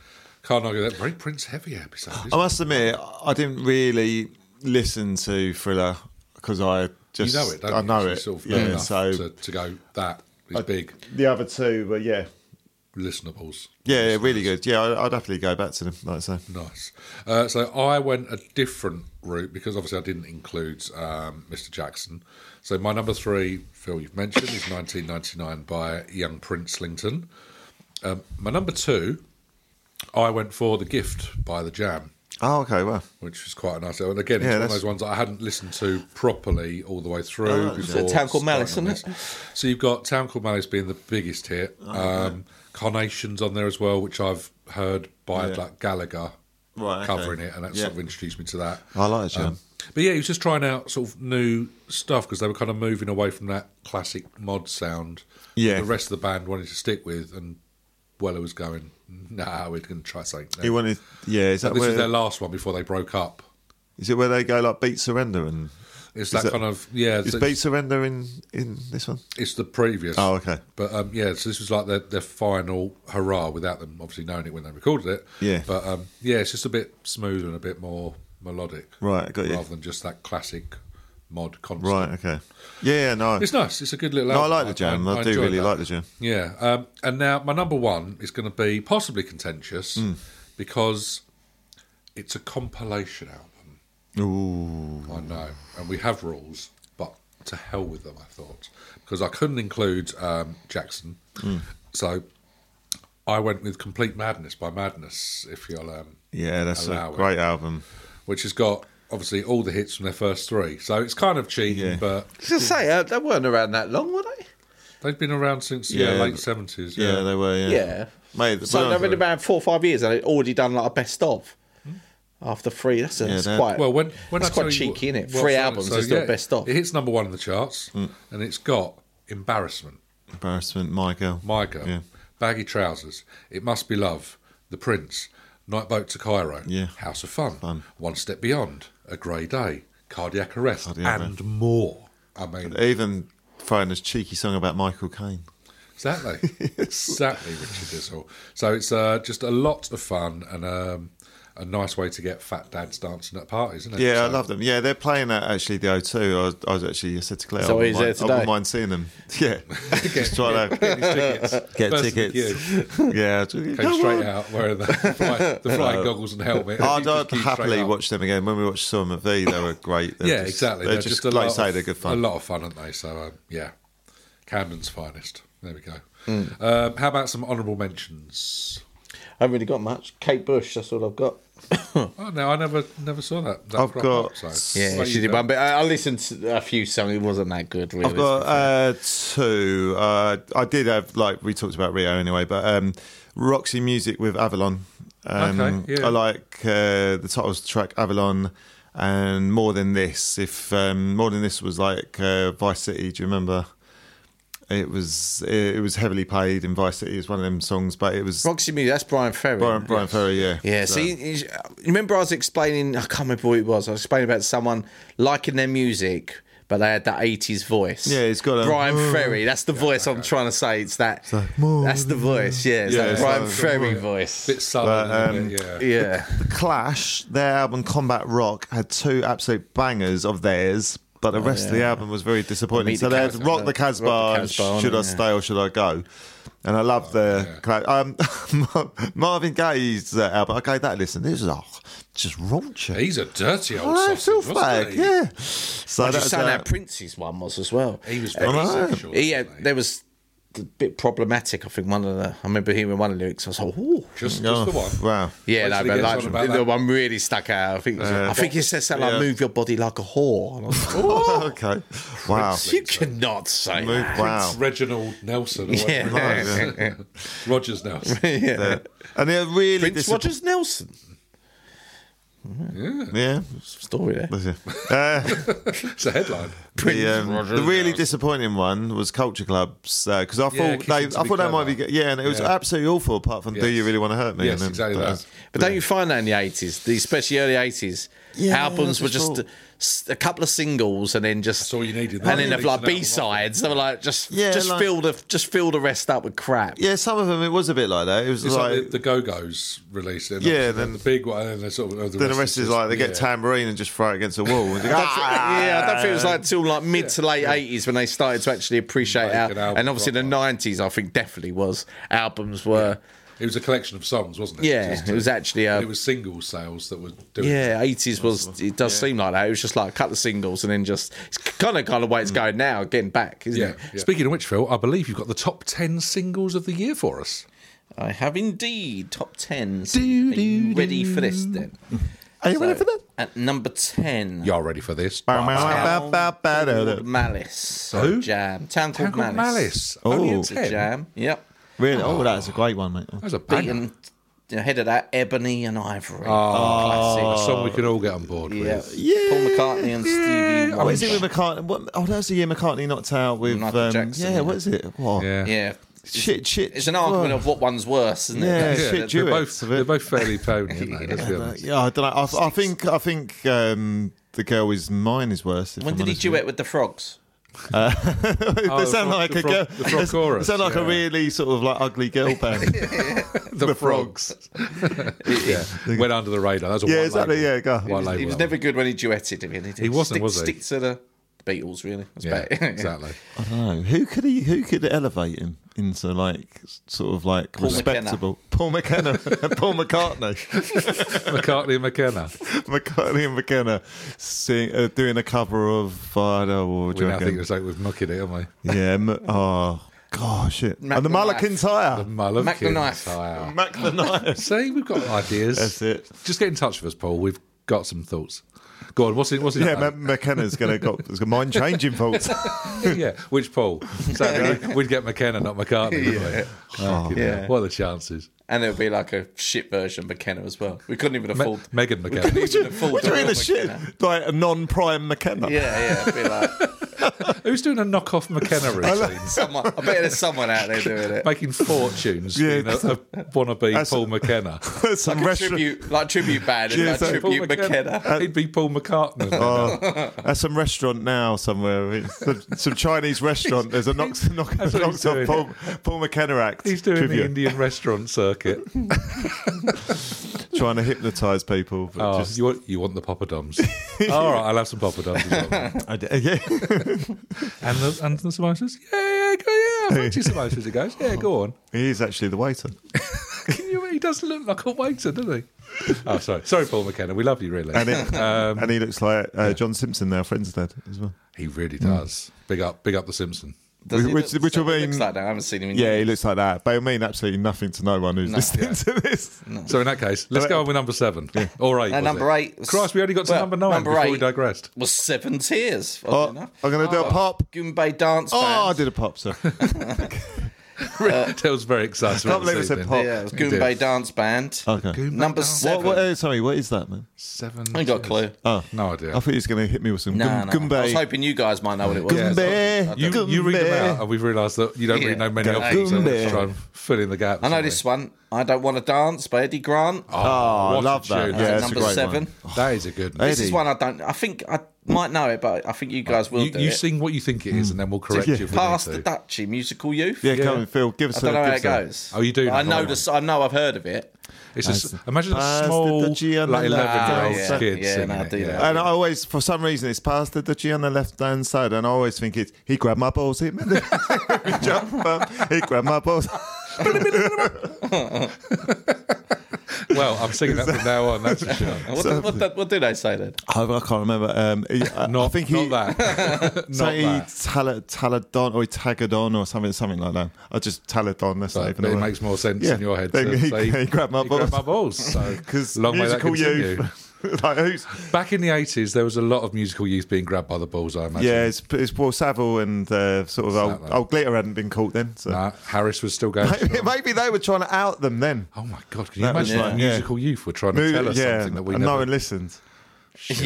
A: Can't argue that. Very Prince heavy episode. Isn't
B: I
A: it?
B: must admit, I didn't really listen to Thriller because I
A: You
B: just
A: know it, don't
B: I
A: you?
B: know
A: So you
B: it.
A: Sort of know
B: yeah,
A: enough
B: so
A: to, to go that is big
B: the other two, but yeah,
A: listenables.
B: yeah, yeah, really good. Yeah, I'd, I'd happily go back to them. Like I say,
A: Nice. Uh, so I went a different route because obviously I didn't include um, Mr. Jackson. So my number three, Phil, you've mentioned, is 1999 by Young Princelington. Um, my number two, I went for The Gift by The Jam.
B: oh, okay, well,
A: Which was quite a nice. And again, it's
B: Yeah,
A: one of
B: that's- Oh,
A: those ones that I hadn't listened to properly all the way through. before
C: It's a Town Called Malice,
A: starting on
C: isn't
A: this. So you've got Town Called Malice being the biggest hit.
B: Oh,
A: um, Carnations on there as well, which I've heard by
B: Yeah.
A: like Gallagher
B: Right, okay.
A: covering it, and that
B: Yeah.
A: sort of introduced me to that.
B: I like it, Jam.
A: Um, But yeah, he was just trying out sort of new stuff because they were kind of moving away from that classic mod sound. that
B: Yeah.
A: the rest of the band wanted to stick with, and Weller was going, "Nah, we're going to try something."
B: He
A: new."
B: wanted, yeah. Is that
A: this
B: where
A: is
B: is
A: their last one before they broke up.
B: it? Where they go like beat surrender and
A: It's
B: Is
A: that,
B: that-
A: kind of yeah.
B: is
A: it's-
B: beat surrender in in this one?
A: It's the previous.
B: Oh, okay.
A: But um, yeah, so this was like their, their final hurrah without them obviously knowing it when they recorded it.
B: Yeah.
A: But um, yeah, it's just a bit smoother and a bit more melodic.
B: Right, got you.
A: Rather than just that classic mod concept.
B: Right, okay. Yeah, yeah, no,
A: It's nice. It's a good little.
B: no, I
A: album.
B: like the jam. I, do
A: enjoyed
B: really
A: that.
B: like the jam.
A: Yeah. Um, and now my number one is going to be possibly contentious
B: Mm.
A: because it's a compilation album.
B: Ooh,
A: I know, and we have rules, but to hell with them. I thought because I couldn't include um, Jackson,
C: Hmm.
A: so I went with "Complete Madness" by Madness, if you'll, um,
B: yeah, that's
A: Allow
B: a
A: it.
B: great album.
A: which has got obviously all the hits from their first three. So it's kind of cheating,
B: Yeah.
A: but
C: I was gonna say uh, they weren't around that long, were they?
A: they've been around since yeah,
B: Yeah.
A: late seventies.
B: Yeah,
A: Yeah,
B: they were. Yeah,
C: Yeah.
B: mate. the
C: So
B: banana-
C: they've been about four or five years, and they'd already done like a best of after three. That's, a, that's
B: that-
C: quite
A: well, when when
C: that's
A: I tell
C: quite
A: you
C: cheeky,
A: what-
C: isn't it?
A: what's
C: Three
A: on it,
C: albums is still best of. Hmm.
A: It hits number one in the charts, and it's got "Embarrassment."
B: embarrassment, my girl.
A: My Girl,
B: Yeah.
A: Baggy Trousers, It Must Be Love, The Prince, Night Boat to Cairo,
B: Yeah.
A: House of Fun,
B: Fun.
A: One Step Beyond, A Grey Day, Cardiac Arrest,
B: Cardiac
A: and more. I mean,
B: [LAUGHS] Even throwing this cheeky song about Michael Caine.
A: exactly. exactly, Richard Dizzle. So it's uh, just a lot of fun and um, a nice way to get fat dads dancing at parties, isn't it?
B: Yeah, I
A: So-
B: love them. Yeah, they're playing at actually the O2. I was, I was actually I said to Claire,
C: So
B: I, wouldn't
C: he's there
B: mind, I wouldn't mind
C: today?
B: seeing them. [LAUGHS] Yeah, just try to
A: Tickets.
B: [LAUGHS] get
A: First in the
B: tickets.
A: queue.
B: [LAUGHS] yeah,
A: Came straight out wearing the, fly, the
B: [LAUGHS]
A: flying goggles and helmet.
B: I'd,
A: You just
B: I'd
A: queue straight
B: happily
A: up.
B: watch them again. When we watched Saw 'em at V, they were great. They're
A: yeah,
B: just-
A: exactly.
B: They're, just,
A: a
B: like
A: lot
B: you say,
A: of,
B: they're good fun.
A: A lot of fun, aren't they? So um, yeah, Camden's finest. There we go.
B: Mm.
A: Um, how about some honourable mentions?
C: I haven't really got much. Kate Bush, that's all I've got.
A: Oh no, I never never saw that. that
B: I've
A: crop
B: got-
A: up, so.
C: [LAUGHS] Yeah,
A: Well,
C: she
A: you
C: did
A: know.
C: one, but I, I listened to a few songs. It wasn't that good, really.
B: I've got uh, two. Uh, I did have like we talked about Rio anyway, but um, Roxy Music with Avalon. Um,
A: Okay, yeah.
B: I like uh, the titles track Avalon and More Than This. If um, More Than This was like uh, Vice City, do you remember? It was it was heavily paid in Vice City. It's one of them songs, but it was
C: Roxy Music, that's Brian Ferry.
B: Brian, Brian Ferry. Yeah,
C: Yeah,
B: So-
C: see, you remember I was explaining, I can't remember what it was. I was explaining about someone liking their music, but they had that 80s voice.
B: Yeah, it's got a-
C: Brian Ferry. That's the voice I'm trying to say. It's that. that's the voice, yeah. It's
B: Yeah,
C: that
B: it's
C: Brian
B: like-
C: Ferry voice.
A: bit sudden.
B: But, um,
A: isn't it?
B: [LAUGHS]
A: yeah.
C: Yeah.
B: Clash, their album Combat Rock had two absolute bangers of theirs, but the rest of the album was very disappointing.
C: Meet
B: So
C: Oh, the
B: they had
C: Casbah,
B: Rock
C: no,
B: the Casbah,
C: Rock the
B: and
C: Casbah, wasn't
B: Should
C: it?
B: I Stay or Should I Go? And I love the Clash. Um, [LAUGHS] Marvin Gaye's uh, album. I gave that a listen. It was oh, just raunchy.
A: He's a dirty old
B: Oh,
A: sausage,
B: filth
A: wasn't
B: bag,
A: he?
B: yeah. So
C: I just
B: that's
C: saying how
B: uh,
C: Prince's one was as well.
A: He was very sexual.
C: Yeah,
A: wasn't he?
C: there was a bit problematic, I think. One of the, I remember hearing one of the lyrics. I was like, ooh.
A: just, just
B: oh,
A: the one.
B: Wow.
C: Yeah,
A: Wait
C: no,
A: till he
C: but
A: gets
C: like,
A: on about
C: the
A: that.
C: one really stuck out. I think, I think he says something
B: Uh, Yeah.
C: like, "Move your body like a whore." And I was
B: [LAUGHS]
C: like, "Oh,
B: [LAUGHS] okay. Wow.
C: you cannot say
B: Move-
C: that." [LAUGHS]
B: wow.
A: Reginald Nelson. Or
C: Yeah.
A: whatever it was. [LAUGHS] Rogers
B: [LAUGHS]
A: Nelson.
B: Yeah. And they're really
C: Prince
B: disapp-
C: Rogers Nelson
B: Yeah. [LAUGHS]
C: story there.
B: Uh,
A: It's a headline.
B: the, um, the really disappointing one was Culture Clubs because I
A: Yeah,
B: thought
A: Kissing
B: they,
A: to
B: I
A: be
B: thought that might be
A: Clever.
B: good. yeah, and it was
A: Yeah.
B: absolutely awful. Apart from Do
A: Yes.
B: You Really Want to Hurt Me?
A: Yes,
B: and then-
A: exactly that.
C: But don't you find that in the eighties, the especially early eighties,
B: Yeah,
C: albums
B: that's
C: were
B: the
C: just
B: thought.
C: s- a couple of singles and then just
A: That's all you needed.
C: and then
A: Nothing
C: of like B
A: needs an album,
C: sides. They were like just
B: Yeah,
C: just
B: like-
C: fill the just fill the rest up with crap.
B: yeah, some of them it was a bit like that. It was
A: It's
B: like,
A: like, the, the Go Go's released it. and
B: Yeah,
A: obviously
B: then-
A: the big one, and then the sort of
B: then the rest is
A: just-
B: like they get
A: yeah.
B: tambourine and just throw it against a wall. And they go,
C: I don't
B: "Ah!"
C: think- yeah, I don't think it was like till like mid to late eighties when they started to actually appreciate
A: Like
C: out.
A: an album
C: And obviously the
A: proper.
C: nineties, I think definitely was albums were.
A: It was a collection of songs, wasn't it?
C: Yeah,
A: Just uh,
C: it was actually a.
A: it was single sales that were doing it.
C: yeah, eighties was. It does seem like that. It was just like a couple of singles and then just. It's kind of kind of way
B: Mm.
C: it's going now. Getting back, isn't
A: Yeah.
C: it?
A: Speaking of which, Phil, I believe you've got the top 10 singles of the year for us.
C: I have indeed top ten. So Are you ready for this then?
B: Are you ready for that?
C: At number ten,
A: You're ready for this.
B: Bow, bow, bow, bow, bow, bow,
C: Town
B: bow, [LAUGHS]
C: Called
B: bow.
C: Malice.
A: Who?
C: Jam. Town
A: Town
C: called
A: Called
C: Malice.
A: Malice. Only
B: Oh.
A: a
C: The
A: 10.
C: jam. Yep.
B: Really? Oh, that's a great one, mate.
A: That was a banger.
C: Beaten ahead of that, Ebony and Ivory.
B: Oh,
C: Oh,
A: A
C: classic.
A: song we can all get on board
C: Yeah.
A: with.
B: Yeah,
C: Paul McCartney and Stevie
B: Oh, is
C: Wonder.
B: it with McCartney? What, oh, that's the year McCartney knocked out with
C: Michael
B: um,
C: Jackson,
B: Yeah,
C: yeah.
B: what is it? What?
A: Yeah.
C: Yeah.
B: Shit, shit.
C: It's an argument
B: oh.
C: of what one's worse, isn't it?
B: Yeah.
A: Yeah,
B: Shit
A: they're, they're
B: Duets
A: both,
B: of it.
A: they're both fairly pony,
C: [LAUGHS]
A: aren't they? Let's be honest.
B: Uh, Yeah, I don't know. I, I think I think um, the girl is mine is worse. If
C: When
B: I'm
C: did he
B: honest with
C: duet with the frogs?
B: you.
A: Oh,
B: [LAUGHS] they
A: the
B: sound
A: frog-
B: like
A: the
B: a
A: frog-
B: girl.
A: the frog
B: [LAUGHS] they
A: chorus,
B: sound like a
A: yeah.
B: really sort of like ugly
A: [LAUGHS]
B: girl band.
A: The, frogs. yeah. Went under the radar. That's a
B: Yeah,
A: white
B: exactly,
A: label.
B: yeah, go on.
A: White
B: He was-
A: label
C: he was
A: album.
C: never good when he duetted him. He,
A: He wasn't,
C: stick,
A: was he?
C: Stick to the Beatles, really. That's
A: Yeah,
C: about it. [LAUGHS]
A: exactly.
B: I don't know who could he who could elevate him into like sort of like
C: Paul
B: respectable Paul McKenna, [LAUGHS] Paul McCartney, [LAUGHS]
A: McCartney and McKenna.
B: McCartney and McKenna sing, uh, doing a cover of Fire War.
A: We now think it's like we're mucking it, Oh aren't we?
B: Yeah. M- oh gosh, shit.
C: Mac
B: and the
C: the
B: Mullah
C: Knife.
B: Kintyre.
A: My love
C: Mac the
A: kids.
C: knife.
A: Wow.
B: Mac the Knife.
A: See, we've got ideas.
B: That's it.
A: Just get in touch with us, Paul. We've got some thoughts. Go on. What's in? What's in?
B: Yeah,
A: that
B: Ma- McKenna's gonna got has got mind changing
A: [LAUGHS]
B: faults.
A: note? [LAUGHS] yeah. Which Paul? So we'd get McKenna, not McCartney. Wouldn't we?
B: Oh,
A: Fucking hell.
C: Yeah.
A: What are the chances?
C: And it would be like a shit version of McKenna as well. We couldn't even afford.
A: Megan
C: we couldn't
A: McKenna.
C: even afford.
B: what do you mean
C: Paul
B: the shit
C: McKenna.
B: like a non-prime McKenna? [LAUGHS]
C: Yeah, yeah. It'd be like
A: Who's doing a knockoff
B: [LAUGHS]
A: McKenna routine?
C: someone. I bet there's someone out there doing it.
A: Making fortunes
B: Yeah,
A: yeah, being a, a wannabe
B: [LAUGHS] that's-
A: Paul McKenna.
B: Some
C: Like a
B: restaurant-
C: tribute, like tribute band, and
B: Yeah,
C: like
B: so-
A: Paul
C: tribute
A: [LAUGHS]
C: McKenna.
A: He'd be Paul McCartney.
B: Oh, at some restaurant now somewhere, It's some, some Chinese restaurant. There's a knocks knock,
A: That's what [LAUGHS] he's
B: knocks off
A: doing.
B: Paul, Paul McKenna act.
A: He's doing the
B: trivia,
A: Indian restaurant
B: [LAUGHS]
A: circuit.
B: trying to hypnotise people. But
A: Oh,
B: just,
A: you, want, you want the
B: [LAUGHS]
A: poppadoms? All right, I'll have some poppadoms as well.
B: I d- yeah, [LAUGHS]
A: And the, and the samosas? Yeah, yeah, go, yeah. Fancy samosas, he goes. Yeah, go on.
B: he is actually the waiter.
A: Can you, he doesn't look like a waiter, does he? Oh, sorry. Sorry, Paul McKenna. We love you, really. [LAUGHS]
B: And, it,
A: Um,
B: and he looks like uh, John Simpson, now friend's dad as well.
A: he really does. Big up big up the Simpson.
C: Does he
B: Which-
C: look-
B: which
C: so
B: will
C: he looks
B: mean-
C: like that. I haven't seen him. In
B: Yeah, he
C: years.
B: looks like that. But it'll mean absolutely nothing to no one who's listening to this.
A: So in that case, let's go on with number seven. [LAUGHS] Or eight. was
C: No, Uh, number
A: it?
C: eight was-
A: Christ, we only got to
C: well,
A: number nine
C: number
A: before we
C: eight.
A: digressed.
C: was seven tears.
B: Oh,
C: Oh,
B: I'm going to do a pop.
C: Goombay dance
B: Oh, I
C: band.
B: did a pop, sir.
C: Uh,
A: [LAUGHS] That was very exciting.
B: Can't believe I said pop.
C: yeah, it was
A: You
C: Goombay
A: did.
C: dance band.
B: Okay.
C: Number
B: What,
C: seven.
B: what, uh, sorry, what is that, man?
A: Seven.
C: I ain't got a clue.
B: Oh,
A: No
B: I
A: idea.
B: thought he was going to hit me with some
C: No,
B: gum-
C: no.
B: gumbe.
C: I was hoping you guys might know what it was.
B: Gumbe.
A: You, you read them out, and we've realised that you don't
C: Yeah.
A: really know many of
C: G'day.
A: them, so let's
B: G'day.
A: try and fill in the gaps.
C: I know
A: shall
C: this
A: we?
C: one. I don't want to dance by Eddie Grant. Uh,
A: Oh,
B: Ah, I
A: what a
B: love that.
A: tune.
B: Yeah, it's a
C: number
B: great
C: seven.
B: one.
A: That is a good one.
C: This is
B: Eddie.
C: one I don't. I think I might know it, but I think you guys will
A: you,
C: do
A: you
C: it.
A: sing what you think it is, and then we'll correct you. If we
C: Past
A: need
C: the
A: to.
C: Duchy, musical youth.
B: Yeah, come and Phil, give us
C: I don't
B: a
C: know
B: give
C: how it
B: us a-
C: goes.
A: Oh, you do
C: I
A: know
C: know
A: that
C: this. I know I've heard of it. Uh,
A: It's just imagine
B: Past
A: a
B: the
A: small, like
B: dodgy and the
A: eleven year old
B: left.
C: Yeah,
A: kid
C: yeah,
A: singing
C: no,
A: it.
C: do
A: yeah.
C: that.
B: And I always, for some reason, it's past the dodgy on the left hand side, and I always think it's he grabbed my balls, he meant it. [LAUGHS] jump up, he grabbed my balls.
A: Well, I'm singing that from now on. That's for
B: [LAUGHS]
A: sure.
C: What, do- what, do- what do they say then?
B: I, I can't remember. Um, he, I-
A: Not,
B: I think he, [LAUGHS]
A: not that. not
B: so he
A: that.
B: tala, taladon or he tagadon or something, something like that. I just taladon. That's not
A: But,
B: even.
A: but
B: a
A: it
B: word.
A: makes more sense
B: Yeah.
A: in your head.
B: They-
A: to
B: he-
A: say,
B: [LAUGHS] he grabbed my balls."
A: So
B: [LAUGHS] because
A: long way that
B: musical
A: continue.
B: youth. [LAUGHS] like who's?
A: [LAUGHS] Back in the 80s, there was a lot of musical youth being grabbed by the balls. I imagine.
B: Yeah, it's, it's Paul Saville and uh, sort of old,
A: Saville.
B: old Glitter hadn't been caught then. So
A: Nah, Uh, Harris was still going.
B: [LAUGHS] maybe, maybe they were trying to out them then.
A: Oh my God! Can you
B: That was
A: imagine that
B: like- yeah.
A: musical youth were trying to
B: Move-
A: tell us
B: yeah,
A: something that we
B: and
A: never
B: no one listened.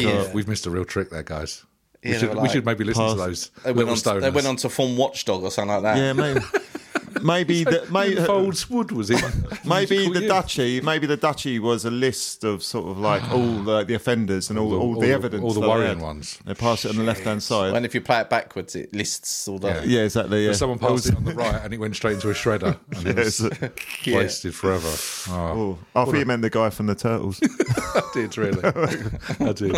A: Uh, we've missed a real trick there, guys. We,
C: Yeah,
A: should,
C: they were
A: we
C: like-
A: should maybe listen to
B: Pass.
A: those
C: They went,
A: little
C: on to,
A: stoners.
C: they went on to form Watchdog or something like
B: [LAUGHS]
C: that.
B: Yeah, maybe. Maybe the, may, uh,
A: Folds Wood was it?
B: [LAUGHS] maybe
A: Musical
B: the
A: youth.
B: duchy, maybe the duchy was a list of sort of like all the, the offenders and all, all, the, evidence,
A: all the
B: that they
A: worrying
B: had.
A: ones.
B: They pass it on the left hand side.
C: And if you play it backwards, it lists all the.
B: yeah, exactly. Yeah.
A: Someone passed it on
B: [LAUGHS]
A: the right, and it went straight into a shredder, and it was [LAUGHS]
B: Yes.
A: wasted forever. Oh, [LAUGHS]
B: uh, Oh, I thought you meant the guy from the Turtles.
A: I did really. [LAUGHS] I did.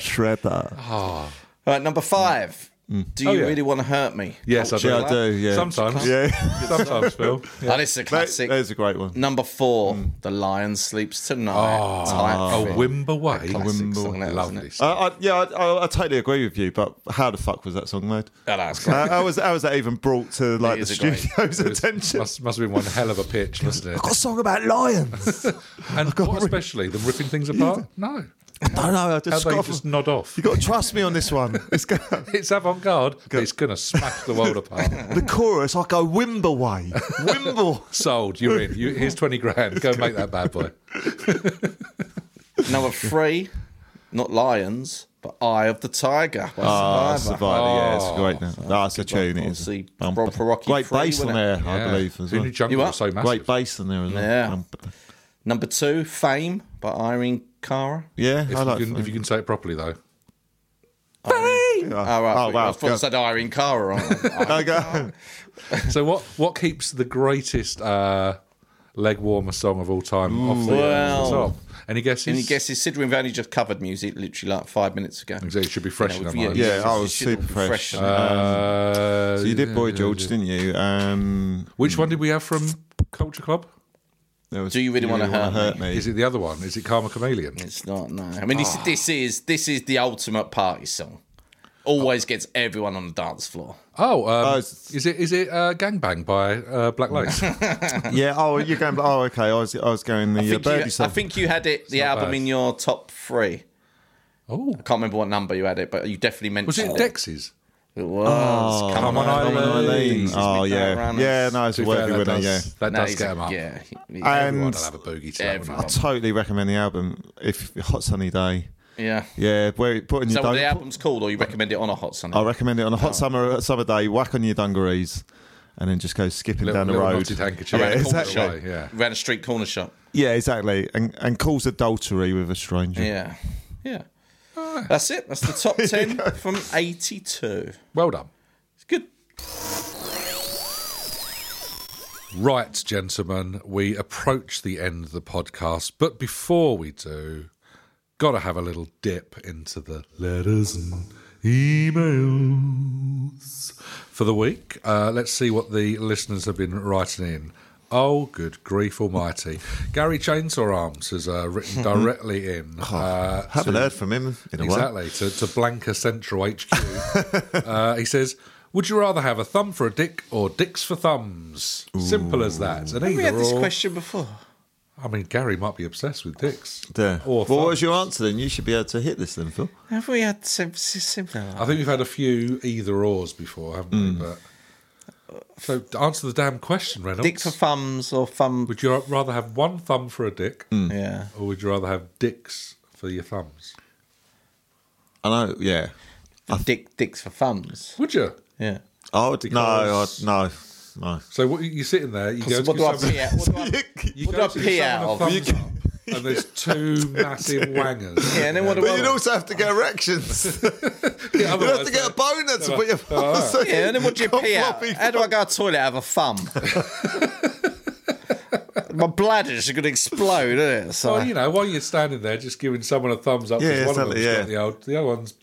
B: Shredder.
C: All right, number five. Do you
A: Oh, yeah.
C: really want to hurt me?
A: Yes, I do.
B: Yeah, I do. Yeah.
A: Sometimes, [LAUGHS]
B: Yeah.
A: sometimes, Phil. Yeah. Mm.
C: Oh, this is a
B: That,
C: classic.
B: there's a great one.
C: Number four, The Lion Sleeps Tonight.
A: Ah, A
B: Ah.
C: type thing.
A: Wimber way.
C: Classic song,
A: Wimber-
C: that, wasn't
A: Lovely.
C: it?
B: Uh, I, yeah, I, I, I totally agree with you, but how the fuck was that song made?
C: Oh, that's great.
B: Uh, how, was, how was that even brought to like the
C: is a great- [LAUGHS]
B: studio's
A: [LAUGHS]
B: attention?
A: Must, must have been one hell of a pitch, must not it?
C: [LAUGHS]
B: I've got a song about lions.
A: And what especially them ripping things apart? No.
B: No, no, I
A: How
B: just
A: they
B: got
A: just nod off.
B: you got to trust me on this one. It's go-
A: It's avant garde, but it's going to smash the world apart.
B: [LAUGHS] the chorus, I go Wimble way. Wimble.
C: [LAUGHS]
A: Sold. You're in. You, here's 20 grand. Go make that bad boy.
C: Number Uh, three, not Lions, but Eye of the Tiger. by
B: Ah,
C: Survivor. Oh.
B: Survivor, yeah, it's great. now. That's a tune. It is.
C: Obviously,
B: Um,
C: Rob Perocki
B: Great
C: free,
B: bass on
C: wasn't
B: there,
C: it?
B: I believe, as
A: Who knew
B: well.
A: jungle
C: You
A: was so
C: are-
A: massive?
B: Great bass on there as well.
C: Yeah.
B: Um,
C: Number two, Fame by Irene Cara.
B: yeah,
A: If,
B: I like
A: you can, if you can say it properperly, though.
B: Fame.
C: Oh,
B: Oh,
C: right, I thought- I
B: wow.
C: thought you said Irene Cara.
B: [LAUGHS]
C: I- I-
B: Go- go.
A: So, what, what keeps the greatest uh, leg warmer song of all time off the, uh,
C: Well.
A: top? Any guesses?
C: Any guesses? Sid Valley just covered music literally like five minutes ago.
A: Exactly, it should be fresh
C: You know,
A: in our minds.
C: with-
B: Yeah, I
C: it
B: was
C: should all
B: super
C: be
B: fresh.
C: in-
A: Uh,
B: So you did Boy George, didn't you? Um,
A: Which one did we have from Culture Club?
B: there was,
C: Do You Really Wanna
B: Wanna
C: Hurt
B: Me?
A: Is it the other one? Is it Karma Chameleon?
C: It's not. No, I mean this,
B: Ah.
C: this is this is the ultimate party song.
B: Uh,
C: Always gets everyone on the dance floor.
A: Oh, um,
B: Oh, it's-
A: is it is it uh, Gangbang by uh, Black
B: [LAUGHS]
A: Lace?
C: [LAUGHS]
B: Yeah. Oh, you're going. Oh, okay. I was. I was going the
C: I
B: uh,
C: think,
B: Birdie
C: you, I
B: song.
C: think you had it, the
A: not
C: album
A: bad.
C: in your top three.
A: oh,
C: Can't remember what number you had it, but you definitely mentioned
A: was it Dex's?
C: It was.
B: Oh,
C: come,
A: Come
C: on,
A: on,
C: Eileen.
A: Eileen.
B: Eileen.
A: It's
B: Oh,
C: Midnight
B: yeah.
C: Runners.
B: Yeah. No, it's a
A: To be fair,
B: worthy
A: that
B: winner. Yeah.
A: does, that
C: No,
A: does
C: he's-
A: get him up.
C: Yeah. he-
B: And-
A: Everyone will have a boogie to that
C: everyone.
A: one.
B: Totally recommend the album. If Hot Sunny Day.
C: yeah.
B: Yeah. Where put on
C: Is
B: your.
C: that what Oh. the
B: dun-
C: album's called, or you recommend it on a hot Sunday?
B: I recommend it on a hot summer uh, summer day. Whack on your dungarees, and then just go skipping
A: Little-
B: down the
A: little
B: road.
A: knotted handkerchief.
B: Yeah,
A: Around the corner
B: exactly.
A: shop. Yeah.
C: Ran a street corner shop.
B: Yeah, exactly. And and calls adultery with a stranger.
C: Yeah. Yeah. That's it. That's the
B: [LAUGHS]
C: top 10 from 82.
A: Well done.
C: It's good.
A: Right, gentlemen, we approach the end of the podcast, but before we do, gotta have a little dip into the letters and emails for the week. Uh, let's see what the listeners have been writing in. Oh, good grief almighty. Gary Chainsaw Arms has uh, written directly in. Uh,
B: Haven't heard from him in a while.
A: Exactly, to, to Blanca Central HQ.
B: [LAUGHS]
A: uh, he says, Would you rather have a thumb for a dick or dicks for thumbs? Simple as that. And
C: We had
A: either
C: this
A: or.
C: question before.
A: I mean, Gary might be obsessed with dicks.
B: Yeah.
A: Or
B: Well, what
A: thumbs.
B: was your answer then? You should be able to hit this then, Phil.
C: Have we had sim- sim- similar?
A: I think we've had a few either ors before, haven't we?
B: Mm.
A: But So answer the damn question, Reynolds.
C: Dick for thumbs or thumb?
A: would you rather have one thumb for a dick
B: Mm. Hmm.
C: Yeah.
A: or would you rather have dicks for your thumbs?
B: I know. Yeah.
C: Dick dicks for thumbs.
A: Would you?
C: Yeah.
B: I would. No. I,
A: Because-
B: no. No.
A: So what, you're sitting there, you go
C: So
A: to
C: what do
A: give
C: I
A: somebody-
C: pee out? What do I,
B: [LAUGHS]
A: You
C: What
A: go
C: do I
A: to
C: pee
A: give
C: out
A: someone
C: of?
A: a thumbs up, and there's two
C: [LAUGHS]
A: massive wangers.
C: yeah, and then what do
B: But you'd
C: I?
B: also have to get [LAUGHS] erections. you'd have
A: otherwise
B: to get a
A: they-
B: boner to put your thumbs in.
C: Yeah, and then what do you
B: Got
C: pee out?
B: floppy
C: How do I go to the toilet out of a thumb? My bladder's going to explode, isn't it? So
A: Well, you know, while you're standing there, just giving someone a thumbs up, 'cause
B: Yeah,
A: one of
B: exactly,
A: them's
B: yeah.
A: got the old, the other one's.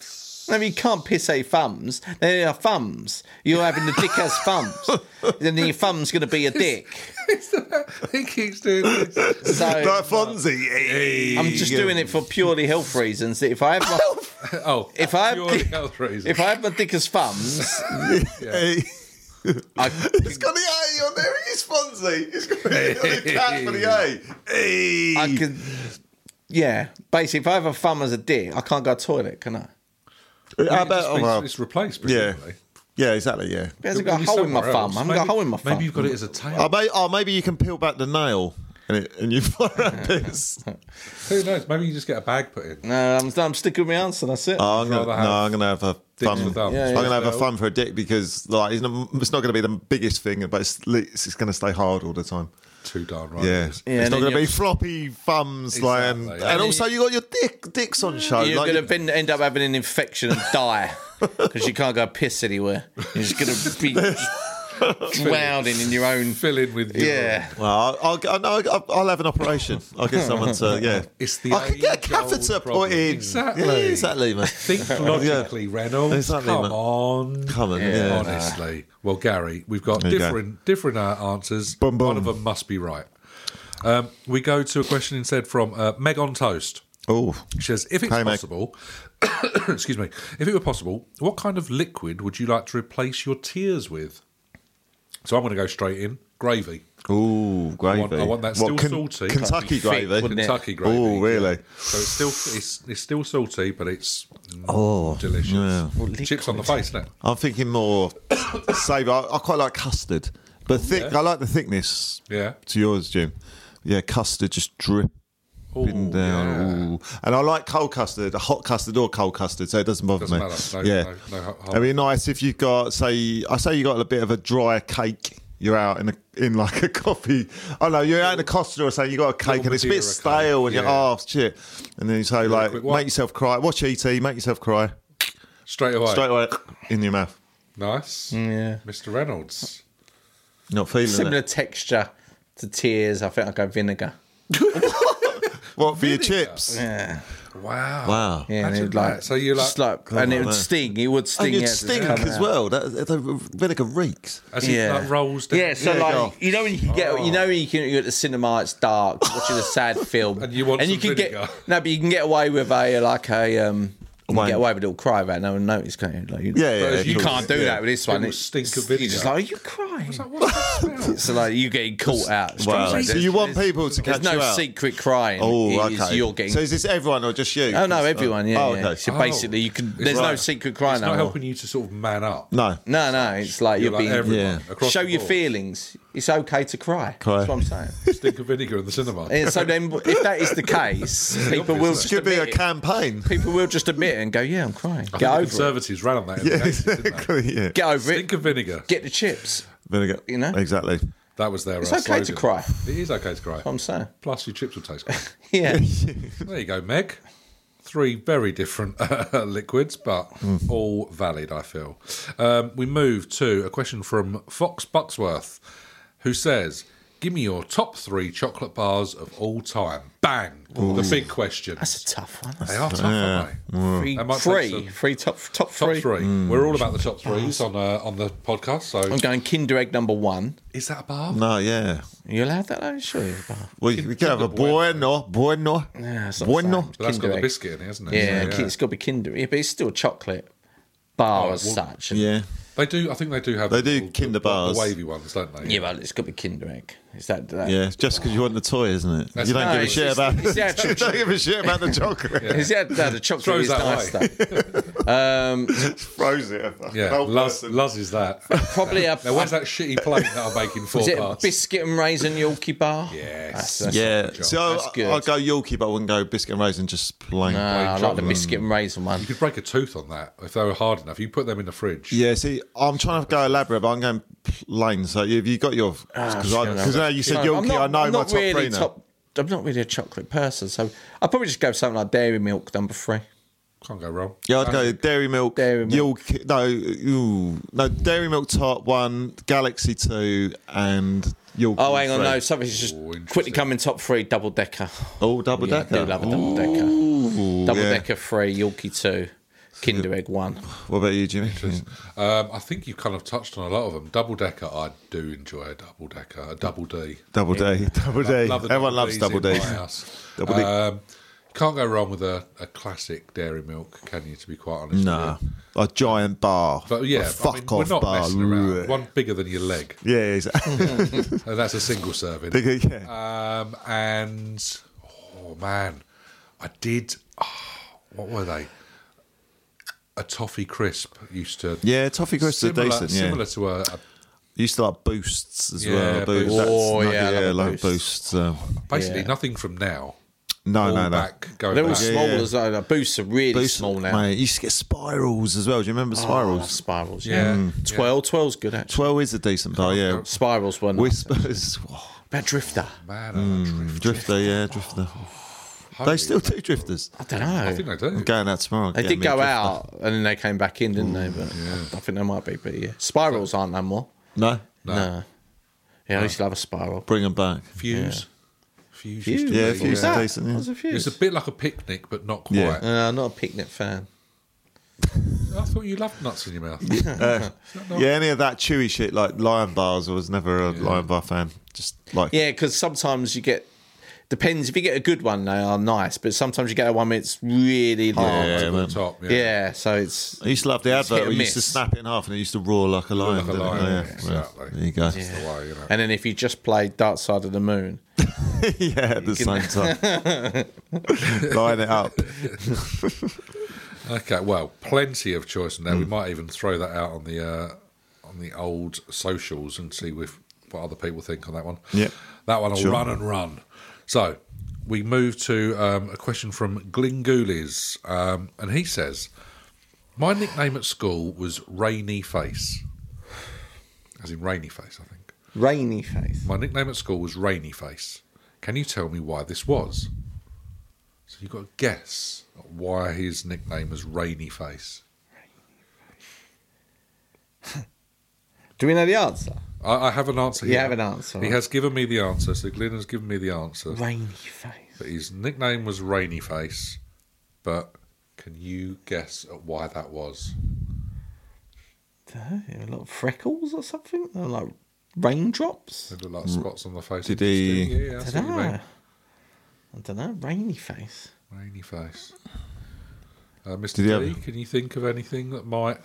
C: I mean, you can't piss out your thumbs. They are thumbs. You're having the dick as thumbs. and then your thumb's going to be a dick.
A: he keeps doing this. [LAUGHS]
C: So
B: [LAUGHS] Like Fonzie.
C: I'm just doing it for purely health reasons. If I have my,
A: Oh,
C: If I-
A: purely health reasons.
C: if I have my dick as thumbs,
A: [LAUGHS]
C: I,
B: He's got the A on there. He's Fonzie. He's got the cat for the A. Hey.
C: I can. Yeah, basically, if I have a thumb as a dick, I can't go to the toilet, can I?
B: How
A: It's
B: about?
A: just
B: oh,
A: been-
B: well,
A: it's replaced,
B: yeah.
A: presumably.
B: Yeah, exactly. Yeah.
C: It hasn't
A: It'll
C: got
A: be
C: a hole in my
A: somewhere
C: thumb.
A: else.
C: I haven't got a
A: Maybe-
C: hole in my thumb.
A: Maybe you've got it as a tail.
B: Oh, may, oh, maybe you can peel back the nail and, it, and you [LAUGHS] fire out
C: [LAUGHS]
B: piss.
A: Who knows? Maybe you just get a bag put in.
C: No, I'm, I'm sticking with my answer. That's it.
B: Oh, I'm gonna,
A: rather have
B: no, I'm gonna have a
A: Dicks
B: thumb.
A: for thumbs.
C: Yeah,
B: I'm
C: yeah.
B: gonna have a thumb for a dick because like it's not, it's not gonna be the biggest thing, but it's it's gonna stay hard all the time.
A: Too darn right.
B: Yeah,
A: it is.
C: Yeah,
B: it's
C: and
B: not
C: then
B: going to be
C: you're-
B: floppy thumbs, like, and,
A: Exactly.
B: and also you got your dick dicks on show.
C: You're
B: Oh, like,
C: going to end up having an infection and die because you can't go piss anywhere. You're just going to be just drowning in your own.
A: Fill in with your-
C: Yeah.
B: well, I'll, I'll, no, I'll, I'll have an operation. I'll get
A: [LAUGHS]
B: someone to, yeah.
A: It's the
B: I could get a
A: age-old
B: catheter
A: problem.
B: put in.
A: Exactly.
B: Yeah, exactly, mate.
C: [LAUGHS]
A: Think logically, Reynolds.
B: Exactly,
A: Come
B: mate.
A: on.
B: Come on, Yeah, yeah.
A: Honestly. Well, Gary, we've got
B: you go.
A: different different uh, answers.
B: Boom, boom.
A: One of them must be right. Um, we go to a question instead from uh, Meg on Toast.
B: Oh,
A: She says, if it's
B: Hey, Meg.
A: possible, [COUGHS] excuse me, if it were possible, what kind of liquid would you like to replace your tears with? So I'm going to go straight in gravy.
F: Ooh,
A: I
F: gravy.
A: want, I want that still
B: What, Ken-
A: salty.
B: Kentucky
C: That'd be
B: gravy?
C: thick, wouldn't it?
A: Kentucky gravy.
B: Oh, really?
A: So it's still it's, it's still salty, but it's mm,
F: Oh,
A: delicious.
F: yeah.
A: Chips on the face, isn't it?
B: I'm thinking more savour. I, I quite like custard, but thick.
A: yeah.
B: I like the thickness.
A: Yeah.
B: To yours, Jim. Yeah, custard just dripping
A: Ooh,
B: down.
A: yeah.
B: Ooh. And I like cold custard, a hot custard or cold custard, so it doesn't bother
A: Doesn't
B: me.
A: matter. No,
B: yeah.
A: no, no hot- hot.
B: It'd be nice if you've got, say, I say you got a bit of a dry cake. You're out in a, in like a [LAUGHS] coffee. Oh no, you're out in a Costa or something. You got a cake and it's a
A: Madeira cake,
B: bit stale, and you're
A: yeah.
B: oh shit. And then you say like,
A: quick one.
B: make yourself cry. Watch ET, make yourself cry
A: Straight away.
B: straight away in your mouth.
A: Nice.
C: Yeah.
A: Mr. Reynolds.
B: Not feeling
C: Similar
B: it.
C: texture to tears. I think I go vinegar.
B: What for your chips?
C: Yeah,
A: Wow.
F: Wow.
C: yeah. and it
A: Imagine
C: would
A: that.
C: like,
A: So you
C: just
A: like-
C: like and it would
B: on, no.
C: sting. It would sting.
B: And you'd
C: as it
B: stink
C: come
B: as
C: out.
B: well. That, that vinegar reeks.
A: As it like, rolls down.
C: Yeah, so
B: Yeah,
C: like
B: go.
C: you know when you can get you know when you can you're at the cinema, it's dark, watching
A: [LAUGHS]
C: a sad film,
A: And you want some
C: can
A: vinegar.
C: get no, but you can get away with a like a um, you can
B: Wine.
C: get away with a little cry about it, no one notice, can't you? Like, you
B: Yeah, yeah,
C: you
B: of course.
C: can't do
B: Yeah.
C: that with this
A: It
C: one.
A: will
C: It's-
A: stink of vinegar.
C: You're just like, are you crying?
A: What's that smell?
C: So like you getting caught out. straight
B: Wow.
C: away.
B: So you want people to
C: There's
B: catch
C: no
B: you out?
C: secret crying.
B: Oh,
C: It is
B: okay.
C: You're getting.
B: So is this everyone or just you?
C: oh no, everyone. Yeah.
B: Oh,
C: yeah.
B: okay.
C: So basically, you can. There's no
A: right.
C: secret crying.
A: It's not
C: no more.
A: helping you to sort of man up.
B: No.
C: No, no. It's like
A: You're
C: you're,
A: like
C: being.
A: everyone
F: Yeah.
A: across
C: Show
A: the
C: your
A: board.
C: feelings. It's okay to cry.
B: Cry.
C: That's what I'm saying.
A: Stink of vinegar in the cinema.
C: And
A: [LAUGHS]
C: so then, if that is the case, people will just
B: Could be a
C: admit it.
B: campaign.
C: People will just admit it and go, "Yeah, I'm crying."
A: I
C: Get
A: think uh, the
C: over it.
A: Conservatives ran on that. In
B: [LAUGHS] Yeah,
A: the
C: [LAUGHS]
A: 80s, didn't
B: [LAUGHS]
A: they?
B: exactly. Yeah.
C: Get over it.
A: Stink of vinegar.
C: Get the chips.
B: Vinegar.
C: You know?
B: Exactly.
A: That was their.
C: It's
A: uh,
C: okay
A: slogan.
C: to cry.
A: It is okay to cry.
C: What I'm saying. [LAUGHS]
A: Plus, your chips will taste good.
C: Yeah.
A: there you go, Meg. Three very different [LAUGHS] uh, liquids, but
C: Hmm.
A: all valid. I feel. Um, we move to a question from Fox Bucksworth, who says, "Give me your top three chocolate bars of all time." Bang! The big question.
C: That's a tough one.
A: They are tough, aren't they?
C: Three,
A: I might take
C: three,
A: some.
C: three, top,
A: Top
C: top three.
A: three. We're all about the top threes on uh, on the podcast. So
C: I'm going Kinder Egg number one.
A: is that a bar?
B: No, yeah.
C: Are you allowed that? though? sure. you're allowed.
B: Well, you we can have a bueno, bueno,
C: Yeah, it's not
B: bueno.
C: the same.
A: But that's got
C: Kinder
A: the
C: Egg.
A: biscuit in it, hasn't it?
C: Yeah,
A: So,
C: it's got to be Kinder. Yeah, but it's still a chocolate bar
A: Oh,
C: as
A: well,
C: such. and-
B: Yeah.
A: They do. I think they do have.
B: They do
A: little-
B: Kinder
A: the- the
B: bars.
A: wavy ones, don't they?
C: Yeah, but it's got to be Kinder Egg. Is that? that
B: Yeah, it's just because you want the toy, isn't it?
A: That's
B: you don't
A: nice.
B: give a
C: it's
B: shit
C: just-
B: about.
C: it's the
B: [LAUGHS]
C: actual
B: you don't give a shit about the chocolate.
C: Is that, that the chocolate
A: Throws
C: is
A: that
C: nice
A: away.
C: though. um,
B: Froze it.
A: Yeah,
B: Whole
A: Luz,
B: person.
A: Luz is that.
C: probably a
A: [LAUGHS] Now, where's that shitty plate that I'm making four
C: Is it a
A: parts?
C: biscuit and raisin Yorkie bar?
A: Yes.
C: That's- that's-
B: Yeah,
A: That's
B: so
C: That's
B: I,
C: good.
B: I'd go Yorkie, but I wouldn't go biscuit and raisin, just plain.
C: Ah, I like the
A: chocolate.
C: biscuit and raisin one.
A: you could break a tooth on that if they were hard enough. You put them in the fridge.
B: Yeah, see, I'm trying to go elaborate, but I'm going plain. So have you got your? Because
C: Ah, shit,
B: because
C: no.
B: now you said
C: No,
B: Yorkie, I know
C: I'm
B: my
C: not
B: top
C: really
B: three now.
C: top- I'm not really a chocolate person, so I'd probably just go with something like dairy milk number three.
A: Can't go wrong.
B: Yeah, I'd go Dairy Milk,
C: Dairy Milk.
B: Yorkie, no, ooh, no, Dairy Milk top one, Galaxy two, and Yorkie.
C: Oh, hang on,
B: three.
C: no, something's just
A: interesting.
C: quickly coming top three double decker.
B: Oh, double
C: Yeah, I
B: decker.
C: do love a double decker.
B: Ooh,
C: Double
B: yeah.
C: decker three, Yorkie two, Kinder Egg one.
B: What about you, Jimmy?
A: Um, I think you've kind of touched on a lot of them. Double decker, I do enjoy a double decker, a double D.
B: Double D, [LAUGHS] double D.
A: Love the
B: Everyone loves
A: D's
B: double
A: in
B: D.
A: my house.
B: Double D.
A: Um, can't go wrong with a, a classic dairy milk, can you? To be quite honest,
B: Nah,
A: with you?
B: a giant bar.
A: But yeah,
B: a
A: I
B: fuck
A: mean,
B: off
A: we're not
B: bar.
A: messing around. One bigger than your
B: [LAUGHS]
A: leg. [LAUGHS]
B: Yeah, exactly.
A: And that's a single serving.
B: yeah.
A: Um, and oh man, I did. Oh, what were they? A toffee crisp used to.
B: Yeah, toffee crisps are
A: similar,
B: decent, yeah.
A: Similar to a, a
B: used to like boosts as
A: Yeah,
B: well. Boosts.
A: boosts.
C: Oh,
B: That's-
C: yeah, I
B: yeah,
C: love
B: like boosts. um,
A: basically
C: Yeah.
A: nothing from now.
B: no,
A: All
B: no, no.
A: back, go
C: They're all
A: back.
C: small
B: yeah.
C: as well. Like, boosts are really
B: Boosts,
C: small now.
B: Mate, you used to get spirals as well. Do you remember
C: Oh,
B: spirals?
C: spirals.
A: Yeah.
C: Yeah.
A: Mm.
C: Twelve. Twelve's good actually.
B: Twelve is a decent bar. Yeah,
C: Spirals one.
B: whispers. [LAUGHS]
C: About drifter.
A: Man, I'm a drift.
B: Drifter, yeah, drifter. They
A: Holy-
B: still do drifters.
C: I don't know.
A: I think they
B: I'm
A: do.
B: going out tomorrow.
C: They did go out and then they came back in, didn't they? But I, I think they might be. But yeah, spirals aren't no more.
B: No,
C: No. Yeah, I used to love a spiral.
B: bring them back.
A: Fuse. Fuse.
C: Fuse.
A: used to
B: Yeah,
A: be-
B: fuse
C: Yeah.
B: are decent.
C: What's
B: Yeah.
C: a
A: It's
C: fuse?
A: a bit like a picnic, but not quite.
B: Yeah.
C: Uh, I'm not a picnic fan.
A: I thought you loved nuts in your mouth.
B: yeah, any of that chewy shit like lion bars. I was never a lion bar fan. Just like
C: Yeah, because sometimes you get depends. If you get a good one, they are nice, but sometimes you get a one that's really hard.
B: Yeah,
C: Yeah,
B: man.
A: top. Yeah.
C: so it's
B: I used to love the advert.
C: hit
B: where
C: and
B: You used to
C: miss.
B: snap it in half, and it used to roar like a
A: like a
B: lion. didn't it?
A: lion,
B: Oh,
A: yeah,
B: Well,
A: exactly.
B: There you go.
A: That's the way, you know.
C: and then if you just play Dark Side of the Moon,
B: [LAUGHS] yeah, at the same
C: can-
A: [LAUGHS]
B: time. Line it up.
A: Okay, well, plenty of choice now.
B: Mm.
A: We might even throw that out on the uh, on the old socials and see if, what other people think on that one.
B: Yeah.
A: that one will
B: Sure.
A: run and run. So we move to um, a question from Glingulis, um, and he says, "My nickname at school was Rainy Face, as in Rainy Face, I think.
C: Rainy Face.
A: My nickname at school was Rainy Face. Can you tell me why this was?" So you've got to guess why his nickname was Rainy Face.
C: Do we know the answer?
A: I, I have an answer.
C: You
A: here.
C: have an answer.
A: He has given me the answer. So Glyn has given me the answer.
C: Rainy Face.
A: But his nickname was Rainy Face. But can you guess at why that was?
C: Uh, A lot of freckles or something? Or like raindrops?
A: They look like spots on the face.
B: Did
A: of his
B: he-
A: skin. Yeah, yeah, that's what you mean.
C: Ta-da. I don't know. Rainy Face.
A: Rainy Face. Uh, Mr.
B: Did he have-
A: D, can you think of anything that might?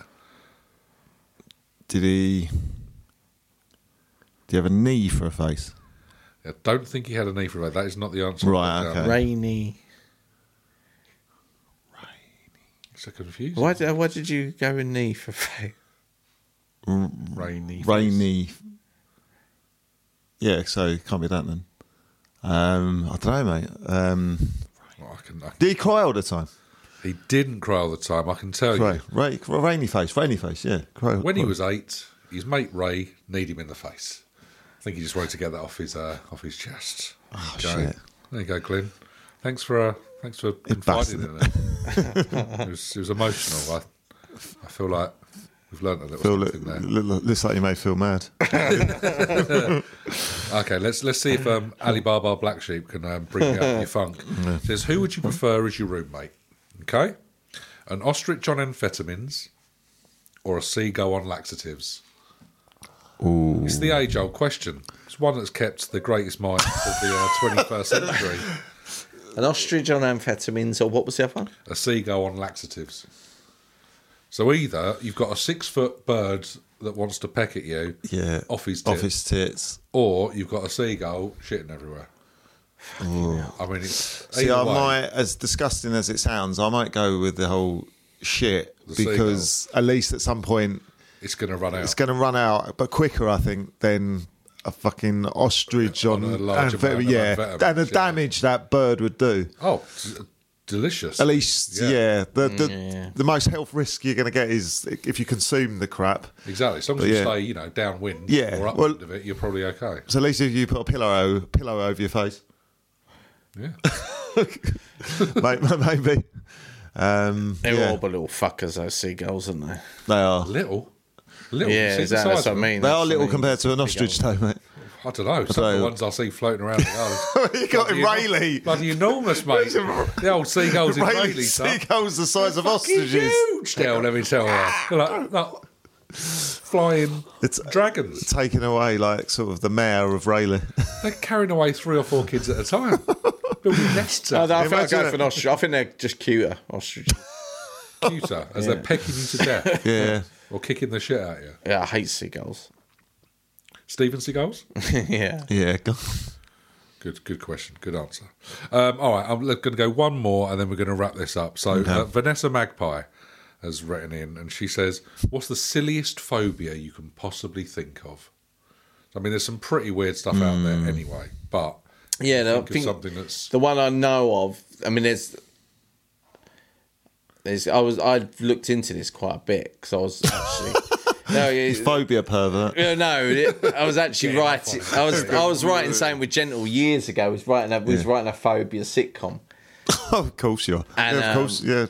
B: Did he? Do you have a knee for a face?
A: I don't think he had a knee for that. That is not the answer.
B: Right,
A: Um,
B: okay.
C: Rainy.
A: So confused.
C: Why did, why did you go with knee for face?
A: Rainy. Face.
B: Rainy. Yeah, so it can't be that then. Um, I don't know, mate. Um,
A: Well, I can, I can-
B: did he cry all the time?
A: He didn't cry all the time. I can tell
B: Cry,
A: you.
B: Ra- rainy face, rainy face. Yeah, cry.
A: When he
B: cry.
A: was eight, his mate Ray kneed him in the face. I think he just wanted to get that off his uh, off his chest. Oh,
B: shit.
A: There you go, Glyn. Thanks for uh, thanks for
B: Bastard.
A: confiding in it. it, was, it was emotional. I I feel like we've learnt a little
B: Phil, look,
A: something there.
B: look, look- looks like you may feel mad.
A: Okay, let's let's see if
B: [LAUGHS]
A: um, Alibaba Black Sheep can um, bring you out of your funk. Says, who would you prefer as your roommate? Okay, an ostrich on amphetamines, or a seagull on laxatives. It's the age-old question. It's one that's kept the greatest minds of the uh, twenty-first century.
C: An ostrich on amphetamines, or what was the other one?
A: A seagull on laxatives. So either you've got a six-foot bird that wants to peck at you,
B: Yeah,
A: off his tip,
B: off his tits.
A: or you've got a seagull shitting everywhere.
C: Mm.
A: I mean, it's
B: See,
A: either
B: I
A: way.
B: might, as disgusting as it sounds, I might go with the whole shit
A: The
B: because at least at some point
A: it's going to run out.
B: it's going to run out, but quicker, I think, than a fucking ostrich on,
A: On a large
B: amphet-
A: amount of
B: yeah,
A: amphetamines,
B: and the
A: yeah.
B: damage that bird would do.
A: oh, d- delicious.
B: At least, yeah,
A: Yeah.
B: the the,
C: yeah.
B: the most health risk you're going to get is if you consume the crap.
A: exactly. As long as
B: But
A: you
B: yeah.
A: stay, you know, downwind
B: Yeah,
A: or upwind
B: well-
A: of it, you're probably okay.
B: So at least if you put a pillow pillow over your face, [LAUGHS]
A: Yeah.
B: may- [LAUGHS] maybe. Um,
C: They're
B: yeah,
C: all but little fuckers, those seagulls, aren't they?
B: they are.
A: little. Little.
C: yeah,
A: You see the
C: exactly,
A: size
C: that's
A: of
C: what I
A: them?
C: mean.
B: They
C: That's
B: are
C: what I
B: little
C: mean.
B: compared to an ostrich, though,
A: [LAUGHS]
B: mate.
A: I don't know. Some of
B: know.
A: the ones I see floating around.
B: [LAUGHS]
A: Oh,
B: you got him Rayleigh.
A: bloody enormous, mate. the old seagulls in
B: Rayleigh
A: Rayleigh, son.
B: seagulls the size of
A: Fucking
B: ostriches.
A: huge now, let me tell you. They're like, like flying
B: It's-
A: dragons.
B: Taking away like sort of the mayor of Rayleigh.
A: They're carrying away three or four kids at a time.
C: [LAUGHS]
A: Building nests
C: No,
A: up,
C: no, I think I'd
B: Imagine
C: go
B: it.
C: for an ostrich. I think they're just cuter ostriches. [LAUGHS]
A: cuter, as they're pecking you to death
B: [LAUGHS] Yeah.
A: or kicking the shit out of you.
C: yeah, I hate seagulls. [LAUGHS]
A: Stephen Seagulls?
C: yeah.
B: Yeah. go-
A: Good, good question. Good answer. Um, all right, I'm going to go one more, and then we're going to wrap this up. So uh, Vanessa Magpie has written in, and she says, "What's the silliest phobia you can possibly think of?" I mean, there's some pretty weird stuff out there, anyway. But
C: Yeah, no, Hmm. I
A: think of
C: think
A: something that's
C: the one I know of. I mean, there's, there's. I was I looked into this quite a bit because I was actually no, it,
B: Phobia pervert.
C: no, no, it- I was actually writing. I was I was writing something with Gentle years ago. I was writing a was writing a phobia sitcom.
B: [LAUGHS] of course you are.
C: And,
B: yeah, of course. Yeah.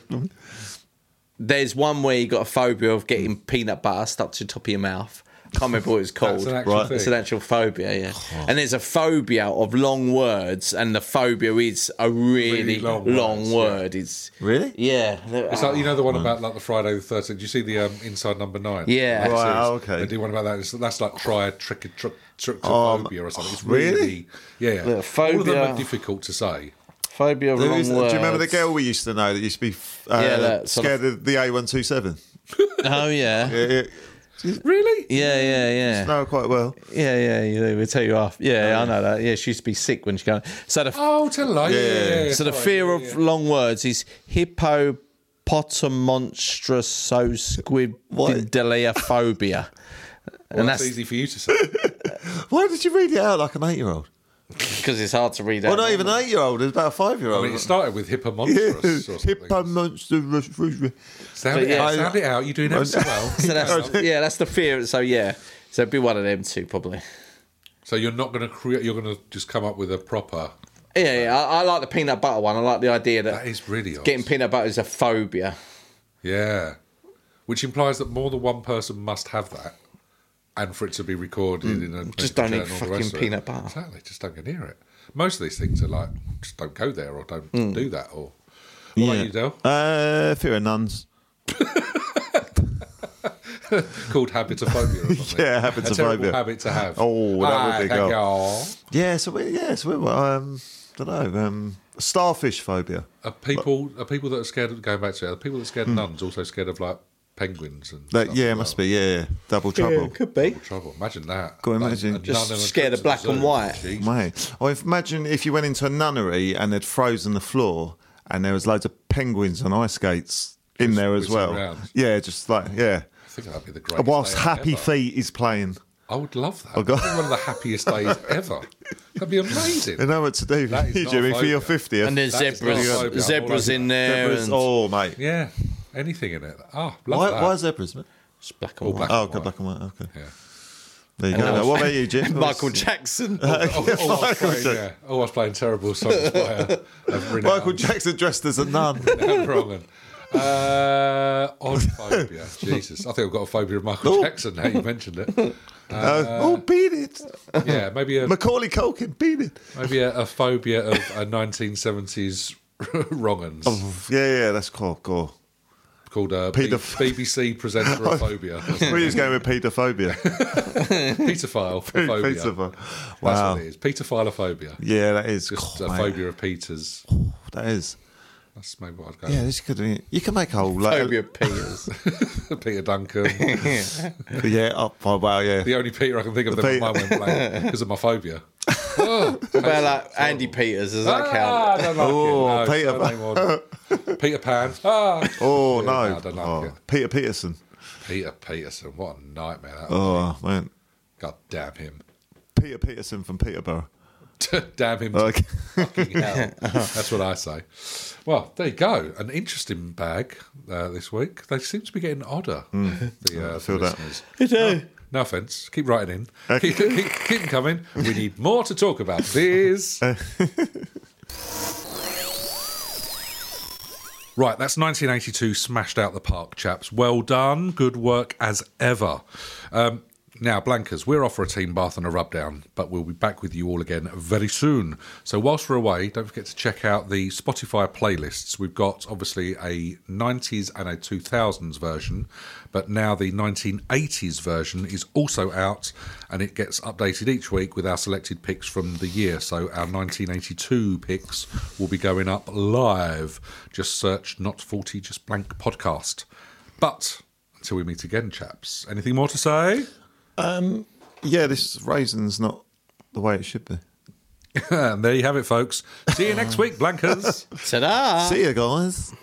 C: There's one where you got a phobia of getting peanut butter stuck to the top of your mouth. Can't remember what
A: [LAUGHS]
C: it's called.
A: an actual Right. thing.
C: It's an actual
B: [SIGHS]
C: phobia, yeah.
B: Oh.
C: And there's a phobia of long words, and the phobia is a really,
A: Really long
C: long,
A: words, yeah.
C: word. It's
B: Really?
C: yeah.
A: It's like you know the one about like the Friday the Thirteenth. Do you see the um, Inside Number Nine?
C: Yeah.
A: That
B: Right,
A: series?
B: okay.
A: They do one about that. It's, that's like try trick trick trick
B: Um,
A: or something. It's
B: really?
A: really, yeah. yeah.
C: The
A: All of them
C: phobia.
A: are difficult to say.
C: phobia of
B: There
C: long
B: is- do you
C: words.
B: remember the girl we used to know that used to be f- uh,
C: Yeah, that sort
B: scared of the A127?
C: Oh yeah.
B: It, it,
A: Really?
C: Yeah, yeah, yeah.
B: know her quite well.
C: Yeah, yeah, yeah, they would tell you off.
B: Oh,
C: Yeah, yeah, I know that. Yeah, she used to be sick when she got. So the
A: Oh, tell a lie. Yeah. yeah, yeah.
C: so the
A: Sorry.
C: fear
A: Yeah,
C: of
A: yeah.
C: long words is
A: [LAUGHS]
C: hippopotamonstroso
A: Well,
C: and
A: that's,
C: that's
A: easy for you to say.
B: Why did you read it out like an eight-year-old?
C: because it's hard to read.
B: Well,
C: out.
B: not even an eight-year-old. It's about a
A: I
B: five-year-old.
A: mean, it started with hippo
B: Yeah.
A: monstrous or something.
B: [LAUGHS] Hippo monster. rush, rush, rush.
A: sound,
C: But
A: it
C: yeah,
A: out,
B: I-
A: sound it out. You're doing ever so well.
C: [LAUGHS] So
A: [LAUGHS]
C: that's, yeah, that's the fear. So yeah, so it'd be one of them two probably.
A: so you're not going to create. You're going to just come up with a proper.
C: Yeah, yeah. I, I like the peanut butter one. I like the idea that,
A: That is really odd.
C: getting peanut butter is a phobia.
A: Yeah. Which implies that more than one person must have that and for it to be recorded
B: Mm.
A: in a
C: Just don't
A: journal and
C: eat
A: all the
C: fucking
A: rest of it.
C: peanut butter.
A: Exactly, just don't go near it. Most of these things are like just don't go there or don't
B: Mm.
A: do that or what about you, Del?
B: Uh, fear of nuns.
A: Called habitophobia
B: [LAUGHS]
A: or something.
B: Yeah,
A: A terrible
B: habitophobia.
A: habit to have.
B: Oh, that would be
A: Ah,
B: good.
A: oh.
B: Yeah, so we, yeah, so we, um, don't know. Um, starfish phobia.
A: Are people are people that are scared of going back to it, are people that are scared of nuns also scared of like penguins and
B: Mm. That,
A: stuff
B: yeah,
A: as
B: it
A: well?
B: must be. Yeah, double trouble.
C: could be.
A: trouble. Imagine that.
B: Go imagine.
A: A nun
C: Just
A: and a
C: scared of
A: trip to the
C: black and
A: zoo.
C: white.
A: Jeez.
B: Mate, or Oh, if, imagine if you went into a nunnery and they'd frozen the floor and there was loads of penguins on ice skates in there as
A: whizzing
B: well.
A: around.
B: Yeah, just like yeah.
A: I think that'd be the greatest.
B: Whilst
A: day
B: Happy
A: ever.
B: Feet is playing,
A: I would love that.
B: Oh, God.
A: That'd be one of the happiest
B: [LAUGHS]
A: days ever. That'd be amazing.
B: you know what to do,
A: That is not
B: Jimmy,
A: a
B: for your
A: phobia.
B: fiftieth.
C: And there's
A: That is not
C: zebras,
A: a phobia.
C: zebras in there.
B: zebras.
C: and-
B: Oh, mate.
A: yeah, anything in it. Oh, love
B: Why,
A: that.
B: why zebras? Mate?
C: It's black and
A: All
C: white.
A: black
B: Oh,
A: and
B: go
A: white.
B: black and white. Okay,
A: Yeah.
B: [LAUGHS] there you go.
C: And
B: Now, what about you, Jim?
C: [LAUGHS] Michael
A: [LAUGHS]
C: Jackson.
A: Oh, oh, I was playing,
B: Jackson.
A: yeah. oh, I was playing terrible songs by uh,
B: [LAUGHS]
A: of renown. [LAUGHS]
B: Michael Jackson dressed as a
C: [LAUGHS]
B: nun.
A: I'm wrong. and- Uh, odd
B: [LAUGHS]
A: phobia. Jesus, I think I've got a phobia of Michael
B: Oh.
A: Jackson. Now you mentioned it.
B: Uh, oh, beat it,
A: Yeah, maybe a
B: Macaulay Culkin, beat it.
A: maybe a, a phobia of a 1970s wrong'uns
B: Oh, Yeah, yeah, that's cool. Cool.
A: called uh,
B: Pedoph-
A: BBC presenter of
B: [LAUGHS]
A: phobia.
B: We was going with paedophobia.
A: [LAUGHS] Pedophile
B: [LAUGHS]
A: phobia.
B: Paedophile.
A: That's
B: Wow.
A: what it is. Pedophilophobia.
B: Yeah, that is.
A: Just
B: cool,
A: a
B: mate.
A: phobia of Peter's.
B: That is.
A: That's maybe what I'd go.
B: Yeah, this could be. You can make a whole like,
C: phobia of peas.
A: with. [LAUGHS] Peter
B: [LAUGHS]
A: Duncan.
B: Yeah. Oh, oh,
A: [LAUGHS]
B: wow. Yeah.
A: the only Peter I can think of that
B: Peter-
A: my mind went
B: [LAUGHS]
A: blank because of my phobia. Oh,
C: What about like Andy Peters? Does that
A: ah,
C: count?
A: I don't like
B: Oh,
A: it. No,
B: Peter-
A: Peter. Peter Pan. Ah.
B: [LAUGHS] Oh
A: Yeah,
B: no.
A: I don't like
B: oh,
A: it.
B: Peter Peterson.
A: Peter Peterson. What a nightmare that was.
B: Oh man.
A: God damn him. [LAUGHS]
B: Peter Peterson from Peterborough.
A: damn him. to
B: Okay. [LAUGHS]
A: fucking hell. That's what I say. Well, there you go. An interesting bag uh, this week. They seem to be getting odder. The, uh,
B: Hmm. feel
A: the
B: that.
A: listeners. [LAUGHS] No offense. Keep writing in. Keep, keep, keep 'em coming. We need more to talk about, please. Right, that's 1982 smashed out the park, chaps. Well done. Good work as ever. Um, now, Blankers, we're off for a team bath and a rub down, but we'll be back with you all again very soon. So, whilst we're away, don't forget to check out the Spotify playlists. We've got obviously a 90s and a 2000s version, but now the 1980s version is also out and it gets updated each week with our selected picks from the year. So, our 1982 picks will be going up live. Just search Not 40, Just Blank Podcast. But until we meet again, chaps, anything more to say? [LAUGHS]
B: yeah, this raisin's not the way it should be.
A: and there you have it, folks. See you next week, Blankers.
C: Ta-da!
B: See you guys.